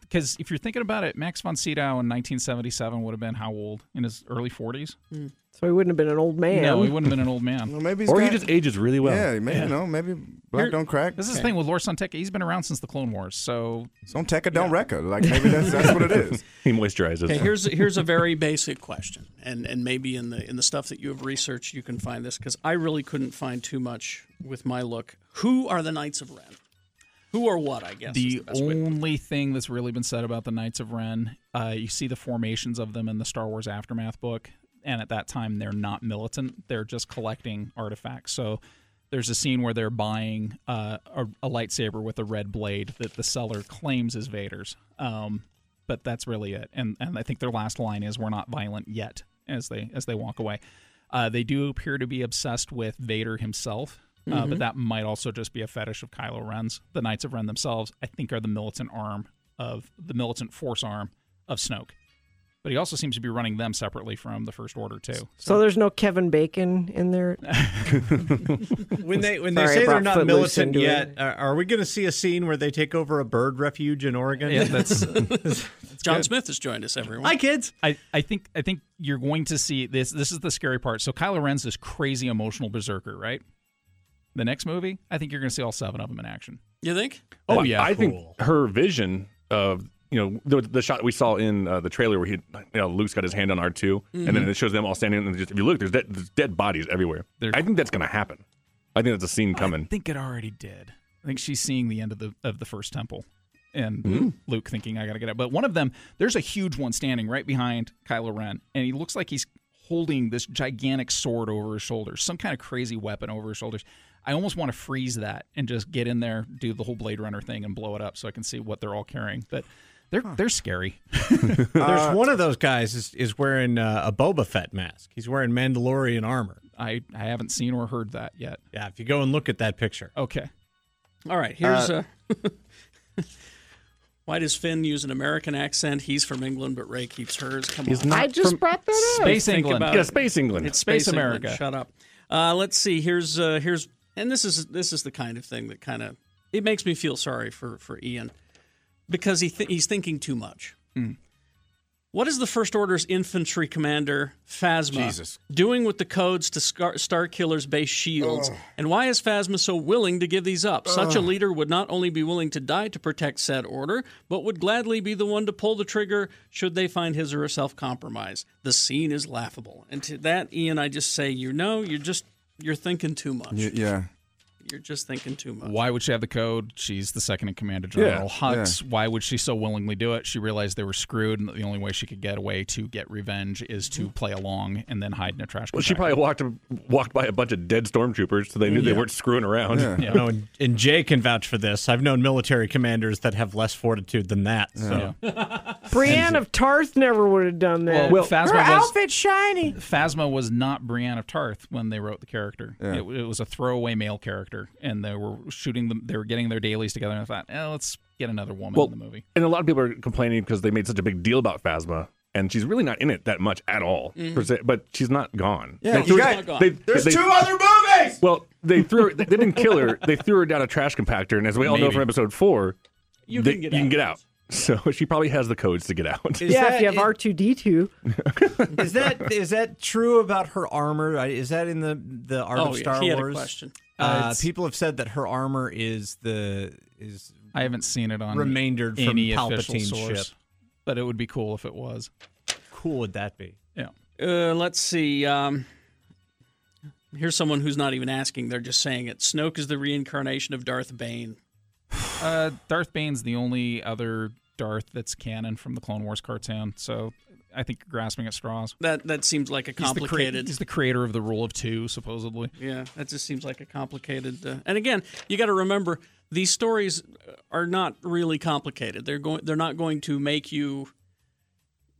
Speaker 10: because if you're thinking about it, Max von Sydow in 1977 would have been how old? In his early 40s.
Speaker 11: So he wouldn't have been an old man.
Speaker 10: No, he wouldn't have been an old man.
Speaker 8: Hmm. Well, maybe he's
Speaker 3: Or he
Speaker 8: got-
Speaker 3: just ages really well.
Speaker 8: Yeah, maybe you know, maybe black
Speaker 10: Here-
Speaker 8: don't crack.
Speaker 10: This is the thing with Lor Santeca. He's been around since the Clone Wars, so
Speaker 8: Don't take a don't wreck her. Like maybe that's that's what it is.
Speaker 3: He moisturizes.
Speaker 2: Okay, here's here's a very basic question, and and maybe in the in the stuff that you have researched, you can find this because I really couldn't find too much with my look. Who are the Knights of Ren? Who are what? I guess is
Speaker 10: the
Speaker 2: the best way.
Speaker 10: only thing that's really been said about the Knights of Ren, uh, you see the formations of them in the Star Wars Aftermath book, and at that time they're not militant; they're just collecting artifacts. So there's a scene where they're buying uh, a, a lightsaber with a red blade that the seller claims is Vader's. Um, but that's really it. And and I think their last line is "We're not violent yet" as they as they walk away. Uh, they do appear to be obsessed with Vader himself, uh,
Speaker 2: Mhm.
Speaker 10: but that might also just be a fetish of Kylo Ren's. The Knights of Ren themselves, I think, are the militant arm of the militant force arm of Snoke. But he also seems to be running them separately from the First Order too.
Speaker 11: So there's no Kevin Bacon in there.
Speaker 12: when they when they
Speaker 11: Sorry,
Speaker 12: say
Speaker 11: I
Speaker 12: they're
Speaker 11: brought
Speaker 12: not
Speaker 11: Footloose
Speaker 12: militant
Speaker 11: into it.
Speaker 12: yet, are, are we going to see a scene where they take over a bird refuge in Oregon?
Speaker 10: Yeah, that's-
Speaker 2: John
Speaker 12: good.
Speaker 2: Smith has joined us, everyone.
Speaker 12: Hi, kids.
Speaker 10: I, I think I think you're going to see this. This is the scary part. So Kylo Ren's this crazy emotional berserker, right? The next movie, I think you're going to see all seven of them in action.
Speaker 2: You think?
Speaker 10: Oh,
Speaker 3: I-
Speaker 10: yeah,
Speaker 3: I think her vision of you know the, the shot we saw in uh, the trailer where he, you know, Luke's got his hand on R 2 and then
Speaker 2: Mhm.
Speaker 3: it shows them all standing and just if you look, there's dead, there's dead bodies everywhere. I think that's gonna happen. I think that's a scene coming.
Speaker 10: I think it already did. I think she's seeing the end of the of the first temple, and
Speaker 3: Mm.
Speaker 10: Luke thinking I got to get out. But one of them, there's a huge one standing right behind Kylo Ren, and he looks like he's holding this gigantic sword over his shoulders, some kind of crazy weapon over his shoulders. I almost want to freeze that and just get in there, do the whole Blade Runner thing, and blow it up so I can see what they're all carrying. But they're they're scary.
Speaker 11: Uh,
Speaker 12: There's one of those guys is, is wearing uh, a Boba Fett mask. He's wearing Mandalorian armor.
Speaker 10: I, I haven't seen or heard that yet.
Speaker 12: Yeah, if you go and look at that picture.
Speaker 10: Okay.
Speaker 2: All right, here's
Speaker 12: Uh,
Speaker 2: uh, Why does Finn use an American accent? He's from England, but Ray keeps hers. Come
Speaker 3: He's
Speaker 2: on.
Speaker 3: not I just from- brought that up.
Speaker 2: Space
Speaker 3: Think
Speaker 2: England.
Speaker 3: about Yeah, it. Space England.
Speaker 2: It's
Speaker 3: Space
Speaker 2: Space, America.
Speaker 3: America.
Speaker 2: Shut up. Uh, let's see. Here's uh, here's and this is this is the kind of thing that kind of it makes me feel sorry for for Ian because he th- he's thinking too much.
Speaker 10: Mm.
Speaker 2: What is the First Order's infantry commander Phasma
Speaker 12: Jesus.
Speaker 2: doing with the codes to Scar- Star Killer's base shields?
Speaker 12: Ugh.
Speaker 2: And why is Phasma so willing to give these up? Such a
Speaker 12: Ugh.
Speaker 2: leader would not only be willing to die to protect said order, but would gladly be the one to pull the trigger should they find his or herself compromised. The scene is laughable. And to that, Ian, I just say, you know, you're just you're thinking too much.
Speaker 8: yeah.
Speaker 2: You're just thinking too much.
Speaker 10: Why would she have the code? She's the second in command of
Speaker 2: Yeah,
Speaker 10: General Hux. Why would she so willingly do it? She realized they were screwed, and the only way she could get away to get revenge is
Speaker 12: Mm-hmm.
Speaker 10: to play along and then hide in a trash can.
Speaker 3: Well, she probably walked walked by a bunch of dead stormtroopers, so they knew they
Speaker 10: Yeah.
Speaker 3: weren't screwing around.
Speaker 12: You know, and, and Jay can vouch for this. I've known military commanders that have less fortitude than that. So
Speaker 11: Brienne of Tarth never would have done that.
Speaker 10: Well, Phasma
Speaker 11: Her
Speaker 10: was-
Speaker 11: outfit's shiny.
Speaker 10: Phasma was not Brienne of Tarth when they wrote the character.
Speaker 8: Yeah.
Speaker 10: It, it was a throwaway male character, and they were shooting them. They were getting their dailies together, and I thought, eh, let's get another woman
Speaker 3: Well,
Speaker 10: in the movie.
Speaker 3: And a lot of people are complaining because they made such a big deal about Phasma, and she's really not in it that much at all.
Speaker 8: Mhm.
Speaker 3: per se, but she's not gone.
Speaker 8: Yeah,
Speaker 3: They
Speaker 8: you
Speaker 3: threw-
Speaker 8: got-
Speaker 3: they-
Speaker 8: There's
Speaker 3: they-
Speaker 8: two other movies.
Speaker 3: Well, they threw her, they didn't kill her. They threw her down a trash compactor, and as we all know
Speaker 10: Maybe.
Speaker 3: from episode four,
Speaker 2: you,
Speaker 3: can, get you can get out. So she probably has the codes to get out.
Speaker 11: yeah, if you have R two D two.
Speaker 12: is that is that true about her armor? I- Is that in the the art
Speaker 2: Oh,
Speaker 12: of
Speaker 2: yeah,
Speaker 12: Star
Speaker 2: he had a
Speaker 12: Wars?
Speaker 2: question.
Speaker 12: Uh,
Speaker 2: Uh, it's-
Speaker 12: people have said that her armor is the is
Speaker 10: I haven't seen it on
Speaker 12: remaindered from
Speaker 10: any official
Speaker 12: Palpatine's
Speaker 10: source,
Speaker 12: ship.
Speaker 10: but it would be cool if it was.
Speaker 12: Cool would that be?
Speaker 10: Yeah.
Speaker 2: Uh, let's see. Um, here's someone who's not even asking; they're just saying it. Snoke is the reincarnation of Darth Bane.
Speaker 10: Uh, Darth Bane's the only other Darth that's canon from the Clone Wars cartoon, so I think you're grasping at straws.
Speaker 2: That that seems like a
Speaker 10: He's the, crea-
Speaker 2: complicated.
Speaker 10: he's the creator of the Rule of Two, supposedly.
Speaker 2: Yeah, that just seems like a complicated. Uh, and again, you got to remember these stories are not really complicated. They're going. They're not going to make you.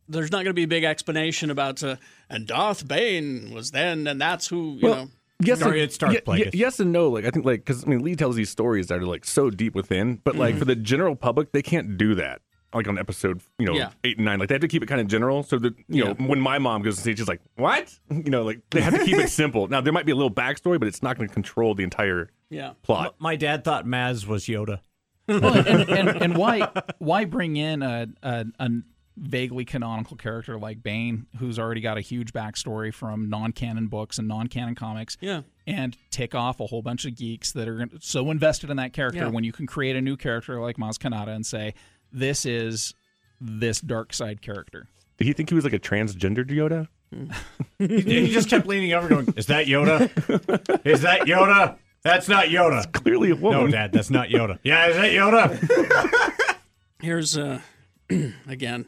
Speaker 2: There's not going to be a big explanation about. Uh, and Darth Bane was then, and that's who you know.
Speaker 3: yes,
Speaker 12: Sorry,
Speaker 3: and,
Speaker 12: it's Darth
Speaker 3: ye-
Speaker 12: Plagueis.
Speaker 3: ye- yes and no. Like I think, like because I mean, Lee tells these stories that are like so deep within, but like
Speaker 2: Mhm.
Speaker 3: for the general public, they can't do that. Like on episode, you know,
Speaker 2: Yeah.
Speaker 3: eight and nine, like they have to keep it kind of general. So that you know, when my mom goes to see, she's like, "What?" You know, like they have to keep it simple. Now there might be a little backstory, but it's not going to control the entire
Speaker 2: Yeah.
Speaker 3: plot.
Speaker 12: My dad thought Maz was Yoda.
Speaker 10: and, and, and why why bring in a, a a vaguely canonical character like Bane, who's already got a huge backstory from non-canon books and non-canon comics?
Speaker 2: Yeah.
Speaker 10: And tick off a whole bunch of geeks that are gonna- so invested in that character.
Speaker 2: Yeah.
Speaker 10: When you can create a new character like Maz Kanata and say, "This is this dark side character."
Speaker 3: Did he think he was like a transgendered Yoda?
Speaker 12: He, he just kept leaning over, going, "Is that Yoda? Is that Yoda? That's not Yoda.
Speaker 3: clearly a woman.
Speaker 12: No, Dad, that's not Yoda. Yeah, is that Yoda?
Speaker 2: Here's uh, again.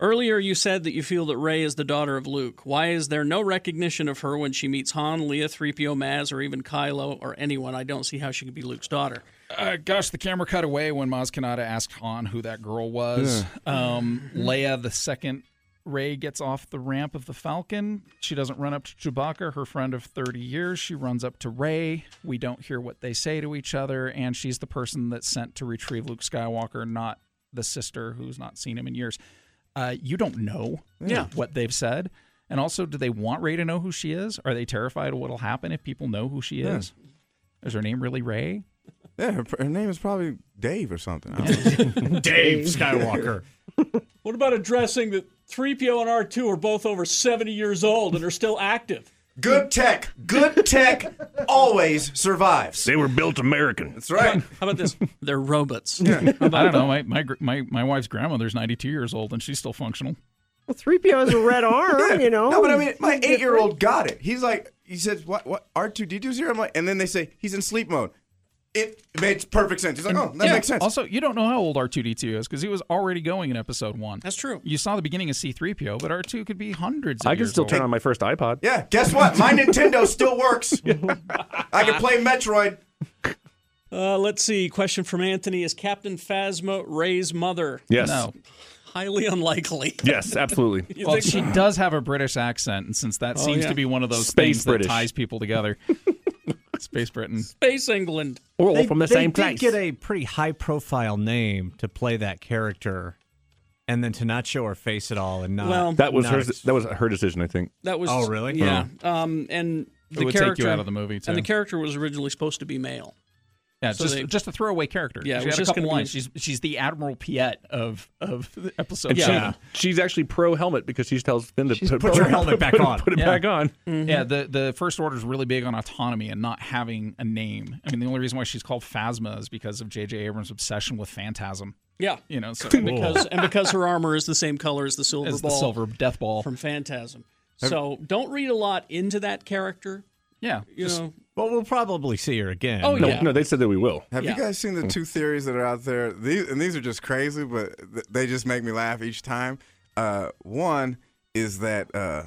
Speaker 2: Earlier, you said that you feel that Rey is the daughter of Luke. Why is there no recognition of her when she meets Han, Leia, 3PO, Maz, or even Kylo or anyone? I don't see how she could be Luke's daughter.
Speaker 10: Uh, gosh, the camera cut away when Maz Kanata asked Han who that girl was. Um, Leia, the second Ray gets off the ramp of the Falcon, she doesn't run up to Chewbacca, her friend of 30 years. She runs up to Ray. We don't hear what they say to each other, and she's the person that's sent to retrieve Luke Skywalker, not the sister who's not seen him in years. Uh, you don't know
Speaker 2: Yeah.
Speaker 10: what they've said. And also, do they want Ray to know who she is? Are they terrified of what'll happen if people know who she
Speaker 8: Yeah.
Speaker 10: is? Is her name really Ray?
Speaker 8: Yeah, her, her name is probably Dave or something.
Speaker 10: Dave
Speaker 12: Skywalker.
Speaker 13: What about addressing that 3PO and R2 are both over 70 years old and are still active?
Speaker 8: Good tech. Good tech always survives.
Speaker 3: They were built American.
Speaker 8: That's right.
Speaker 2: How about this? They're robots.
Speaker 10: I don't know. My, my gr- my my wife's grandmother's 92 years old and she's still functional.
Speaker 11: Well, 3PO has a red arm, you know.
Speaker 8: No, but I mean, my eight-year-old got it. He's like, he says, "What? What? R two D 2s here?" I'm like, and then they say he's in sleep mode. It makes perfect sense. He's like, "Oh, that
Speaker 10: Yeah.
Speaker 8: makes sense."
Speaker 10: Also, you don't know how old R2D2 is because he was already going in episode one. That's
Speaker 2: true.
Speaker 10: You saw the beginning of C3PO, but R2 could be hundreds of
Speaker 3: I can
Speaker 10: years
Speaker 3: still turn
Speaker 10: old.
Speaker 3: on my first iPod.
Speaker 8: Yeah, guess what? My Nintendo still works. I can play Metroid.
Speaker 13: Uh, let's see. Question from Anthony Is Captain Phasma Ray's mother?
Speaker 3: Yes. No.
Speaker 13: Highly unlikely.
Speaker 3: Yes, absolutely.
Speaker 13: You
Speaker 10: Well,
Speaker 13: think-
Speaker 10: she does have a British accent, and since that
Speaker 13: Oh,
Speaker 10: seems
Speaker 13: yeah.
Speaker 10: to be one of those
Speaker 3: Space
Speaker 10: things
Speaker 3: British.
Speaker 10: that ties people together, Space Britain.
Speaker 2: Space England.
Speaker 10: We're all
Speaker 12: they,
Speaker 10: from the
Speaker 12: they
Speaker 10: same
Speaker 12: did
Speaker 10: place.
Speaker 12: get a pretty high-profile name to play that character, and then to not show her face at all and not.
Speaker 2: Well-
Speaker 3: That was
Speaker 12: not
Speaker 3: her.
Speaker 12: ex-
Speaker 3: That was her decision, I think.
Speaker 2: That was.
Speaker 12: Oh, really?
Speaker 2: Yeah. Um, and
Speaker 10: It
Speaker 2: the
Speaker 10: would take you
Speaker 2: character
Speaker 10: out of the movie, too.
Speaker 2: And the character was originally supposed to be male.
Speaker 10: Yeah,
Speaker 2: So
Speaker 10: just
Speaker 2: they-
Speaker 10: just a throwaway character.
Speaker 2: Yeah, it
Speaker 10: she
Speaker 2: was
Speaker 10: had
Speaker 2: just
Speaker 10: a couple
Speaker 2: gonna be-
Speaker 10: lines. She's she's the Admiral Piet of of the episode.
Speaker 3: And she, she's actually pro helmet because she tells them to put,
Speaker 10: Put your helmet back
Speaker 3: put it-
Speaker 10: on.
Speaker 3: Put it
Speaker 10: Yeah.
Speaker 3: back on.
Speaker 8: Mm-hmm.
Speaker 10: Yeah, the, the First Order is really big on autonomy and not having a name. I mean, the only reason why she's called Phasma is because of J.J. Abrams' obsession with Phantasm.
Speaker 2: Yeah.
Speaker 10: You know, so
Speaker 2: because and because her armor is the same color as the silver
Speaker 10: As the
Speaker 2: ball,
Speaker 10: silver death ball.
Speaker 2: from Phantasm. So don't read a lot into that character.
Speaker 10: Yeah,
Speaker 2: you
Speaker 12: just-
Speaker 2: know.
Speaker 12: Well, we'll probably see her again.
Speaker 2: Oh,
Speaker 3: No,
Speaker 2: yeah.
Speaker 3: no, they said that we will.
Speaker 8: Have you guys seen the two theories that are out there? These and these are just crazy, but th- they just make me laugh each time. Uh, one is that uh,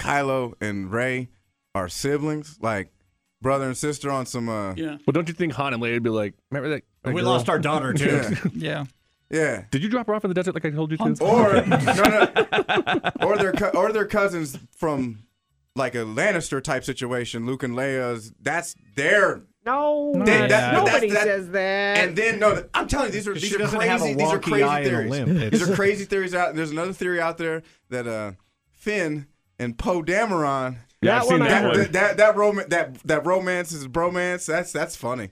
Speaker 8: Kylo and Ray are siblings, like brother and sister on some. Uh,
Speaker 2: yeah.
Speaker 3: Well, don't you think Han and Leia would be like, remember that? that
Speaker 12: We
Speaker 3: girl?"
Speaker 12: lost our daughter, too.
Speaker 8: Yeah.
Speaker 10: Yeah.
Speaker 8: yeah.
Speaker 3: Did you drop her off in the desert like I told you to?
Speaker 8: Or no, no, or their co- or their cousins from like a Lannister type situation. Luke and Leia's. That's their.
Speaker 11: no,
Speaker 8: They- that- but that's-
Speaker 11: nobody
Speaker 8: that-
Speaker 11: says that.
Speaker 8: And then no, I'm telling you, these are these
Speaker 12: She
Speaker 8: are
Speaker 12: doesn't have
Speaker 8: crazy.
Speaker 12: a
Speaker 8: These are
Speaker 12: wonky
Speaker 8: crazy
Speaker 12: eye and a limp.
Speaker 8: theories.
Speaker 12: It's-
Speaker 8: These are crazy theories out. There's another theory out there that uh, Finn and Poe Dameron.
Speaker 3: Yeah, I've seen that
Speaker 8: That
Speaker 3: one.
Speaker 8: that that, that, roman- that that romance is bromance. That's that's funny.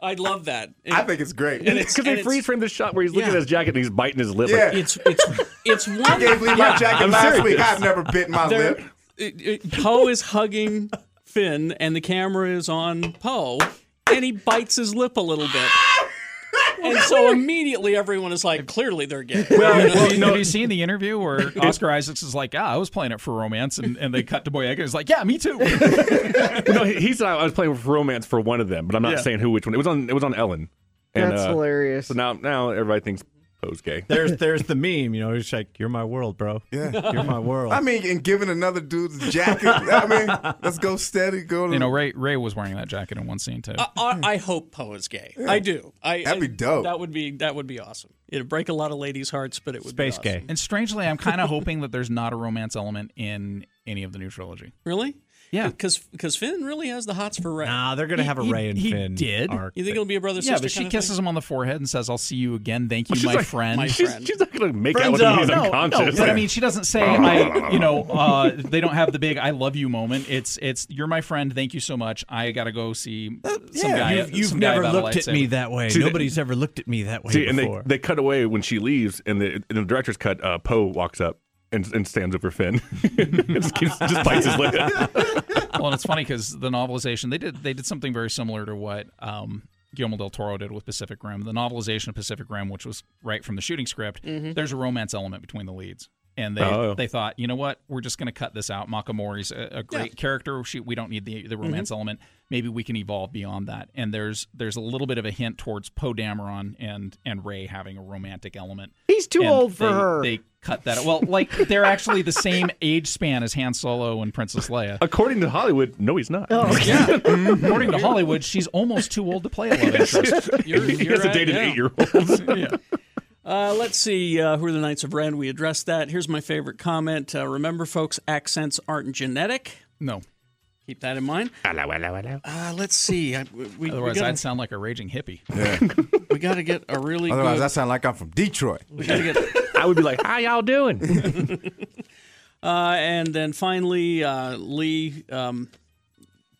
Speaker 2: I love that.
Speaker 8: I think it's great.
Speaker 2: And it's-
Speaker 3: Because they
Speaker 2: and it's-
Speaker 3: freeze frame the shot where he's looking
Speaker 2: Yeah.
Speaker 3: at his jacket and he's biting his lip.
Speaker 8: Yeah.
Speaker 2: It's it's it's one.
Speaker 8: I gave Lee my
Speaker 2: Yeah,
Speaker 8: jacket
Speaker 3: I'm
Speaker 8: last week.
Speaker 3: serious.
Speaker 8: I've never bit my
Speaker 2: There-
Speaker 8: lip.
Speaker 2: it- it- Poe is hugging Finn, and the camera is on Poe, and he bites his lip a little bit. And so immediately everyone is like, clearly they're gay.
Speaker 10: Have you- have you seen the interview where Oscar Isaacs is like, "Ah, I was playing it for romance," and, and they cut to Boyega. He's like, "Yeah, me too."
Speaker 3: Like, well, no, he, he said I was playing with romance for one of them, but I'm not
Speaker 10: Yeah.
Speaker 3: saying who, which one. It was on. It was on Ellen. And,
Speaker 11: That's
Speaker 3: uh,
Speaker 11: hilarious.
Speaker 3: So now, now everybody thinks Poe's gay.
Speaker 12: There's there's the meme, you know. It's like you're my world, bro.
Speaker 8: Yeah.
Speaker 12: You're my world.
Speaker 8: I mean, and giving another dude's jacket. I mean, let's go steady. Go to
Speaker 10: you know, Ray Ray was wearing that jacket in one scene too.
Speaker 3: Uh,
Speaker 2: I, I, I hope Poe is gay. I do. I,
Speaker 8: That'd be
Speaker 2: I-
Speaker 8: dope.
Speaker 2: That would be that would be awesome. It'd break a lot of ladies' hearts, but it would
Speaker 12: Space
Speaker 2: be awesome.
Speaker 12: gay.
Speaker 10: and strangely, I'm kind of hoping that there's not a romance element in any of the new trilogy.
Speaker 2: Really?
Speaker 10: Yeah.
Speaker 2: Because because Finn really has the hots for Ray.
Speaker 12: Nah, they're gonna have a
Speaker 10: He-
Speaker 12: Ray and
Speaker 10: he
Speaker 12: Finn
Speaker 10: did.
Speaker 12: arc.
Speaker 2: You think it'll be a brother
Speaker 10: Yeah,
Speaker 2: sister?
Speaker 10: but she kisses him on the forehead and says, "I'll see you again. Thank you,
Speaker 3: She's
Speaker 10: my
Speaker 3: like-
Speaker 10: friend."
Speaker 2: My
Speaker 3: She's,
Speaker 2: friend.
Speaker 3: she's not gonna make out
Speaker 10: Friends
Speaker 3: with him. when
Speaker 10: out.
Speaker 3: He's
Speaker 10: No,
Speaker 3: unconscious.
Speaker 10: No, but I mean, she doesn't say, "I," you know. Uh, they don't have the big "I love you" moment. It's it's you're my friend. Thank you so much. I gotta go see some
Speaker 12: Yeah,
Speaker 10: guy.
Speaker 12: you've you've
Speaker 10: some guy
Speaker 12: never
Speaker 10: about a
Speaker 12: looked at me
Speaker 10: lightsaber."
Speaker 12: that way.
Speaker 3: See, they-
Speaker 12: Nobody's ever looked at me that way
Speaker 3: See, and they,
Speaker 12: before.
Speaker 3: they cut away when she leaves, and the, and the director's cut. Uh, Poe walks up and, and stands over Finn. just, keeps, just bites his lip.
Speaker 10: well, and it's funny because the novelization they did they did something very similar to what um, Guillermo del Toro did with
Speaker 11: Mm-hmm.
Speaker 10: Pacific Rim. The novelization of Pacific Rim, which was right from the shooting script, there's a romance element between the leads. and they
Speaker 3: Oh.
Speaker 10: they thought, you know what, we're just going to cut this out. Makamori's a, a great character. She, we don't need the the romance
Speaker 11: Mm-hmm.
Speaker 3: Mhm.
Speaker 10: element. Maybe we can evolve beyond that. And there's there's a little bit of a hint towards Poe Dameron and and Ray having a romantic element.
Speaker 11: He's too
Speaker 10: And
Speaker 11: old for
Speaker 10: they-
Speaker 11: her.
Speaker 10: They cut that. out. Well, like they're actually the same age span as Han Solo and Princess Leia.
Speaker 3: According to Hollywood, no, he's not.
Speaker 10: Oh, Yeah. Mm-hmm. According to Hollywood, she's almost too old to play a love interest.
Speaker 2: You're-
Speaker 3: he
Speaker 2: you're
Speaker 3: has a
Speaker 2: right,
Speaker 3: date
Speaker 2: yeah.
Speaker 3: an eight-year-old.
Speaker 2: Uh, let's see uh, who are the Knights of Ren. We addressed that. Here's my favorite comment. Uh, remember, folks, accents aren't genetic.
Speaker 10: No.
Speaker 2: Keep that in mind.
Speaker 10: Hello, hello, hello.
Speaker 2: Uh, let's see. I, we, we
Speaker 10: Otherwise,
Speaker 2: gotta-
Speaker 10: I'd sound like a raging hippie.
Speaker 2: we got to get a really
Speaker 8: Otherwise,
Speaker 2: good.
Speaker 8: I sound like I'm from Detroit.
Speaker 2: We gotta get.
Speaker 3: I would be like, "How y'all doing?"
Speaker 2: Uh, and then finally, uh, Lee, um,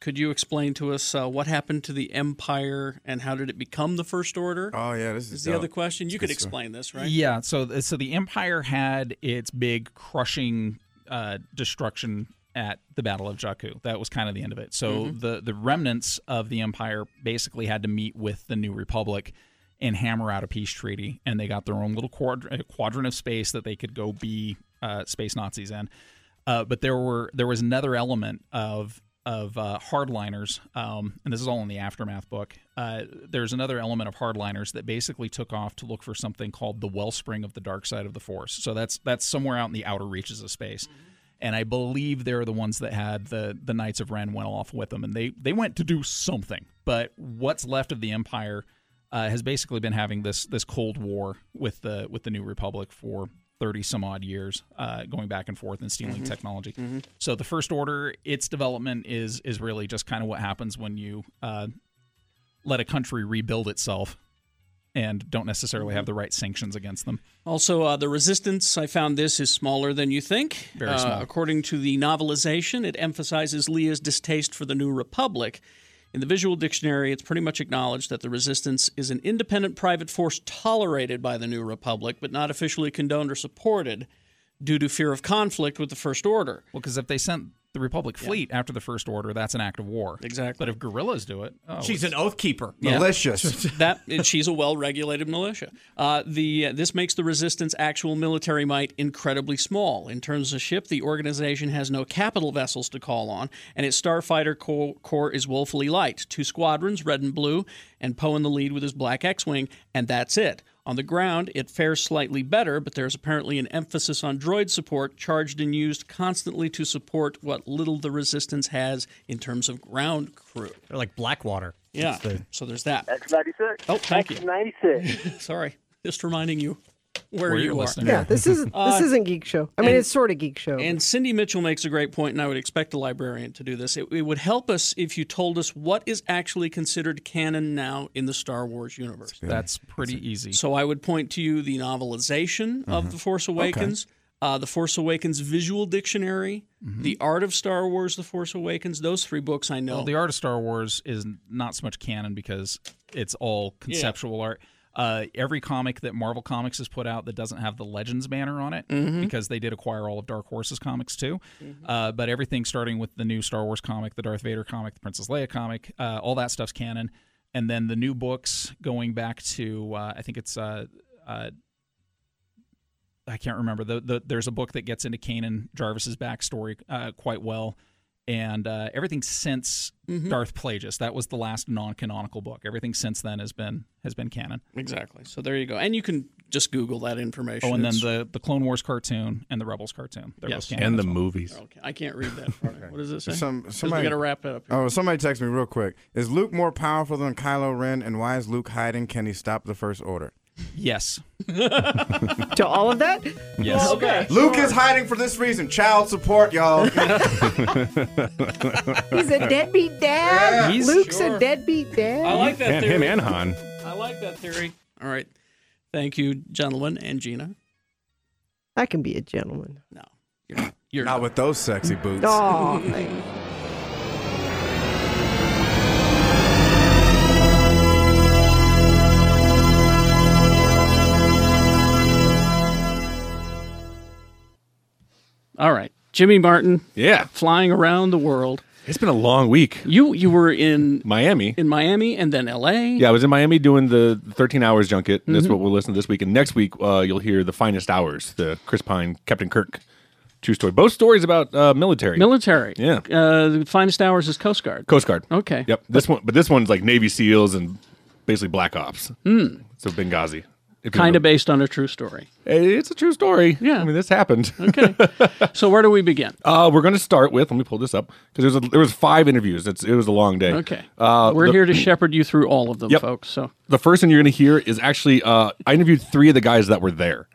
Speaker 2: could you explain to us uh, what happened to the Empire and how did it become the First Order?
Speaker 8: Oh yeah, this is,
Speaker 2: the
Speaker 10: dope.
Speaker 2: other question. You
Speaker 10: It's
Speaker 2: could
Speaker 10: good stuff.
Speaker 2: explain this, right?
Speaker 10: Yeah. So th- so the Empire had its big crushing uh, destruction at the Battle of Jakku. That was kind of the end of it. So
Speaker 2: Mhm.
Speaker 10: the the remnants of the Empire basically had to meet with the New Republic and hammer out a peace treaty, and they got their own little quadr- uh, quadrant of space that they could go be uh, space Nazis in. Uh, but there were there was another element of of uh, hardliners, um, and this is all in the aftermath book. Uh, there's another element of hardliners that basically took off to look for something called the wellspring of the dark side of the force. So that's that's somewhere out in the outer reaches of space. And I believe they're the ones that had the the Knights of Ren went off with them, and they they went to do something. But what's left of the Empire uh, has basically been having this this cold war with the with the New Republic for thirty some odd years, uh, going back and forth and stealing
Speaker 2: Mhm.
Speaker 10: technology.
Speaker 2: Mhm.
Speaker 10: So the First Order, its development is is really just kind of what happens when you uh, let a country rebuild itself and don't necessarily have the right sanctions against them.
Speaker 2: Also, uh, the resistance, I found this, is smaller than you think.
Speaker 10: Very
Speaker 2: Uh,
Speaker 10: small.
Speaker 2: According to the novelization, it emphasizes Leah's distaste for the New Republic. In the visual dictionary, it's pretty much acknowledged that the resistance is an independent private force tolerated by the New Republic, but not officially condoned or supported due to fear of conflict with the First Order.
Speaker 10: Well, because if they sent the Republic fleet after the First Order, that's an act of war.
Speaker 2: Exactly.
Speaker 10: But if guerrillas do it, oh,
Speaker 12: She's
Speaker 10: it's-
Speaker 12: an oath keeper.
Speaker 10: Yeah.
Speaker 2: that and she's a well-regulated militia. Uh, the uh, this makes the resistance actual military might incredibly small in terms of ship. The organization has no capital vessels to call on, and its starfighter corps, corps is woefully light: two squadrons, red and blue, and Poe in the lead with his black X-wing, and that's it. On the ground, it fares slightly better, but there's apparently an emphasis on droid support, charged and used constantly to support what little the resistance has in terms of ground crew.
Speaker 12: They're like Blackwater.
Speaker 2: Yeah.
Speaker 12: It's the-
Speaker 2: So there's that.
Speaker 15: That's 96.
Speaker 2: Oh, thank
Speaker 15: That's
Speaker 2: you.
Speaker 15: 96.
Speaker 2: Sorry, just reminding you where,
Speaker 10: Where
Speaker 2: you
Speaker 10: you're
Speaker 2: are.
Speaker 10: listening.
Speaker 11: Yeah, this is this
Speaker 2: Uh,
Speaker 11: isn't geek show. I mean,
Speaker 2: and-
Speaker 11: it's sort of geek show.
Speaker 2: And Cindy Mitchell makes a great point, and I would expect a librarian to do this. It, it would help us if you told us what is actually considered canon now in the Star Wars universe.
Speaker 10: That's pretty easy. Mm-hmm.
Speaker 2: So I would point to you the novelization of The Force Awakens, uh, The Force Awakens Visual Dictionary,
Speaker 10: Mm-hmm.
Speaker 2: The Art of Star Wars, The Force Awakens. Those three books I know.
Speaker 10: Well, the art of Star Wars is not so much canon because it's all conceptual art. Uh, every comic that Marvel Comics has put out that doesn't have the Legends banner on it,
Speaker 12: Mm-hmm.
Speaker 2: Mhm.
Speaker 10: because they did acquire all of Dark Horse's comics too. Uh, but everything starting with the new Star Wars comic, the Darth Vader comic, the Princess Leia comic, uh, all that stuff's canon. And then the new books going back to, uh, I think it's uh, uh, I can't remember. The, the, there's a book that gets into Kanan Jarvis's backstory uh, quite well, and uh, everything since
Speaker 11: Mm-hmm.
Speaker 2: Mhm.
Speaker 10: Darth Plagueis. That was the last non-canonical book. Everything since then has been has been canon.
Speaker 2: exactly. So there you go. And you can just Google that information.
Speaker 10: Oh, and then
Speaker 2: It's-
Speaker 10: the the Clone Wars cartoon and the Rebels cartoon. They're
Speaker 2: Yes.
Speaker 10: both canon.
Speaker 3: And
Speaker 10: as
Speaker 3: the
Speaker 10: well.
Speaker 3: movies.
Speaker 2: Okay, I can't read that. part. What does it say?
Speaker 8: Some-
Speaker 2: 'Cause
Speaker 8: somebody-
Speaker 2: we got to wrap it up. Here.
Speaker 8: Oh, somebody text me real quick. Is Luke more powerful than Kylo Ren, and why is Luke hiding? Can he stop the First Order?
Speaker 10: Yes.
Speaker 11: to all of that?
Speaker 10: Yes.
Speaker 11: Well, okay.
Speaker 8: Luke is hiding for this reason: child support, y'all.
Speaker 11: He's a deadbeat dad.
Speaker 8: Yeah, he's-
Speaker 11: Luke's
Speaker 2: sure.
Speaker 11: a deadbeat dad.
Speaker 2: I like that
Speaker 3: And
Speaker 2: theory.
Speaker 3: him and Han.
Speaker 2: I like that theory. All right. Thank you, gentlemen and Gina.
Speaker 11: I can be a gentleman.
Speaker 2: No. You're, you're
Speaker 8: not with those sexy boots.
Speaker 11: Oh, thanks.
Speaker 2: All right. Jimmy Martin.
Speaker 3: Yeah.
Speaker 2: Flying around the world.
Speaker 3: It's been a long week.
Speaker 2: You you were in
Speaker 3: Miami.
Speaker 2: in Miami and then L.A.
Speaker 3: Yeah, I was in Miami doing the 13 hours junket. That's
Speaker 10: Mm-hmm.
Speaker 2: Mhm.
Speaker 3: what we'll listen to this week. And next week, uh, you'll hear the finest hours, the Chris Pine, Captain Kirk, true story. Both stories about uh, military.
Speaker 2: military.
Speaker 3: Yeah.
Speaker 2: Uh, the finest hours is Coast Guard.
Speaker 3: Coast Guard.
Speaker 2: Okay.
Speaker 3: Yep. This one, but this one's like Navy SEALs and basically Black Ops.
Speaker 2: Hmm.
Speaker 3: So Benghazi. If you
Speaker 2: Kind of
Speaker 3: remember.
Speaker 2: based on a true story.
Speaker 3: It's a true story.
Speaker 2: Yeah.
Speaker 3: I mean, this happened.
Speaker 2: Okay. so where do we begin?
Speaker 3: Uh, we're going to start with. Let me pull this up because there was a, there was five interviews. It's, it was a long day.
Speaker 2: Okay.
Speaker 3: Uh,
Speaker 2: We're
Speaker 3: the-
Speaker 2: here to shepherd you through all of them,
Speaker 3: Yep.
Speaker 2: folks. So,
Speaker 3: The first one you're going to hear is actually uh, I interviewed three of the guys that were there.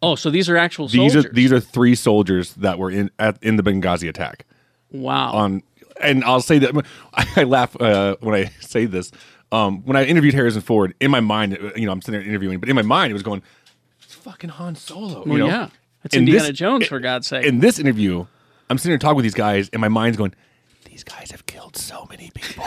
Speaker 2: oh, so these are actual
Speaker 3: These
Speaker 2: soldiers.
Speaker 3: are these are three soldiers that were in at, in the Benghazi attack.
Speaker 2: wow.
Speaker 3: On and I'll say that I laugh uh, when I say this. Um, when I interviewed Harrison Ford, in my mind, you know, I'm sitting there interviewing, but in my mind, it was going. It's fucking Han Solo. you
Speaker 2: Well,
Speaker 3: know?
Speaker 2: Oh, yeah. It's
Speaker 3: In
Speaker 2: Indiana
Speaker 3: this-
Speaker 2: Jones, for God's sake.
Speaker 3: In this interview, I'm sitting here talking with these guys, and my mind's going, These guys have killed so many people.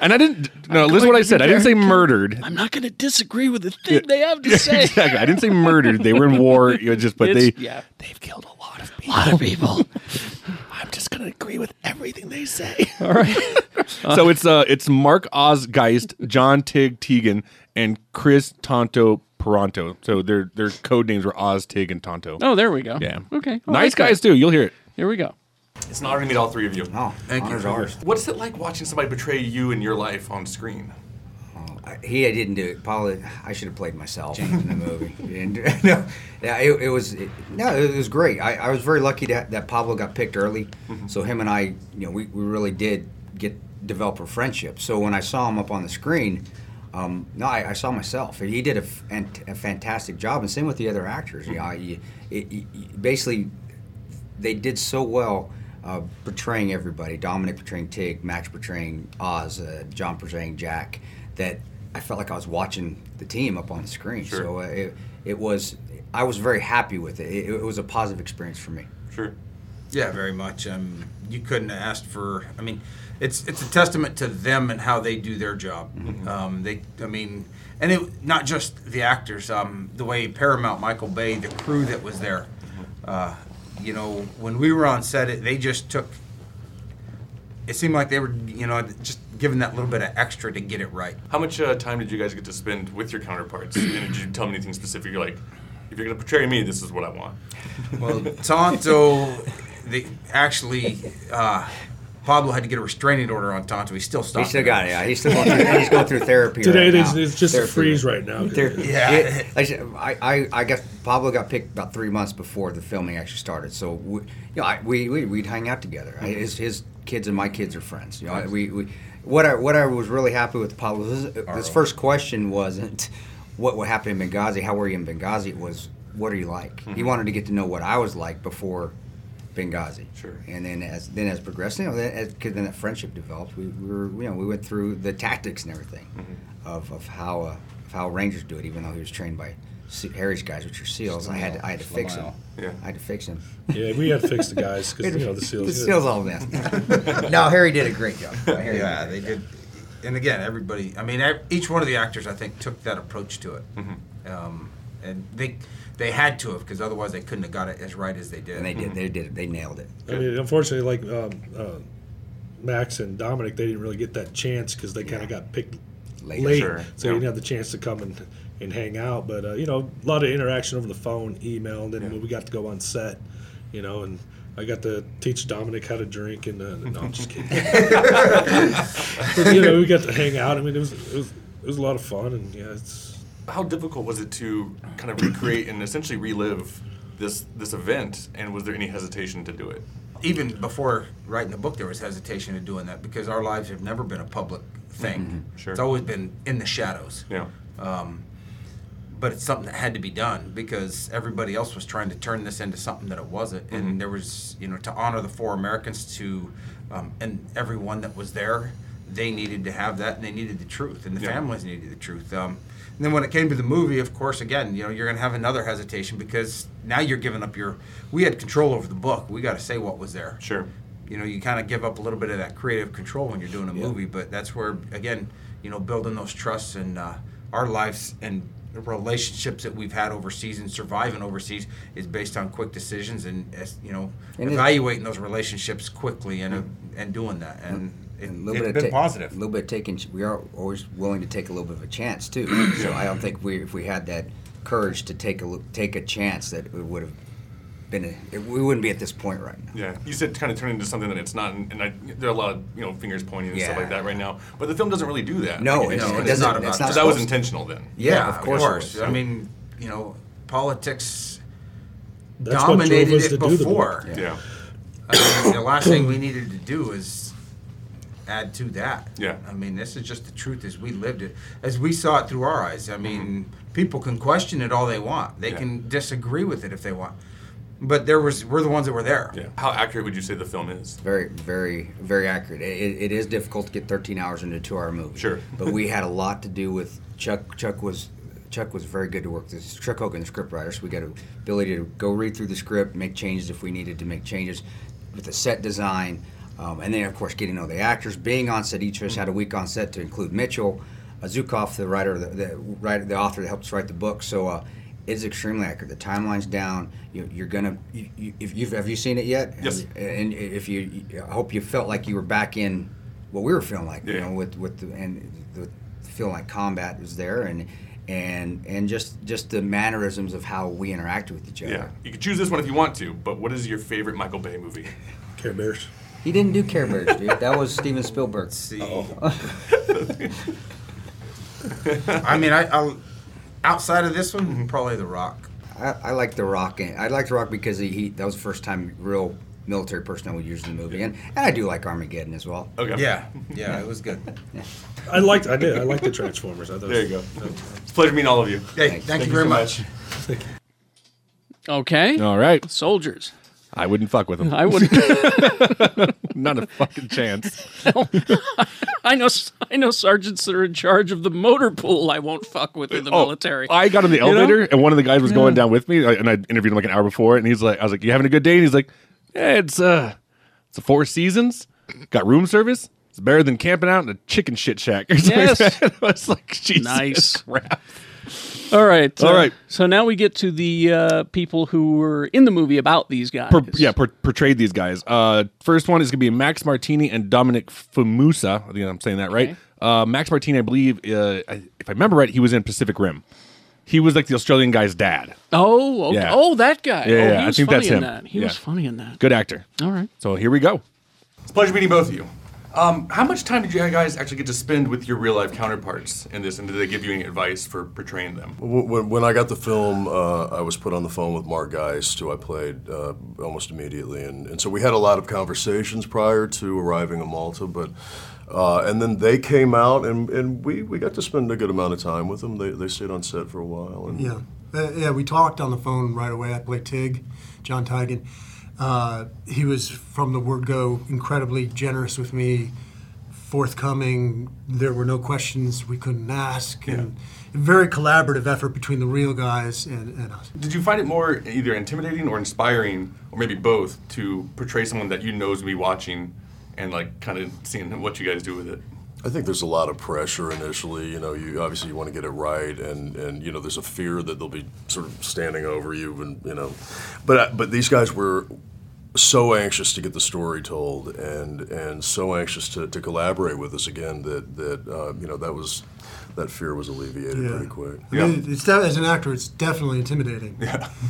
Speaker 3: and I didn't. No, listen to what I said. I didn't say murdered.
Speaker 2: I'm not going to disagree with the thing they have to say.
Speaker 3: exactly. I didn't say murdered. They were in war. It was just, but
Speaker 2: It's-
Speaker 3: they.
Speaker 2: yeah.
Speaker 3: They've killed a lot of
Speaker 2: people. A lot of people.
Speaker 3: I'm just gonna agree with everything they say.
Speaker 2: All right.
Speaker 3: so it's uh, it's Mark Ozgeist, John Tig Tegan, and Chris Tonto Peranto. So their their code names were Oz Tig and Tonto.
Speaker 2: Oh, there we go.
Speaker 3: Yeah.
Speaker 2: Okay. Oh, I
Speaker 3: nice
Speaker 2: like that.
Speaker 3: guys too. You'll hear it.
Speaker 2: Here we go.
Speaker 16: It's an honor to meet all three of you. Oh,
Speaker 17: thank you. Honor's ours.
Speaker 16: What's it like watching somebody betray you in your life on screen?
Speaker 17: Oh, I- he didn't do it. Probably I should have played myself in the movie. He didn't do- no, yeah, it, it was it- no, it was great. I, I was very lucky that, that Pablo got picked early, so him and I, you know, we, we really did get develop a friendship. So when I saw him up on the screen, um, no, I, I saw myself. He did a, fant- a fantastic job, and same with the other actors. Yeah, I- you- it- you- you- basically they did so well uh, portraying everybody Dominic portraying Tig, Max portraying Oz, uh, John portraying Jack that I felt like I was watching the team up on the screen.
Speaker 16: Sure.
Speaker 17: So uh, it, it was, I was very happy with it. it. It was a positive experience for me.
Speaker 16: Sure.
Speaker 18: Yeah, very much. Um, you couldn't have asked for. I mean, it's it's a testament to them and how they do their job. Um, they, I mean, and it not just the actors. Um, the way Paramount, Michael Bay, the crew that was there. Uh, you know, when we were on set, it, they just took. It seemed like they were, you know, just giving that little bit of extra to get it right.
Speaker 16: How much uh, time did you guys get to spend with your counterparts? and did you tell them anything specific? You're like, if you're gonna portray me, this is what I want.
Speaker 18: Well, Tonto, the, actually, uh, Pablo had to get a restraining order on Tonto. He still stopped.
Speaker 17: still got it, yeah. He's still going through- he's going through therapy Today right it is- now. it's just a Therapy. freeze right
Speaker 19: now.
Speaker 17: There-
Speaker 18: Yeah.
Speaker 17: it- like I, said, I, I, I guess Pablo got picked about three months before the filming actually started. So we, you know, I, we, we we'd hang out together. I- his, his kids and my kids are friends. You know, I- we, we what I what I was really happy with Pablo. His, his first question wasn't what what happened in Benghazi. How were you in Benghazi? It was what are you like. He
Speaker 18: Mm-hmm.
Speaker 16: Mhm.
Speaker 17: wanted to get to know what I was like before Benghazi. Sure. And then as then as progressed, you know, then, as, 'cause then that friendship developed. We, we were you know we went through the tactics and everything
Speaker 18: Mm-hmm.
Speaker 17: of, of how uh, of how Rangers do it. Even though he was trained by Se- Harry's guys, which are SEALs, I had to, I had to fix him.
Speaker 19: Lyle.
Speaker 17: Yeah. I had to fix him.
Speaker 19: Yeah, we had to fix the guys 'cause, you know, the SEALs-
Speaker 17: The SEALs all messed. up. no, Harry did a great job. Harry
Speaker 18: yeah,
Speaker 17: did a
Speaker 18: they
Speaker 17: great
Speaker 18: did. And again, everybody. I mean, ev- each one of the actors, I think, took that approach to it, um, and they they had to have because otherwise they couldn't have got it as right as they did.
Speaker 17: And they did. They did. They nailed it.
Speaker 19: I mean, unfortunately, like um, uh, Max and Dominic, they didn't really get that chance because they kind of got picked
Speaker 17: Later.
Speaker 19: late,
Speaker 17: Sure.
Speaker 19: so
Speaker 17: Yeah.
Speaker 19: you didn't have the chance to come and, and hang out. But uh, you know, a lot of interaction over the phone, email, and then when we got to go on set, you know, and I got to teach Dominic how to drink, and uh, no, I'm just kidding. but, you know, we got to hang out. I mean, it was it was, it was a lot of fun, and yeah, it's
Speaker 16: How difficult was it to kind of recreate and essentially relive this this event? And was there any hesitation to do it?
Speaker 18: Even before writing the book, there was hesitation in doing that because our lives have never been a public thing.
Speaker 17: Mm-hmm.
Speaker 16: Sure.
Speaker 18: It's always been in the shadows.
Speaker 16: Yeah.
Speaker 18: Um, but it's something that had to be done because everybody else was trying to turn this into something that it wasn't.
Speaker 16: Mm-hmm.
Speaker 18: And there was, you know, to honor the four Americans to, um, and everyone that was there, they needed to have that and they needed the truth and the
Speaker 16: Yeah.
Speaker 18: families needed the truth. Um, and then when it came to the movie, of course, again, you know, you're going to have another hesitation because now you're giving up your. We had control over the book. We got to say what was there.
Speaker 16: Sure.
Speaker 18: You know, you kind of give up a little bit of that creative control when you're doing a movie, but that's where again, you know, building those trusts and uh, our lives and relationships that we've had overseas and surviving overseas is based on quick decisions and as- you know
Speaker 17: And it-
Speaker 18: evaluating those relationships quickly and uh, and doing that and
Speaker 17: A
Speaker 18: it, has
Speaker 17: little
Speaker 18: been
Speaker 17: bit of ta-
Speaker 18: positive.
Speaker 17: A little bit of taking. We are always willing to take a little bit of a chance too. so I don't think we, if we had that courage to take a look, take a chance, that it would have been. A, it, we wouldn't be at this point right now.
Speaker 16: Yeah, you said kind of turn into something that it's not, and, and I, there are a lot of you know fingers pointing and stuff
Speaker 17: Yeah.
Speaker 16: like that right now. But the film doesn't really do that.
Speaker 17: No,
Speaker 16: Like,
Speaker 17: it's-
Speaker 16: kinda-
Speaker 17: it doesn't- it's not
Speaker 16: So that was
Speaker 17: supposed-
Speaker 16: intentional then.
Speaker 17: Yeah, of course it was.
Speaker 18: I mean, you know, politics
Speaker 19: That's what drove
Speaker 18: dominated
Speaker 19: us to
Speaker 18: it
Speaker 19: do the
Speaker 18: before.
Speaker 19: book. Yeah.
Speaker 18: I mean, the last thing we needed to do is add to that.
Speaker 16: Yeah.
Speaker 18: I mean, this is just the truth as we lived it, as we saw it through our eyes. I mean, people can question it all they want. They
Speaker 16: Mm-hmm. Yeah.
Speaker 18: can disagree with it if they want. But there was we're the ones that were there.
Speaker 16: Yeah. How accurate would you say the film is?
Speaker 17: Very, very, very accurate. It, it is difficult to get 13 hours into a two-hour movie.
Speaker 16: Sure.
Speaker 17: but we had a lot to do with Chuck. Chuck was Chuck was very good to work. This is Chuck Hogan, the script writer. So we got the ability to go read through the script, make changes if we needed to make changes with the set design, um, and then of course getting to know the actors. Being on set, each of us had a week on set to include Mitchell, uh, Zukov, the writer, the, the writer, the author that helps write the book. So. Uh, it's extremely accurate. The timeline's down. You, you're gonna. You, you, if you've have you seen it yet?
Speaker 16: Yes.
Speaker 17: And if you, I hope you felt like you were back in what we were feeling like. You know, with with the, and the feeling like combat was there, and and and just just the mannerisms of how we interact with each other.
Speaker 16: Yeah, you could choose this one if you want to. But what is your favorite Michael Bay movie?
Speaker 19: Care Bears.
Speaker 17: He didn't do Care Bears, dude. That was Steven Spielberg.
Speaker 18: I mean, I, I outside of this
Speaker 1: Mm-hmm.
Speaker 18: one, probably The Rock.
Speaker 17: I, I like The Rock. and- I like The Rock because he, he that was the first time real military personnel would use the movie, and, and I do like Armageddon as well.
Speaker 16: Okay.
Speaker 18: Yeah. Yeah, it was good.
Speaker 19: I liked. I did. I liked the Transformers. I thought
Speaker 16: There you go. It's a pleasure meeting all of you.
Speaker 18: Hey, thank, you very much.
Speaker 2: Okay.
Speaker 3: All right.
Speaker 2: Soldiers.
Speaker 3: I wouldn't fuck with them.
Speaker 2: I wouldn't.
Speaker 3: Not a fucking chance.
Speaker 2: I know. I know sergeants that are in charge of the motor pool. I won't fuck with in the
Speaker 3: Oh,
Speaker 2: military.
Speaker 3: I got in the
Speaker 2: You know?
Speaker 3: elevator, and one of the guys was going
Speaker 2: Yeah.
Speaker 3: down with me, like, and I interviewed him like an hour before, and he's like, "I was like, you having a good day?" And he's like, "Yeah, it's uh, it's a Four Seasons, got room service. It's better than camping out in a chicken shit shack." Or something like
Speaker 2: Yes.
Speaker 3: that. I was like, Jesus
Speaker 2: Nice.
Speaker 3: crap."
Speaker 2: All right.
Speaker 3: All
Speaker 2: uh,
Speaker 3: right.
Speaker 2: So now we get to the uh, people who were in the movie about these guys.
Speaker 3: Per- yeah, per- portrayed these guys. Uh, first one is gonna be Max Martini and Dominic Famusa. I think I'm saying that right. Uh, Max Martini, I believe, uh, I- if I remember right, he was in Pacific Rim. He was like the Australian guy's dad.
Speaker 2: Oh, okay.
Speaker 3: Yeah.
Speaker 2: oh, that guy.
Speaker 3: Yeah,
Speaker 2: oh,
Speaker 3: yeah,
Speaker 2: he
Speaker 3: I
Speaker 2: was
Speaker 3: think
Speaker 2: funny
Speaker 3: that's
Speaker 2: in
Speaker 3: him.
Speaker 2: that. He
Speaker 3: Yeah.
Speaker 2: was funny in that.
Speaker 3: Good actor.
Speaker 2: All right.
Speaker 3: So here we go.
Speaker 16: It's a pleasure meeting both of you. Um, how much time did you guys actually get to spend with your real life counterparts in this, and did they give you any advice for portraying them?
Speaker 20: W- When, when I got the film, uh, I was put on the phone with Mark Geist, who I played uh, almost immediately, and, and so we had a lot of conversations prior to arriving in Malta. But uh, and then they came out, and, and we, we got to spend a good amount of time with them. They, they stayed on set for a while. And
Speaker 21: Yeah, Uh, yeah. We talked on the phone right away. I played Tig, John Tigan. Uh, he was from the word go incredibly generous with me, forthcoming. There were no questions we couldn't ask, and very collaborative effort between the real guys and, and us.
Speaker 16: Did you find it more either intimidating or inspiring, or maybe both, to portray someone that you know is going to be watching and like kind of seeing what you guys do with it?
Speaker 20: I think there's a lot of pressure initially. You know, you obviously you want to get it right, and and you know there's a fear that they'll be sort of standing over you, and you know, but I- but these guys were so anxious to get the story told, and and so anxious to, to collaborate with us again that that uh, you know that was that fear was alleviated
Speaker 21: Yeah.
Speaker 20: pretty quick.
Speaker 21: I mean, it's de- as an actor, it's definitely intimidating.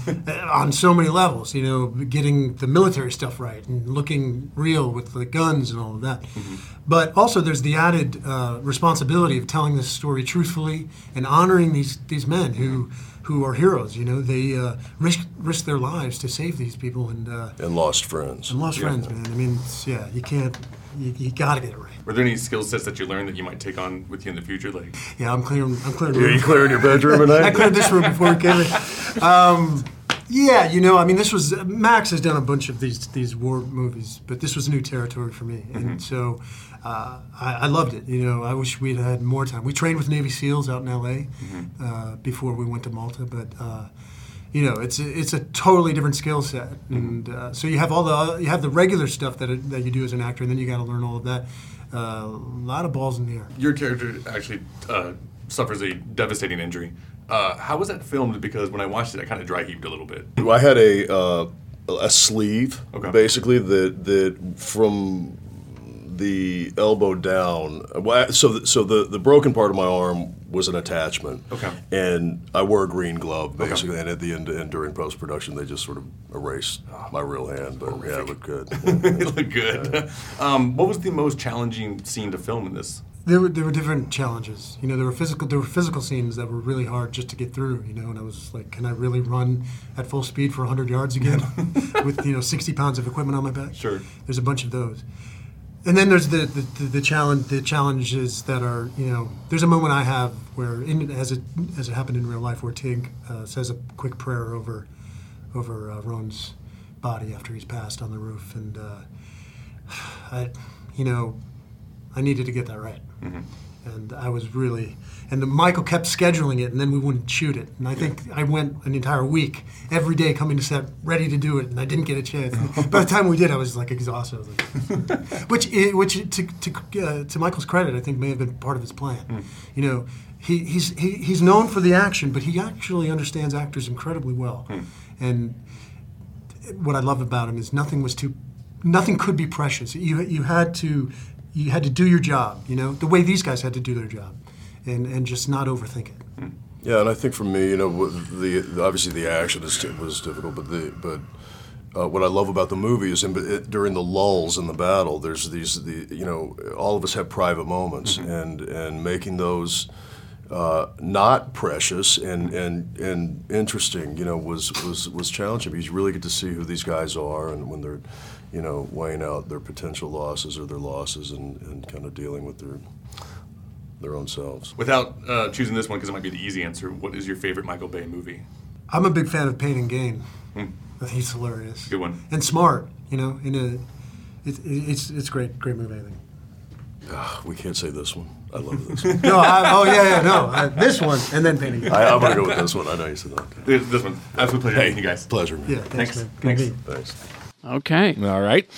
Speaker 21: Uh, on so many levels, you know, getting the military stuff right and looking real with the guns and all of that.
Speaker 20: Mm-hmm.
Speaker 21: But also, there's the added uh, responsibility of telling this story truthfully and honoring these these men who who are heroes. You know, they uh, risk risk their lives to save these people and uh,
Speaker 20: And lost friends.
Speaker 21: and lost
Speaker 16: Yeah.
Speaker 21: friends, man. I mean, it's, yeah, you can't. You, you got to get it right.
Speaker 16: Were there any skill sets that you learned that you might take on with you in the future? Like,
Speaker 21: Yeah, I'm clearing. I'm clearing.
Speaker 16: Yeah, you
Speaker 21: room.
Speaker 16: clearing your bedroom at night?
Speaker 21: I cleared this room before we came in. Um, yeah, you know, I mean, this was Max has done a bunch of these these war movies, but this was new territory for me,
Speaker 16: Mm-hmm.
Speaker 21: and so uh, I, I loved it. You know, I wish we'd had more time. We trained with Navy SEALs out in L.A.
Speaker 16: Mm-hmm.
Speaker 21: Uh, before we went to Malta, but. Uh, you know, it's a, it's a totally different skill set,
Speaker 16: Mm-hmm.
Speaker 21: and uh, so you have all the you have the regular stuff that that you do as an actor, and then you got to learn all of that. Uh, A lot of balls in the air.
Speaker 16: your character actually uh, suffers a devastating injury. Uh, how was that filmed? Because when I watched it, I kind of dry heaved a little bit.
Speaker 20: I had a uh, a sleeve, basically that that from the elbow down. well, I- So the, so the the broken part of my arm was an attachment.
Speaker 16: Okay.
Speaker 20: And I wore a green glove basically, and at the end and during post production, they just sort of erased my real hand, but yeah, it looked good.
Speaker 16: Oh. it looked good. Um, what was the most challenging scene to film in this?
Speaker 21: There were there were different challenges. You know, there were physical there were physical scenes that were really hard just to get through. You know, and I was just like, can I really run at full speed for 100 yards again with you know 60 pounds of equipment on my back?
Speaker 16: Sure.
Speaker 21: There's a bunch of those. And then there's the, the, the, the challenge the challenges that are you know there's a moment I have where in, as it as it happened in real life where Tig uh, says a quick prayer over over uh, Ron's body after he's passed on the roof and uh, I you know I needed to get that right and I was really and the, Michael kept scheduling it and then we wouldn't shoot it and I think I went an entire week every day coming to set ready to do it and I didn't get a chance by the time we did I was like exhausted I was like, which i- which to to, uh, to Michael's credit, I think may have been part of his plan.
Speaker 16: Hmm.
Speaker 21: You know, he, he's he, he's known for the action, but he actually understands actors incredibly well.
Speaker 16: Hmm.
Speaker 21: And what I love about him is nothing was too nothing could be precious. You you had to you had to do your job. You know, the way these guys had to do their job, and and just not overthink it.
Speaker 20: Yeah, and I think for me, you know, what the the- obviously the action is, was difficult, but the but. Uh, what I love about the movie is in, it, during the lulls in the battle, there's these the you know all of us have private moments, and and making those uh, not precious and and and interesting, you know, was was was challenging because you really get to see who these guys are and when they're you know weighing out their potential losses or their losses and, and kind of dealing with their their own selves.
Speaker 16: Without uh, choosing this one because it might be the easy answer, what is your favorite Michael Bay movie?
Speaker 21: I'm a big fan of Pain and Gain. Uh,
Speaker 16: Mm.
Speaker 21: He's hilarious.
Speaker 16: Good one.
Speaker 21: and smart. You know, in a it, it's it's great great movie. I think.
Speaker 20: Ah, we can't say this one. I love this one.
Speaker 21: No, I, oh yeah, yeah, no, I, this one, and then painting.
Speaker 20: I, I'm gonna go with this one. I know you said that.
Speaker 16: This, this one, absolute pleasure meeting you guys.
Speaker 20: Pleasure, man.
Speaker 21: Yeah, thanks, man. Good
Speaker 20: Thanks.
Speaker 21: meeting
Speaker 20: Thanks.
Speaker 2: Okay.
Speaker 3: All right.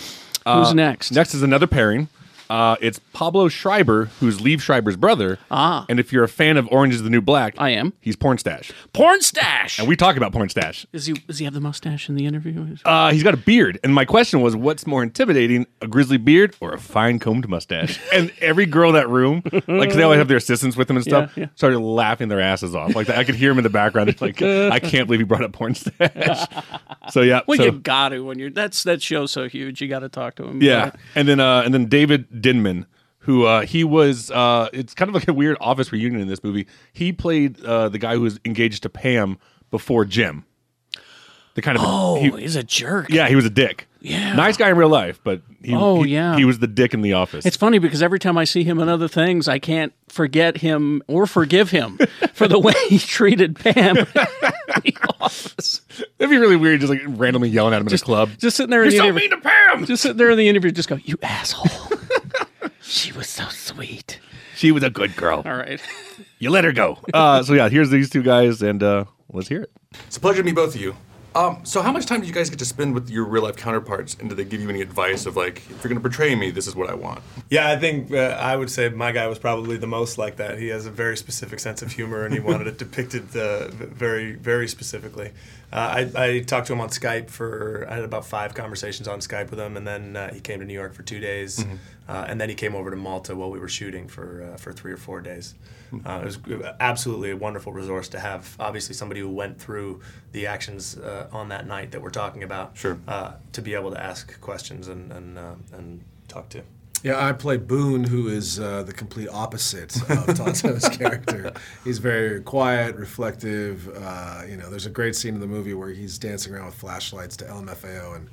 Speaker 3: Uh,
Speaker 2: Who's next?
Speaker 3: Next is another pairing. Uh, it's Pablo Schreiber, who's Liev Schreiber's brother. Ah. And if you're a fan of Orange is the New Black, I am. He's Porn Stash.
Speaker 2: Porn stash.
Speaker 3: And we talk about Porn Stash.
Speaker 2: Does he does he have the mustache in the interview?
Speaker 3: Uh, he's got a beard. And my question was, what's more intimidating, a grizzly beard or a fine combed mustache? and every girl in that room, like, 'cause they always have their assistants with them and stuff,
Speaker 2: Yeah, yeah.
Speaker 3: started laughing their asses off. Like, I could hear him in the background. Like, I can't believe he brought up porn stash. so, yeah.
Speaker 2: Well,
Speaker 3: so-
Speaker 2: you got to when you're that's that show's so huge. You got to talk to him. about
Speaker 3: Yeah,
Speaker 2: it.
Speaker 3: and then uh, and then David Dinman, who uh, he was. Uh, it's kind of like a weird office reunion in this movie. He played uh, the guy who was engaged to Pam before Jim. The kind of
Speaker 2: Oh,
Speaker 3: he-
Speaker 2: he's a jerk.
Speaker 3: Yeah, he was a dick.
Speaker 2: Yeah.
Speaker 3: nice guy in real life, but he,
Speaker 2: Oh,
Speaker 3: he-
Speaker 2: yeah.
Speaker 3: he was the dick in the office.
Speaker 2: It's funny because every time I see him in other things, I can't forget him or forgive him for the way he treated Pam. in the office.
Speaker 3: It'd be really weird, just like randomly yelling at him in a club.
Speaker 2: Just sitting there. in
Speaker 3: You're so
Speaker 2: the interview,
Speaker 3: mean to Pam.
Speaker 2: Just sitting there in the interview, just go, you asshole. she was so sweet.
Speaker 3: She was a good girl.
Speaker 2: All right.
Speaker 3: You let her go. Uh, so yeah, here's these two guys, and uh, let's hear it.
Speaker 16: It's a pleasure to meet both of you. Um, so, how much time did you guys get to spend with your real life counterparts? And did they give you any advice of like, if you're going to portray me, this is what I want?
Speaker 22: Yeah, I think uh, I would say my guy was probably the most like that. He has a very specific sense of humor, and he wanted it depicted uh, v- very, very specifically. Uh, I, I talked to him on Skype for I had about five conversations on Skype with him, and then uh, he came to New York for two days,
Speaker 16: Mhm.
Speaker 22: uh, and then he came over to Malta while we were shooting for uh, for three or four days. Uh, it was absolutely a wonderful resource to have. Obviously, somebody who went through the actions uh, on that night that we're talking about,
Speaker 16: Sure.
Speaker 22: uh, to be able to ask questions and and, uh, and talk to.
Speaker 23: Yeah, I play Boone, who is uh, the complete opposite of Tonto's character. He's very quiet, reflective. Uh, you know, there's a great scene in the movie where he's dancing around with flashlights to LMFAO, and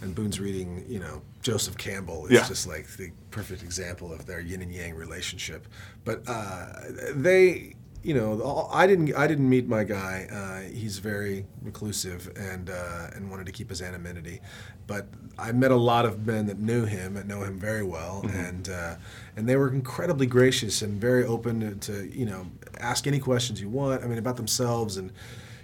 Speaker 23: and Boone's reading, you know, Joseph Campbell. It's
Speaker 16: Yeah.
Speaker 23: just like the perfect example of their yin and yang relationship. But uh, they. You know, all- I didn't. I didn't meet my guy. Uh, he's very reclusive and uh, and wanted to keep his anonymity but I met a lot of men that knew him and know him very well, and uh, and they were incredibly gracious and very open to, to you know ask any questions you want. I mean about themselves and.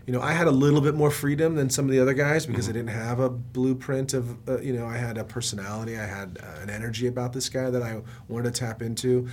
Speaker 23: You know, I had a little bit more freedom than some of the other guys because I didn't have a blueprint of, uh, you know, I had a personality, I had uh, an energy about this guy that I wanted to tap into,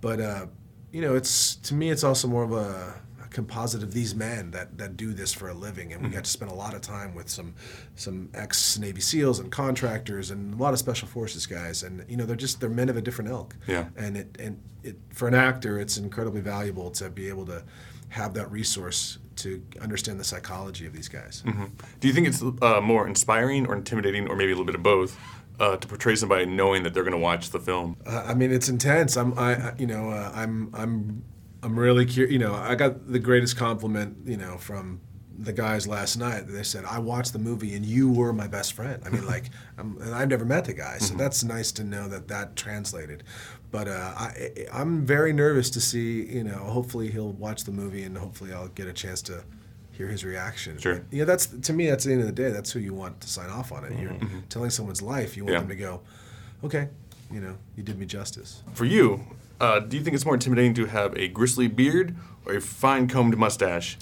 Speaker 23: but uh, you know, it's to me, it's also more of a, a composite of these men that, that do this for a living, and we got to spend a lot of time with some some ex Navy SEALs and contractors and a lot of special forces guys, and you know they're just they're men of a different ilk.
Speaker 16: Yeah.
Speaker 23: And it and it for an actor, it's incredibly valuable to be able to have that resource to understand the psychology of these guys.
Speaker 3: Mm-hmm.
Speaker 16: Mhm. Do you think it's uh, more inspiring or intimidating, or maybe a little bit of both, uh, to portray somebody knowing that they're going to watch the film?
Speaker 23: Uh, I mean, it's intense. I'm, I, I- you know, uh, I'm, I'm, I'm really curious. You know, I got the greatest compliment, you know, from the guys last night. They said, "I watched the movie and you were my best friend." I mean, like, I'm, and I've never met the guy, so
Speaker 16: Mhm.
Speaker 23: that's nice to know that that translated. But uh, I, I- I'm very nervous to see. You know, hopefully he'll watch the movie and hopefully I'll get a chance to. Hear his reaction.
Speaker 16: Sure.
Speaker 23: You know, that's to me. That's the end of the day. That's who you want to sign off on it. You're
Speaker 16: Mhm.
Speaker 23: telling someone's life. You want
Speaker 16: Yeah.
Speaker 23: them to go, okay, you know, you did me justice.
Speaker 16: For you, uh, do you think it's more intimidating to have a gristly beard or a fine combed mustache?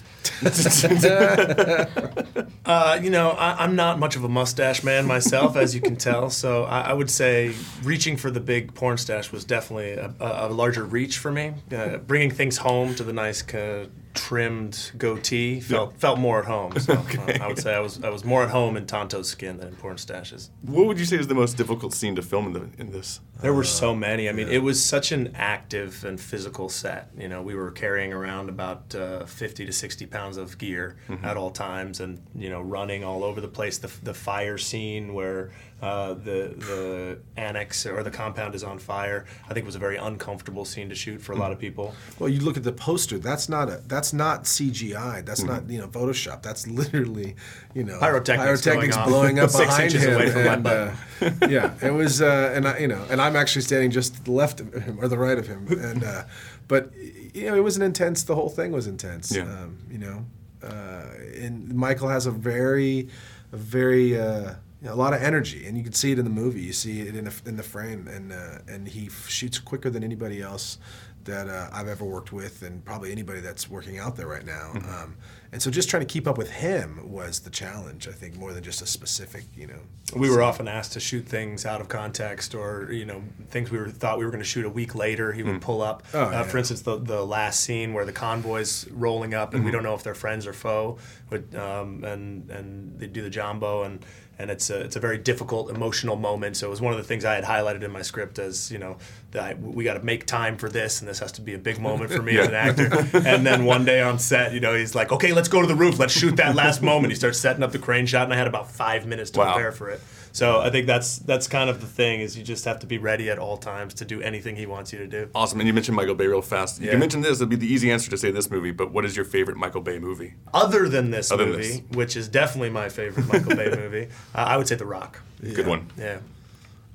Speaker 22: Uh, you know, I, I'm not much of a mustache man myself, as you can tell. So I, I would say reaching for the big porn stash was definitely a, a, a larger reach for me. Uh, bringing things home to the nice uh, trimmed goatee felt felt more at home. So, uh, I would say I was I was more at home in Tonto's skin than in porn stashes.
Speaker 16: what would you say is the most difficult scene to film in, the, in this?
Speaker 22: There were so many. I mean, it was such an active and physical set. You know, we were carrying around about uh, 50 to 60 pounds of gear
Speaker 16: Mhm.
Speaker 22: at all times and, you know, running all over the place. The, the fire scene where uh, the, the annex or the compound is on fire, I think was a very uncomfortable scene to shoot for a lot of people.
Speaker 23: Well, you look at the poster. That's not a. That's not CGI. That's
Speaker 22: Mhm.
Speaker 23: not you know Photoshop. That's literally you know
Speaker 22: Pyrotechnics
Speaker 23: pyrotechnics
Speaker 22: going off
Speaker 23: blowing up
Speaker 22: six
Speaker 23: behind
Speaker 22: inches
Speaker 23: him.
Speaker 22: away from my
Speaker 23: and, uh, yeah, it was, uh, and I, you know, and I'm actually standing just to the left of him or the right of him, and uh, but you know, it was an intense. The whole thing was intense.
Speaker 16: Yeah.
Speaker 23: Um, you know, uh, and Michael has a very, a very. Uh, you know, a lot of energy, and you can see it in the movie. You see it in the, in the frame, and uh, and he f- shoots quicker than anybody else that uh, I've ever worked with, and probably anybody that's working out there right now. Um, and so, just trying to keep up with him was the challenge, I think, more than just a specific, you know.
Speaker 22: We were often asked to shoot things out of context, or you know, things we were thought we were going to shoot a week later. He would
Speaker 16: Mm.
Speaker 22: pull up.
Speaker 16: Oh,
Speaker 22: uh,
Speaker 16: yeah.
Speaker 22: For instance, the the last scene where the convoy's rolling up, and we
Speaker 16: Mhm.
Speaker 22: don't know if they're friends or foe. But um, and and they do the jumbo, and and it's a it's a very difficult emotional moment. So it was one of the things I had highlighted in my script as you know that I, we got to make time for this, and this has to be a big moment for me as an
Speaker 16: Yeah.
Speaker 22: actor. and then one day on set, you know, he's like, "Okay, let's go to the roof. Let's shoot that last moment." He starts setting up the crane shot, and I had about five minutes to
Speaker 16: Wow.
Speaker 22: prepare for it. So I think that's that's kind of the thing is you just have to be ready at all times to do anything he wants you to do.
Speaker 16: Uh, Awesome. And you mentioned Michael Bay real fast. You
Speaker 22: Yeah.
Speaker 16: can mention this, it'd be the easy answer to say this movie, but what is your favorite Michael Bay movie?
Speaker 22: Other than this
Speaker 16: Other than
Speaker 22: movie,
Speaker 16: this.
Speaker 22: which is definitely my favorite Michael Bay movie, uh, I would say The Rock.
Speaker 16: Good one.
Speaker 22: Yeah.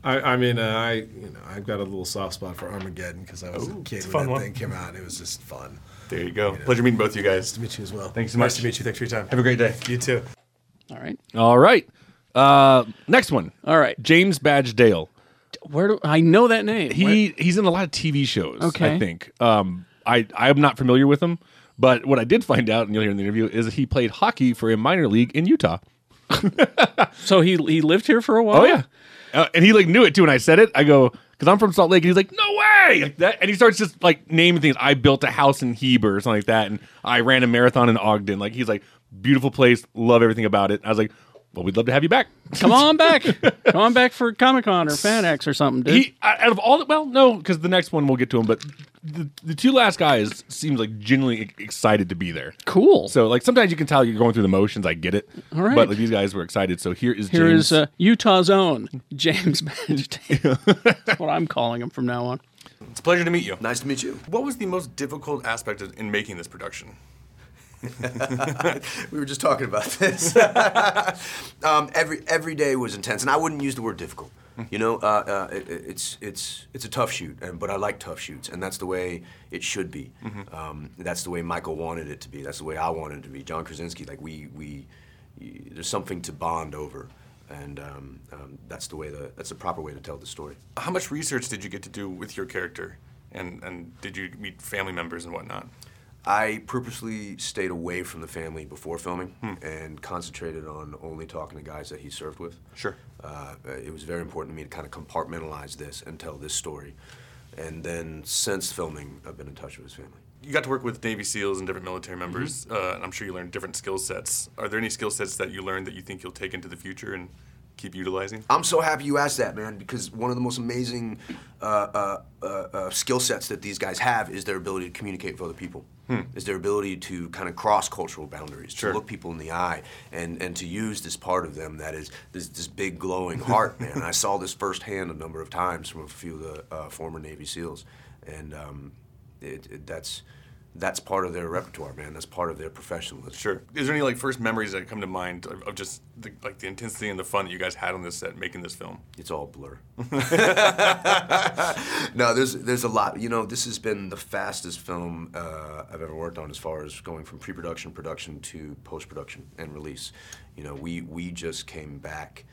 Speaker 23: I, I mean, uh, I you know, I've got a little soft spot for Armageddon because I was
Speaker 16: Ooh,
Speaker 23: a kid
Speaker 16: it's a
Speaker 23: when
Speaker 16: fun
Speaker 23: that
Speaker 16: one.
Speaker 23: thing came out. and It was just fun.
Speaker 16: There you go. Pleasure meeting both you guys. Nice
Speaker 23: to meet you as well.
Speaker 16: Thanks so much.
Speaker 22: Nice to meet you. Thanks for your time.
Speaker 16: Have a great day.
Speaker 22: You too.
Speaker 2: All right.
Speaker 3: All right. Uh, next one.
Speaker 2: All right.
Speaker 3: James Badge Dale.
Speaker 2: Where do I know that name?
Speaker 3: He he's in a lot of TV shows.
Speaker 2: Okay.
Speaker 3: I think. Um, I I'm not familiar with him, but what I did find out, and you'll hear in the interview, is he played hockey for a minor league in Utah.
Speaker 2: so he he lived here for a while.
Speaker 3: Oh yeah, uh, and he like knew it too. When I said it, I go because I'm from Salt Lake, and he's like, "No way!" Like that, and he starts just like naming things. I built a house in Heber or something like that, and I ran a marathon in Ogden. Like he's like, beautiful place, love everything about it. I was like, well, we'd love to have you back.
Speaker 2: Come on back. Come on back for Comic Con or FanX or something, dude.
Speaker 3: He out out of all the well, no, because the next one we'll get to him, but the, the two last guys seems like genuinely e- excited to be there.
Speaker 2: Cool.
Speaker 3: So like sometimes you can tell you're going through the motions. I get it.
Speaker 2: All right.
Speaker 3: But like these guys were excited. So here is
Speaker 2: Here
Speaker 3: James.
Speaker 2: is uh, Utah's own James Badgedale. That's what I'm calling him from now on.
Speaker 16: It's a pleasure to meet you. Nice to meet you. What was the most difficult aspect of- in making this production?
Speaker 1: we were just talking about this. um, every every day was intense, and I wouldn't use the word difficult. You know, uh, uh, it, it- it's it's it's a tough shoot, and, but I like tough shoots, and that's the way it should be.
Speaker 16: Mhm.
Speaker 1: Um, that's the way Michael wanted it to be. That's the way I wanted it to be. John Krasinski, like we we, y there's something to bond over, and um, um, that's the way the that's the proper way to tell the story.
Speaker 16: How much research did you get to do with your character? And, and did you meet family members and whatnot?
Speaker 1: I purposely stayed away from the family before filming and concentrated on only talking to guys that he served with.
Speaker 16: Sure.
Speaker 1: Uh, it was very important to me to kind of compartmentalize this and tell this story. And then since filming, I've been in touch with his family.
Speaker 16: you got to work with Navy SEALs and different military
Speaker 2: Mm-hmm.
Speaker 16: members, uh, and I'm sure you learned different skill sets. Are there any skill sets that you learned that you think you'll take into the future and keep utilizing?
Speaker 1: I'm so happy you asked that, man, because one of the most amazing uh, uh, uh, uh, skill sets that these guys have is their ability to communicate with other people.
Speaker 16: Hmm.
Speaker 1: Is their ability to kind of cross cultural boundaries, to
Speaker 16: Sure.
Speaker 1: look people in the eye, and, and to use this part of them that is this, this big glowing heart, man. I saw this firsthand a number of times from a few of the uh, former Navy SEAls, and um, it, it, that's that's part of their repertoire, man. That's part of their professionalism.
Speaker 16: Sure. Is there any like first memories that come to mind of, of just the, like the intensity and the fun that you guys had on this set making this film?
Speaker 1: It's all blur. no, there's there's a lot. You know, this has been the fastest film uh, I've ever worked on as far as going from pre-production, production to post-production and release. You know, we we just came back.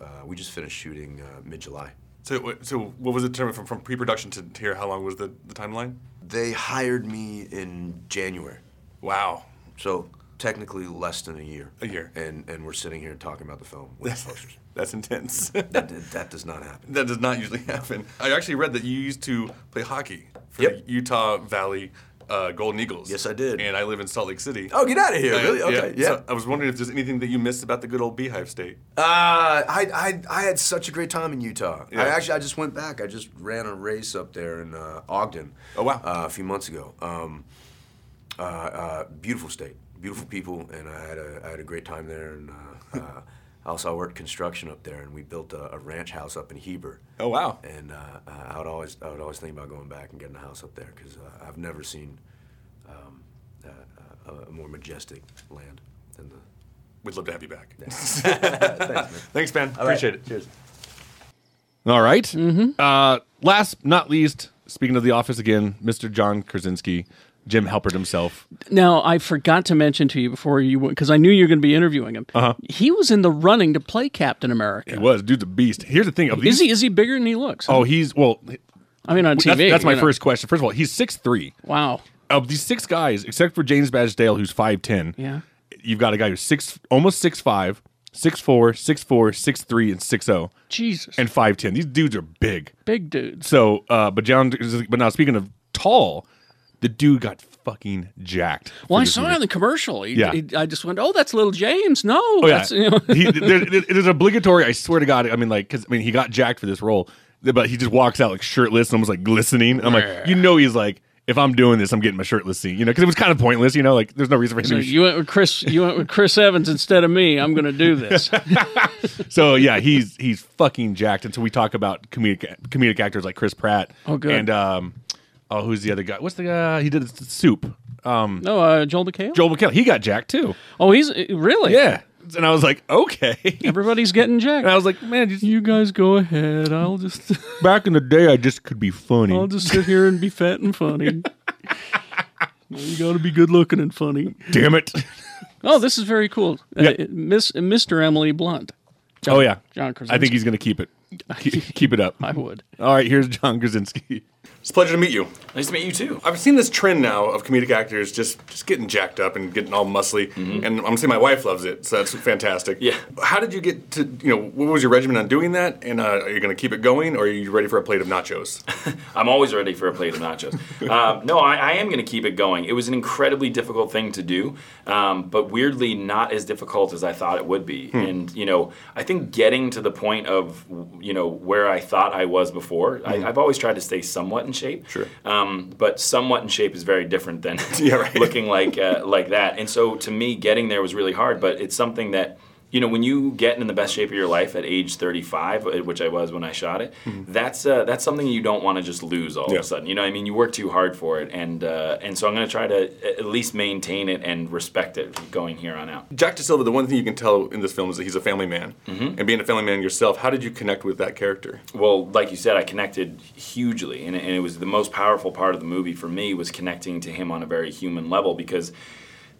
Speaker 1: Uh, we just finished shooting uh, mid-July.
Speaker 16: So, wh- so what was the term from, from pre-production to to here? How long was the, the timeline?
Speaker 1: They hired me in January.
Speaker 16: Wow.
Speaker 1: So technically less than a year.
Speaker 16: A year.
Speaker 1: And and we're sitting here talking about the film with the posters.
Speaker 16: That's intense.
Speaker 1: that, that does not happen.
Speaker 16: That does not usually happen. I actually read that you used to play hockey for
Speaker 1: Yep.
Speaker 16: the Utah Valley uh, Golden Eagles. Yes, I
Speaker 1: did.
Speaker 16: And I live in Salt Lake City.
Speaker 1: Oh, get outta here,
Speaker 16: Uh,
Speaker 1: really? Okay, yeah.
Speaker 16: So I was wondering if there's anything that you missed about the good old Beehive State.
Speaker 1: Uh, I, I I had such a great time in Utah.
Speaker 16: Yeah.
Speaker 1: I actually I just went back. I just ran a race up there in uh, Ogden.
Speaker 16: Oh wow!
Speaker 1: Uh, a few months ago. Um, uh, uh, beautiful state, beautiful people, and I had a I had a great time there. And uh, uh, also I worked construction up there, and we built a, a ranch house up in Heber.
Speaker 16: Oh wow!
Speaker 1: And uh, uh, I would always I would always think about going back and getting a house up there because uh, I've never seen um, uh, uh, a more majestic land than the.
Speaker 16: We'd love to have you back.
Speaker 1: Thanks, man.
Speaker 16: Thanks, man.
Speaker 1: All right.
Speaker 16: Appreciate it.
Speaker 1: Cheers.
Speaker 3: All right. Uh, last but not least, speaking of The Office again, Mr. John Krasinski, Jim Halpert himself.
Speaker 2: Now, I forgot to mention to you before you because I knew you were going to be interviewing him. Uh-huh. He was in the running to play Captain America.
Speaker 3: He was. Dude's a beast. Here's the thing. Of these,
Speaker 2: Is he is he bigger than he looks?
Speaker 3: Oh, he's well.
Speaker 2: I mean, on
Speaker 3: that's-
Speaker 2: TV,
Speaker 3: That's, my
Speaker 2: you know.
Speaker 3: first question. First of all, he's six three.
Speaker 2: Wow.
Speaker 3: Of these six guys, except for James Badgedale, who's five ten.
Speaker 2: Yeah.
Speaker 3: You've got a guy who's six, almost six five, six four, six four, six three, and six zero.
Speaker 2: Jesus.
Speaker 3: And five ten. These dudes are big.
Speaker 2: Big dudes.
Speaker 3: So, uh, but John, but now speaking of tall, the dude got fucking jacked.
Speaker 2: Well,
Speaker 3: for
Speaker 2: I
Speaker 3: this
Speaker 2: saw
Speaker 3: movie.
Speaker 2: it in the commercial. He-
Speaker 3: Yeah.
Speaker 2: he- I just went, oh, that's little James. No,
Speaker 3: Oh yeah,
Speaker 2: that's, you know.
Speaker 3: he, there, it it is obligatory. I swear to God. I mean, like, because I mean, he got jacked for this role, but he just walks out like shirtless, and almost like glistening. I'm like, you know, he's like, if I'm doing this, I'm getting my shirtless scene, you know, because it was kind of pointless, you know, like there's no reason for him.
Speaker 2: So
Speaker 3: to be
Speaker 2: you went with Chris. You went with Chris Evans instead of me. I'm going to do this.
Speaker 3: so yeah, he's he's fucking jacked. And so we talk about comedic comedic actors like Chris Pratt.
Speaker 2: Oh, good.
Speaker 3: And um, oh, who's the other guy? What's the guy? He did the Soup. Um,
Speaker 2: no, uh, Joel McHale.
Speaker 3: Joel McHale. He got jacked too.
Speaker 2: Oh, he's really
Speaker 3: yeah. And I was like, okay,
Speaker 2: everybody's getting jacked. And
Speaker 3: I was like, man,
Speaker 2: you guys go ahead. I'll just
Speaker 3: back in the day, I just could be funny.
Speaker 2: I'll just sit here and be fat and funny. you got to be good looking and funny.
Speaker 3: Damn it.
Speaker 2: Oh, this is very cool. Uh, Miss Mr. Emily Blunt. John-
Speaker 3: oh yeah,
Speaker 2: John
Speaker 3: I think
Speaker 2: Krasinski.
Speaker 3: he's going to keep it. Keep, keep it up. I
Speaker 2: would.
Speaker 3: All right, here's John Krasinski.
Speaker 16: It's a pleasure to meet you.
Speaker 5: Nice to meet you too.
Speaker 16: I've seen this trend now of comedic actors just, just getting jacked up and getting all muscly,
Speaker 5: Mm-hmm.
Speaker 16: and I'm gonna say my wife loves it, so that's fantastic. Yeah. How did you get to you know what was your regimen on doing that, and uh, are you gonna keep it going, or are you ready for a plate of nachos?
Speaker 5: I'm always ready for a plate of nachos. Um, no, I, I am going to keep it going. It was an incredibly difficult thing to do, um, but weirdly not as difficult as I thought it would be.
Speaker 14: Hmm.
Speaker 5: And you know, I think getting to the point of you know where I thought I was before.
Speaker 14: Hmm.
Speaker 5: I, I've always tried to stay somewhat in shape.
Speaker 14: Sure.
Speaker 5: Um, but somewhat in shape is very different than looking like uh, like that. And so to me, getting there was really hard. But it's something that. You know, when you get in the best shape of your life at age 35, uh, which I was when I shot it,
Speaker 14: Mhm.
Speaker 5: that's uh, that's something you don't want to just lose all
Speaker 14: Yeah.
Speaker 5: of a sudden. You know, what I mean, you work too hard for it, and uh, and so I'm going to try to a- at least maintain it and respect it going here on out.
Speaker 16: Jack DeSilva, the one thing you can tell in this film is that he's a family man.
Speaker 5: Mm-hmm.
Speaker 16: And being a family man yourself, how did you connect with that character?
Speaker 5: Well, like you said, I connected hugely, and, it- and it was the most powerful part of the movie for me was connecting to him on a very human level because.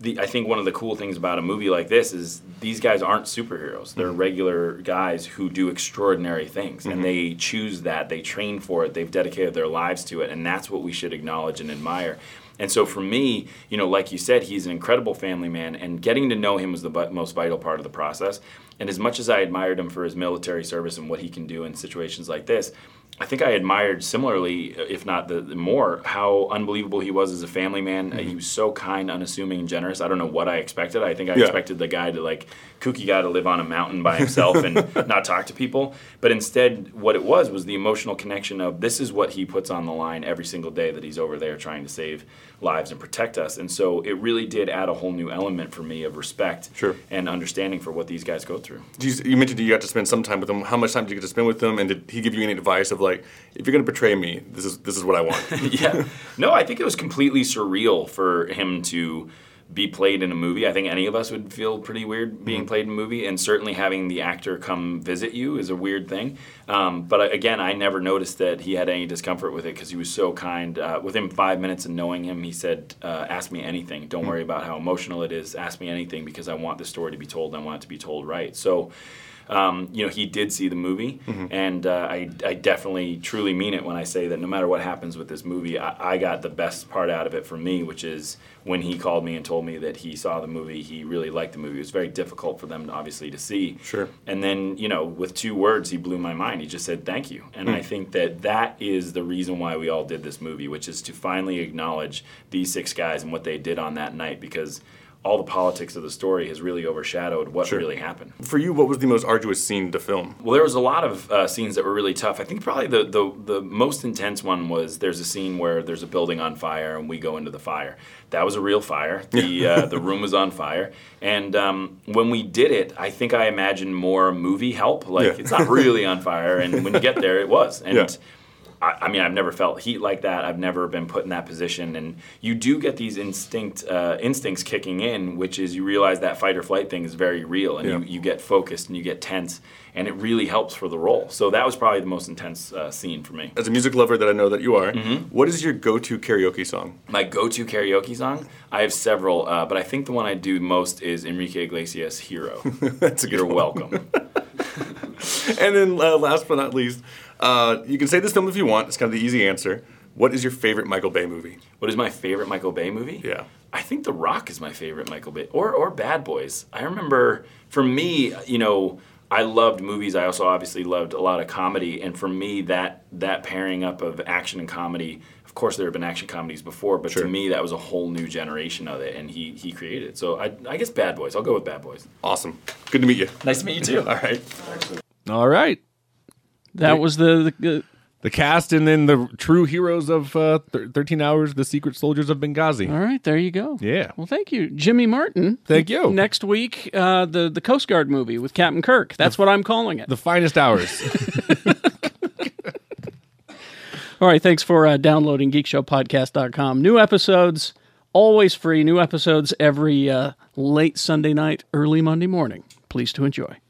Speaker 5: The, I think one of the cool things about a movie like this is these guys aren't superheroes. They're
Speaker 16: Mm-hmm.
Speaker 14: Mhm.
Speaker 5: regular guys who do extraordinary things,
Speaker 14: Mhm.
Speaker 5: and they choose that. They train for it. They've dedicated their lives to it, and that's what we should acknowledge and admire. And so for me, you know, like you said, he's an incredible family man, and getting to know him was the bu- most vital part of the process. And as much as I admired him for his military service and what he can do in situations like this, I think I admired similarly, uh, if not the, the more, how unbelievable he was as a family man. Uh, He was so kind, unassuming, and generous. I don't know what I expected. I think I
Speaker 16: Yeah.
Speaker 5: expected the guy to like kooky guy to live on a mountain by himself and not talk to people. But instead, what it was was the emotional connection of this is what he puts on the line every single day that he's over there trying to save lives and protect us. And so it really did add a whole new element for me of respect and understanding for what these guys go through.
Speaker 16: Do you, you mentioned you got to spend some time with them. How much time did you get to spend with them? And did he give you any advice of like, if you're going to betray me, this is this is what I want?
Speaker 5: yeah. No, I think it was completely surreal for him to be played in a movie. I think any of us would feel pretty
Speaker 16: Mm-hmm.
Speaker 5: weird being played in a movie, and certainly having the actor come visit you is a weird thing. Um, but I- again, I never noticed that he had any discomfort with it because he was so kind. Uh, within five minutes of knowing him, he said, uh, "Ask me anything.
Speaker 16: Mm-hmm.
Speaker 5: Don't worry about how emotional it is. Ask me anything because I want the story to be told. and I want it to be told right." So um, you know, he did see the movie, and uh, I, I definitely truly mean it when I say that no matter what happens with this movie, I, I got the best part out of it for me, which is when he called me and told me that he saw the movie, he really liked the movie. It was very difficult for them, obviously, to see. Sure. And then, you know, with two words, he blew my mind. He just said, thank you. And I
Speaker 16: Hmm.
Speaker 5: think that that is the reason why we all did this movie, which is to finally acknowledge these six guys and what they did on that night because all the politics of the story has really overshadowed what really happened.
Speaker 16: For you, what was the most arduous scene to film?
Speaker 5: Well, there was a lot of uh, scenes that were really tough. I think probably the, the the most intense one was there's a scene where there's a building on fire and we go into the fire. That was a real fire. The uh, the room was on fire, and um, when we did it, I think I imagined more movie help. Like
Speaker 16: Yeah.
Speaker 5: it's not really on fire, and when you get there, it was. And
Speaker 16: Yeah.
Speaker 5: I, I mean, I've never felt heat like that. I've never been put in that position, and you do get these instinct uh, instincts kicking in, which is you realize that fight or flight thing is very real, and
Speaker 16: Yeah.
Speaker 5: you, you get focused and you get tense, and it really helps for the role. So that was probably the most intense uh, scene for me. Mm-hmm.
Speaker 16: As a music lover that I know that you are, what is your go-to karaoke song?
Speaker 5: My go-to karaoke song, I have several, uh, but I think the one I do most is Enrique Iglesias' "Hero." That's a good You're welcome.
Speaker 16: and then uh, last but not least, uh, you can say this film if you want. It's kind of the easy answer. What is your favorite Michael Bay movie?
Speaker 5: What is my favorite Michael Bay movie?
Speaker 16: Yeah.
Speaker 5: I think The Rock is my favorite Michael Bay, or or Bad Boys. I remember for me, you know, I loved movies. I also obviously loved a lot of comedy, and for me, that that pairing up of action and comedy. Of course, there have been action comedies before, but
Speaker 16: Sure.
Speaker 5: to me, that was a whole new generation of it, and he he created it. So I, I guess Bad Boys. I'll go with Bad Boys.
Speaker 16: Awesome. Good to meet you.
Speaker 5: Nice to meet you too.
Speaker 16: All right.
Speaker 3: All right.
Speaker 2: That was the, the
Speaker 3: the cast and then the true heroes of uh, thir- 13 hours, the secret soldiers of Benghazi.
Speaker 2: All right, there you go.
Speaker 3: Yeah.
Speaker 2: Well, thank you, Jimmy Martin.
Speaker 3: Thank you.
Speaker 2: Next week, uh, the the Coast Guard movie with Captain Kirk. That's what I'm calling it.
Speaker 3: The finest hours.
Speaker 2: All right, thanks for uh, downloading geekshowpodcast.com. New episodes, always free. New episodes every uh, late Sunday night, early Monday morning. Pleased to enjoy.